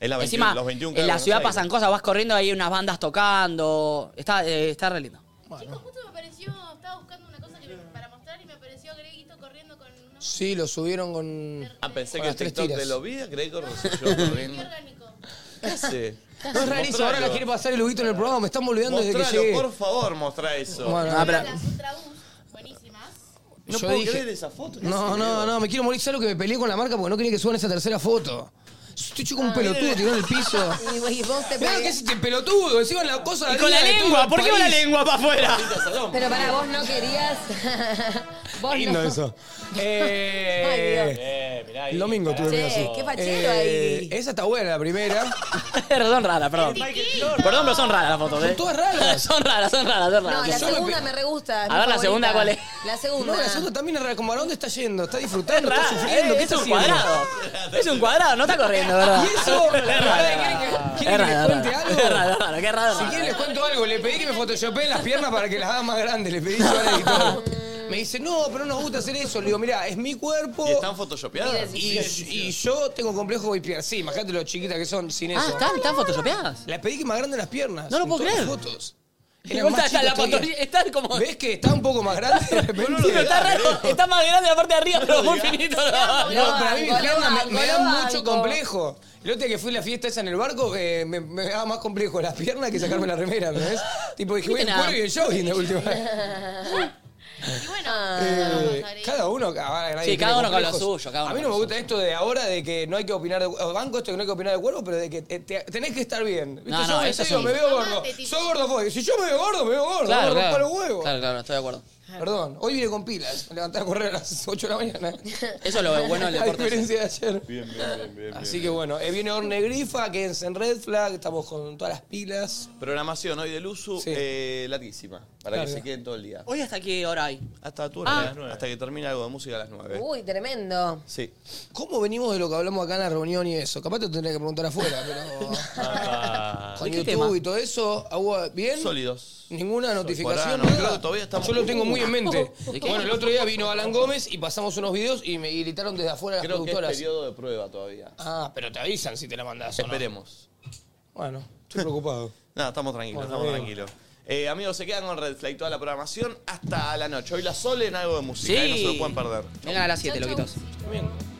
Speaker 1: Es la 21,
Speaker 3: Encima,
Speaker 1: los 21
Speaker 3: en la
Speaker 1: Buenos
Speaker 3: ciudad
Speaker 1: Aires.
Speaker 3: pasan cosas, vas corriendo, hay unas bandas tocando. Está, eh, está re lindo.
Speaker 5: Chicos, justo me apareció, estaba buscando una cosa que me- para mostrar y me apareció Greguito corriendo con unos
Speaker 41: Sí, lo subieron con...
Speaker 1: Ah, pensé
Speaker 41: con
Speaker 1: que el
Speaker 41: las tres
Speaker 1: TikTok
Speaker 41: tiras.
Speaker 1: de lo vi, creí que yo corriendo. ¿Qué hace?
Speaker 41: No, es rarísimo, ahora la quiere pasar el huguito en el programa, me están olvidando desde que
Speaker 1: Mostralo,
Speaker 41: llegué.
Speaker 1: por favor, mostrá eso.
Speaker 41: Bueno, Ah, pero- las
Speaker 1: No
Speaker 41: Yo
Speaker 1: puedo
Speaker 41: dije-
Speaker 1: creer esa foto. ¿qué
Speaker 41: No,
Speaker 1: hace,
Speaker 41: no,
Speaker 1: Diego?
Speaker 41: no, me quiero morir. ¿Sabes lo que me peleé con la marca? Porque no quería que suban esa tercera foto. Estoy hecho como
Speaker 1: Ah,
Speaker 41: un pelotudo tirado en el piso.
Speaker 2: Ah. Y vos- y vos te
Speaker 41: Mira
Speaker 2: pegué.
Speaker 41: que es este pelotudo, encima la cosa
Speaker 33: Y con la lengua, ¿por qué con la lengua
Speaker 3: para afuera?
Speaker 2: Pero para vos no querías. vos no.
Speaker 41: Lindo eso. Eh,
Speaker 2: Ay, Dios.
Speaker 32: Eh, mirá.
Speaker 41: El domingo tuve
Speaker 2: Che,
Speaker 41: miedo, sí.
Speaker 2: qué fachero ahí.
Speaker 41: Eh, Esa está buena, la primera.
Speaker 3: perdón, rara, perdón. Perdón, pero son raras las fotos, ¿eh?
Speaker 41: Son todas raras.
Speaker 3: son raras, son raras, son raras.
Speaker 2: No, la segunda me re gusta. es
Speaker 3: A ver,
Speaker 2: mi
Speaker 3: la
Speaker 2: favorita.
Speaker 3: segunda, ¿cuál es?
Speaker 2: La segunda.
Speaker 41: No, la segunda también es rara. Como, ¿a dónde está yendo? ¿Está disfrutando?
Speaker 3: Es
Speaker 41: ¿Está
Speaker 3: rara,
Speaker 41: sufriendo?
Speaker 3: eh,
Speaker 41: ¿Qué
Speaker 3: es
Speaker 41: está
Speaker 3: un
Speaker 41: haciendo?
Speaker 3: cuadrado. Es un cuadrado, no está corriendo, ¿verdad?
Speaker 41: Y eso,
Speaker 3: es raro.
Speaker 41: ¿Quieren que
Speaker 3: raro,
Speaker 41: les cuente
Speaker 3: raro.
Speaker 41: algo?
Speaker 3: Es raro, raro, qué raro,
Speaker 41: Si
Speaker 3: raro.
Speaker 41: quieren les cuento algo. Le pedí que me photoshopeen las piernas para que las hagan más grandes. Le pedí yo al editor. Me dice, no, pero no nos gusta hacer eso. Le digo, mirá, es mi cuerpo. ¿Y están
Speaker 1: photoshopeadas?
Speaker 41: Y, y yo tengo complejo de piernas. Sí, imagínate lo chiquitas que son sin eso.
Speaker 3: Ah, ¿están- están photoshopeadas?
Speaker 41: Les pedí que más grandes las piernas.
Speaker 3: No lo puedo
Speaker 41: En todas
Speaker 3: creer.
Speaker 41: las fotos.
Speaker 3: Y
Speaker 41: Eran
Speaker 3: vos
Speaker 41: más
Speaker 3: estás- la
Speaker 41: chicos todavía.
Speaker 3: foto- está como-
Speaker 41: ¿Ves que está un poco más grande? de repente?
Speaker 3: Sí, pero está raro, está más grande la parte de arriba, pero muy
Speaker 41: digas.
Speaker 3: finito.
Speaker 41: No, para mí mis
Speaker 3: Banco,
Speaker 41: piernas me-
Speaker 3: banco,
Speaker 41: me, dan
Speaker 3: banco.
Speaker 41: mucho complejo. El otro día que fui a la fiesta esa en el barco, eh, me, me daba más complejo las piernas que sacarme la remera, ¿me ves? Tipo, dije, voy en
Speaker 33: Nada.
Speaker 41: cuero y en jogging la última vez.
Speaker 5: Y bueno,
Speaker 2: Ah,
Speaker 41: Eh, cada uno, ahora nadie
Speaker 3: Sí,
Speaker 41: tiene
Speaker 3: cada uno con lo
Speaker 41: complejos.
Speaker 3: suyo, cada uno
Speaker 41: A mí no
Speaker 3: con
Speaker 41: me
Speaker 3: lo
Speaker 41: gusta esto de ahora de que no hay que opinar de o banco, esto de que no hay que opinar de cuerpo, pero de que eh, te- tenés que estar bien. ¿Viste?
Speaker 3: No,
Speaker 41: yo
Speaker 3: no,
Speaker 41: me,
Speaker 3: eso
Speaker 41: digo,
Speaker 3: sí.
Speaker 41: me veo gordo. Soy gordo, voy. Si yo me veo gordo, me veo gordo.
Speaker 3: Claro,
Speaker 41: gordo,
Speaker 3: claro.
Speaker 41: palo huevo.
Speaker 3: Claro, claro, estoy de acuerdo.
Speaker 41: Perdón, hoy vine con pilas. Me levanté a correr a las 8 de la mañana.
Speaker 3: Eso es lo bueno del
Speaker 41: A
Speaker 3: deporte.
Speaker 41: diferencia de ayer.
Speaker 1: Bien, bien, bien, bien.
Speaker 41: Así que bueno, eh, viene Orne Grifa, quédense en Red Flag, estamos con todas las pilas.
Speaker 1: Programación hoy del uso eh, larguísima, para
Speaker 41: Claro.
Speaker 1: que se queden todo el día.
Speaker 3: ¿Hoy hasta qué hora hay?
Speaker 1: Hasta tú,
Speaker 2: Ah.
Speaker 1: hasta que termine algo de música a las 9.
Speaker 41: Uh.
Speaker 2: Uy, tremendo.
Speaker 1: Sí.
Speaker 41: ¿Cómo venimos de lo que hablamos acá en la reunión y eso? Capaz te tendría que preguntar afuera, pero con
Speaker 1: ¿De
Speaker 41: Ah, YouTube
Speaker 1: qué tema?
Speaker 41: y todo eso, agua bien.
Speaker 1: Sólidos.
Speaker 41: Ninguna notificación.
Speaker 1: Por ahora no,
Speaker 41: nada.
Speaker 1: creo que todavía estamos-
Speaker 41: Yo lo tengo muy en mente.
Speaker 1: ¿De qué?
Speaker 41: Bueno, el otro día vino Alan Gómez y pasamos unos videos y me gritaron desde afuera las
Speaker 1: Creo que es
Speaker 41: productoras.
Speaker 1: periodo de prueba todavía.
Speaker 41: Ah, pero te avisan si te la mandas.
Speaker 1: Esperemos.
Speaker 41: Bueno, estoy preocupado.
Speaker 1: No, estamos tranquilos,
Speaker 41: Bueno,
Speaker 1: estamos
Speaker 41: bien.
Speaker 1: tranquilos. Eh, amigos, se quedan con Red Flag toda la programación hasta la noche. Hoy la Sole en algo de música,
Speaker 3: Sí.
Speaker 1: eh, no se lo pueden perder.
Speaker 3: Vengan a las 7, loquitos.
Speaker 1: Bien.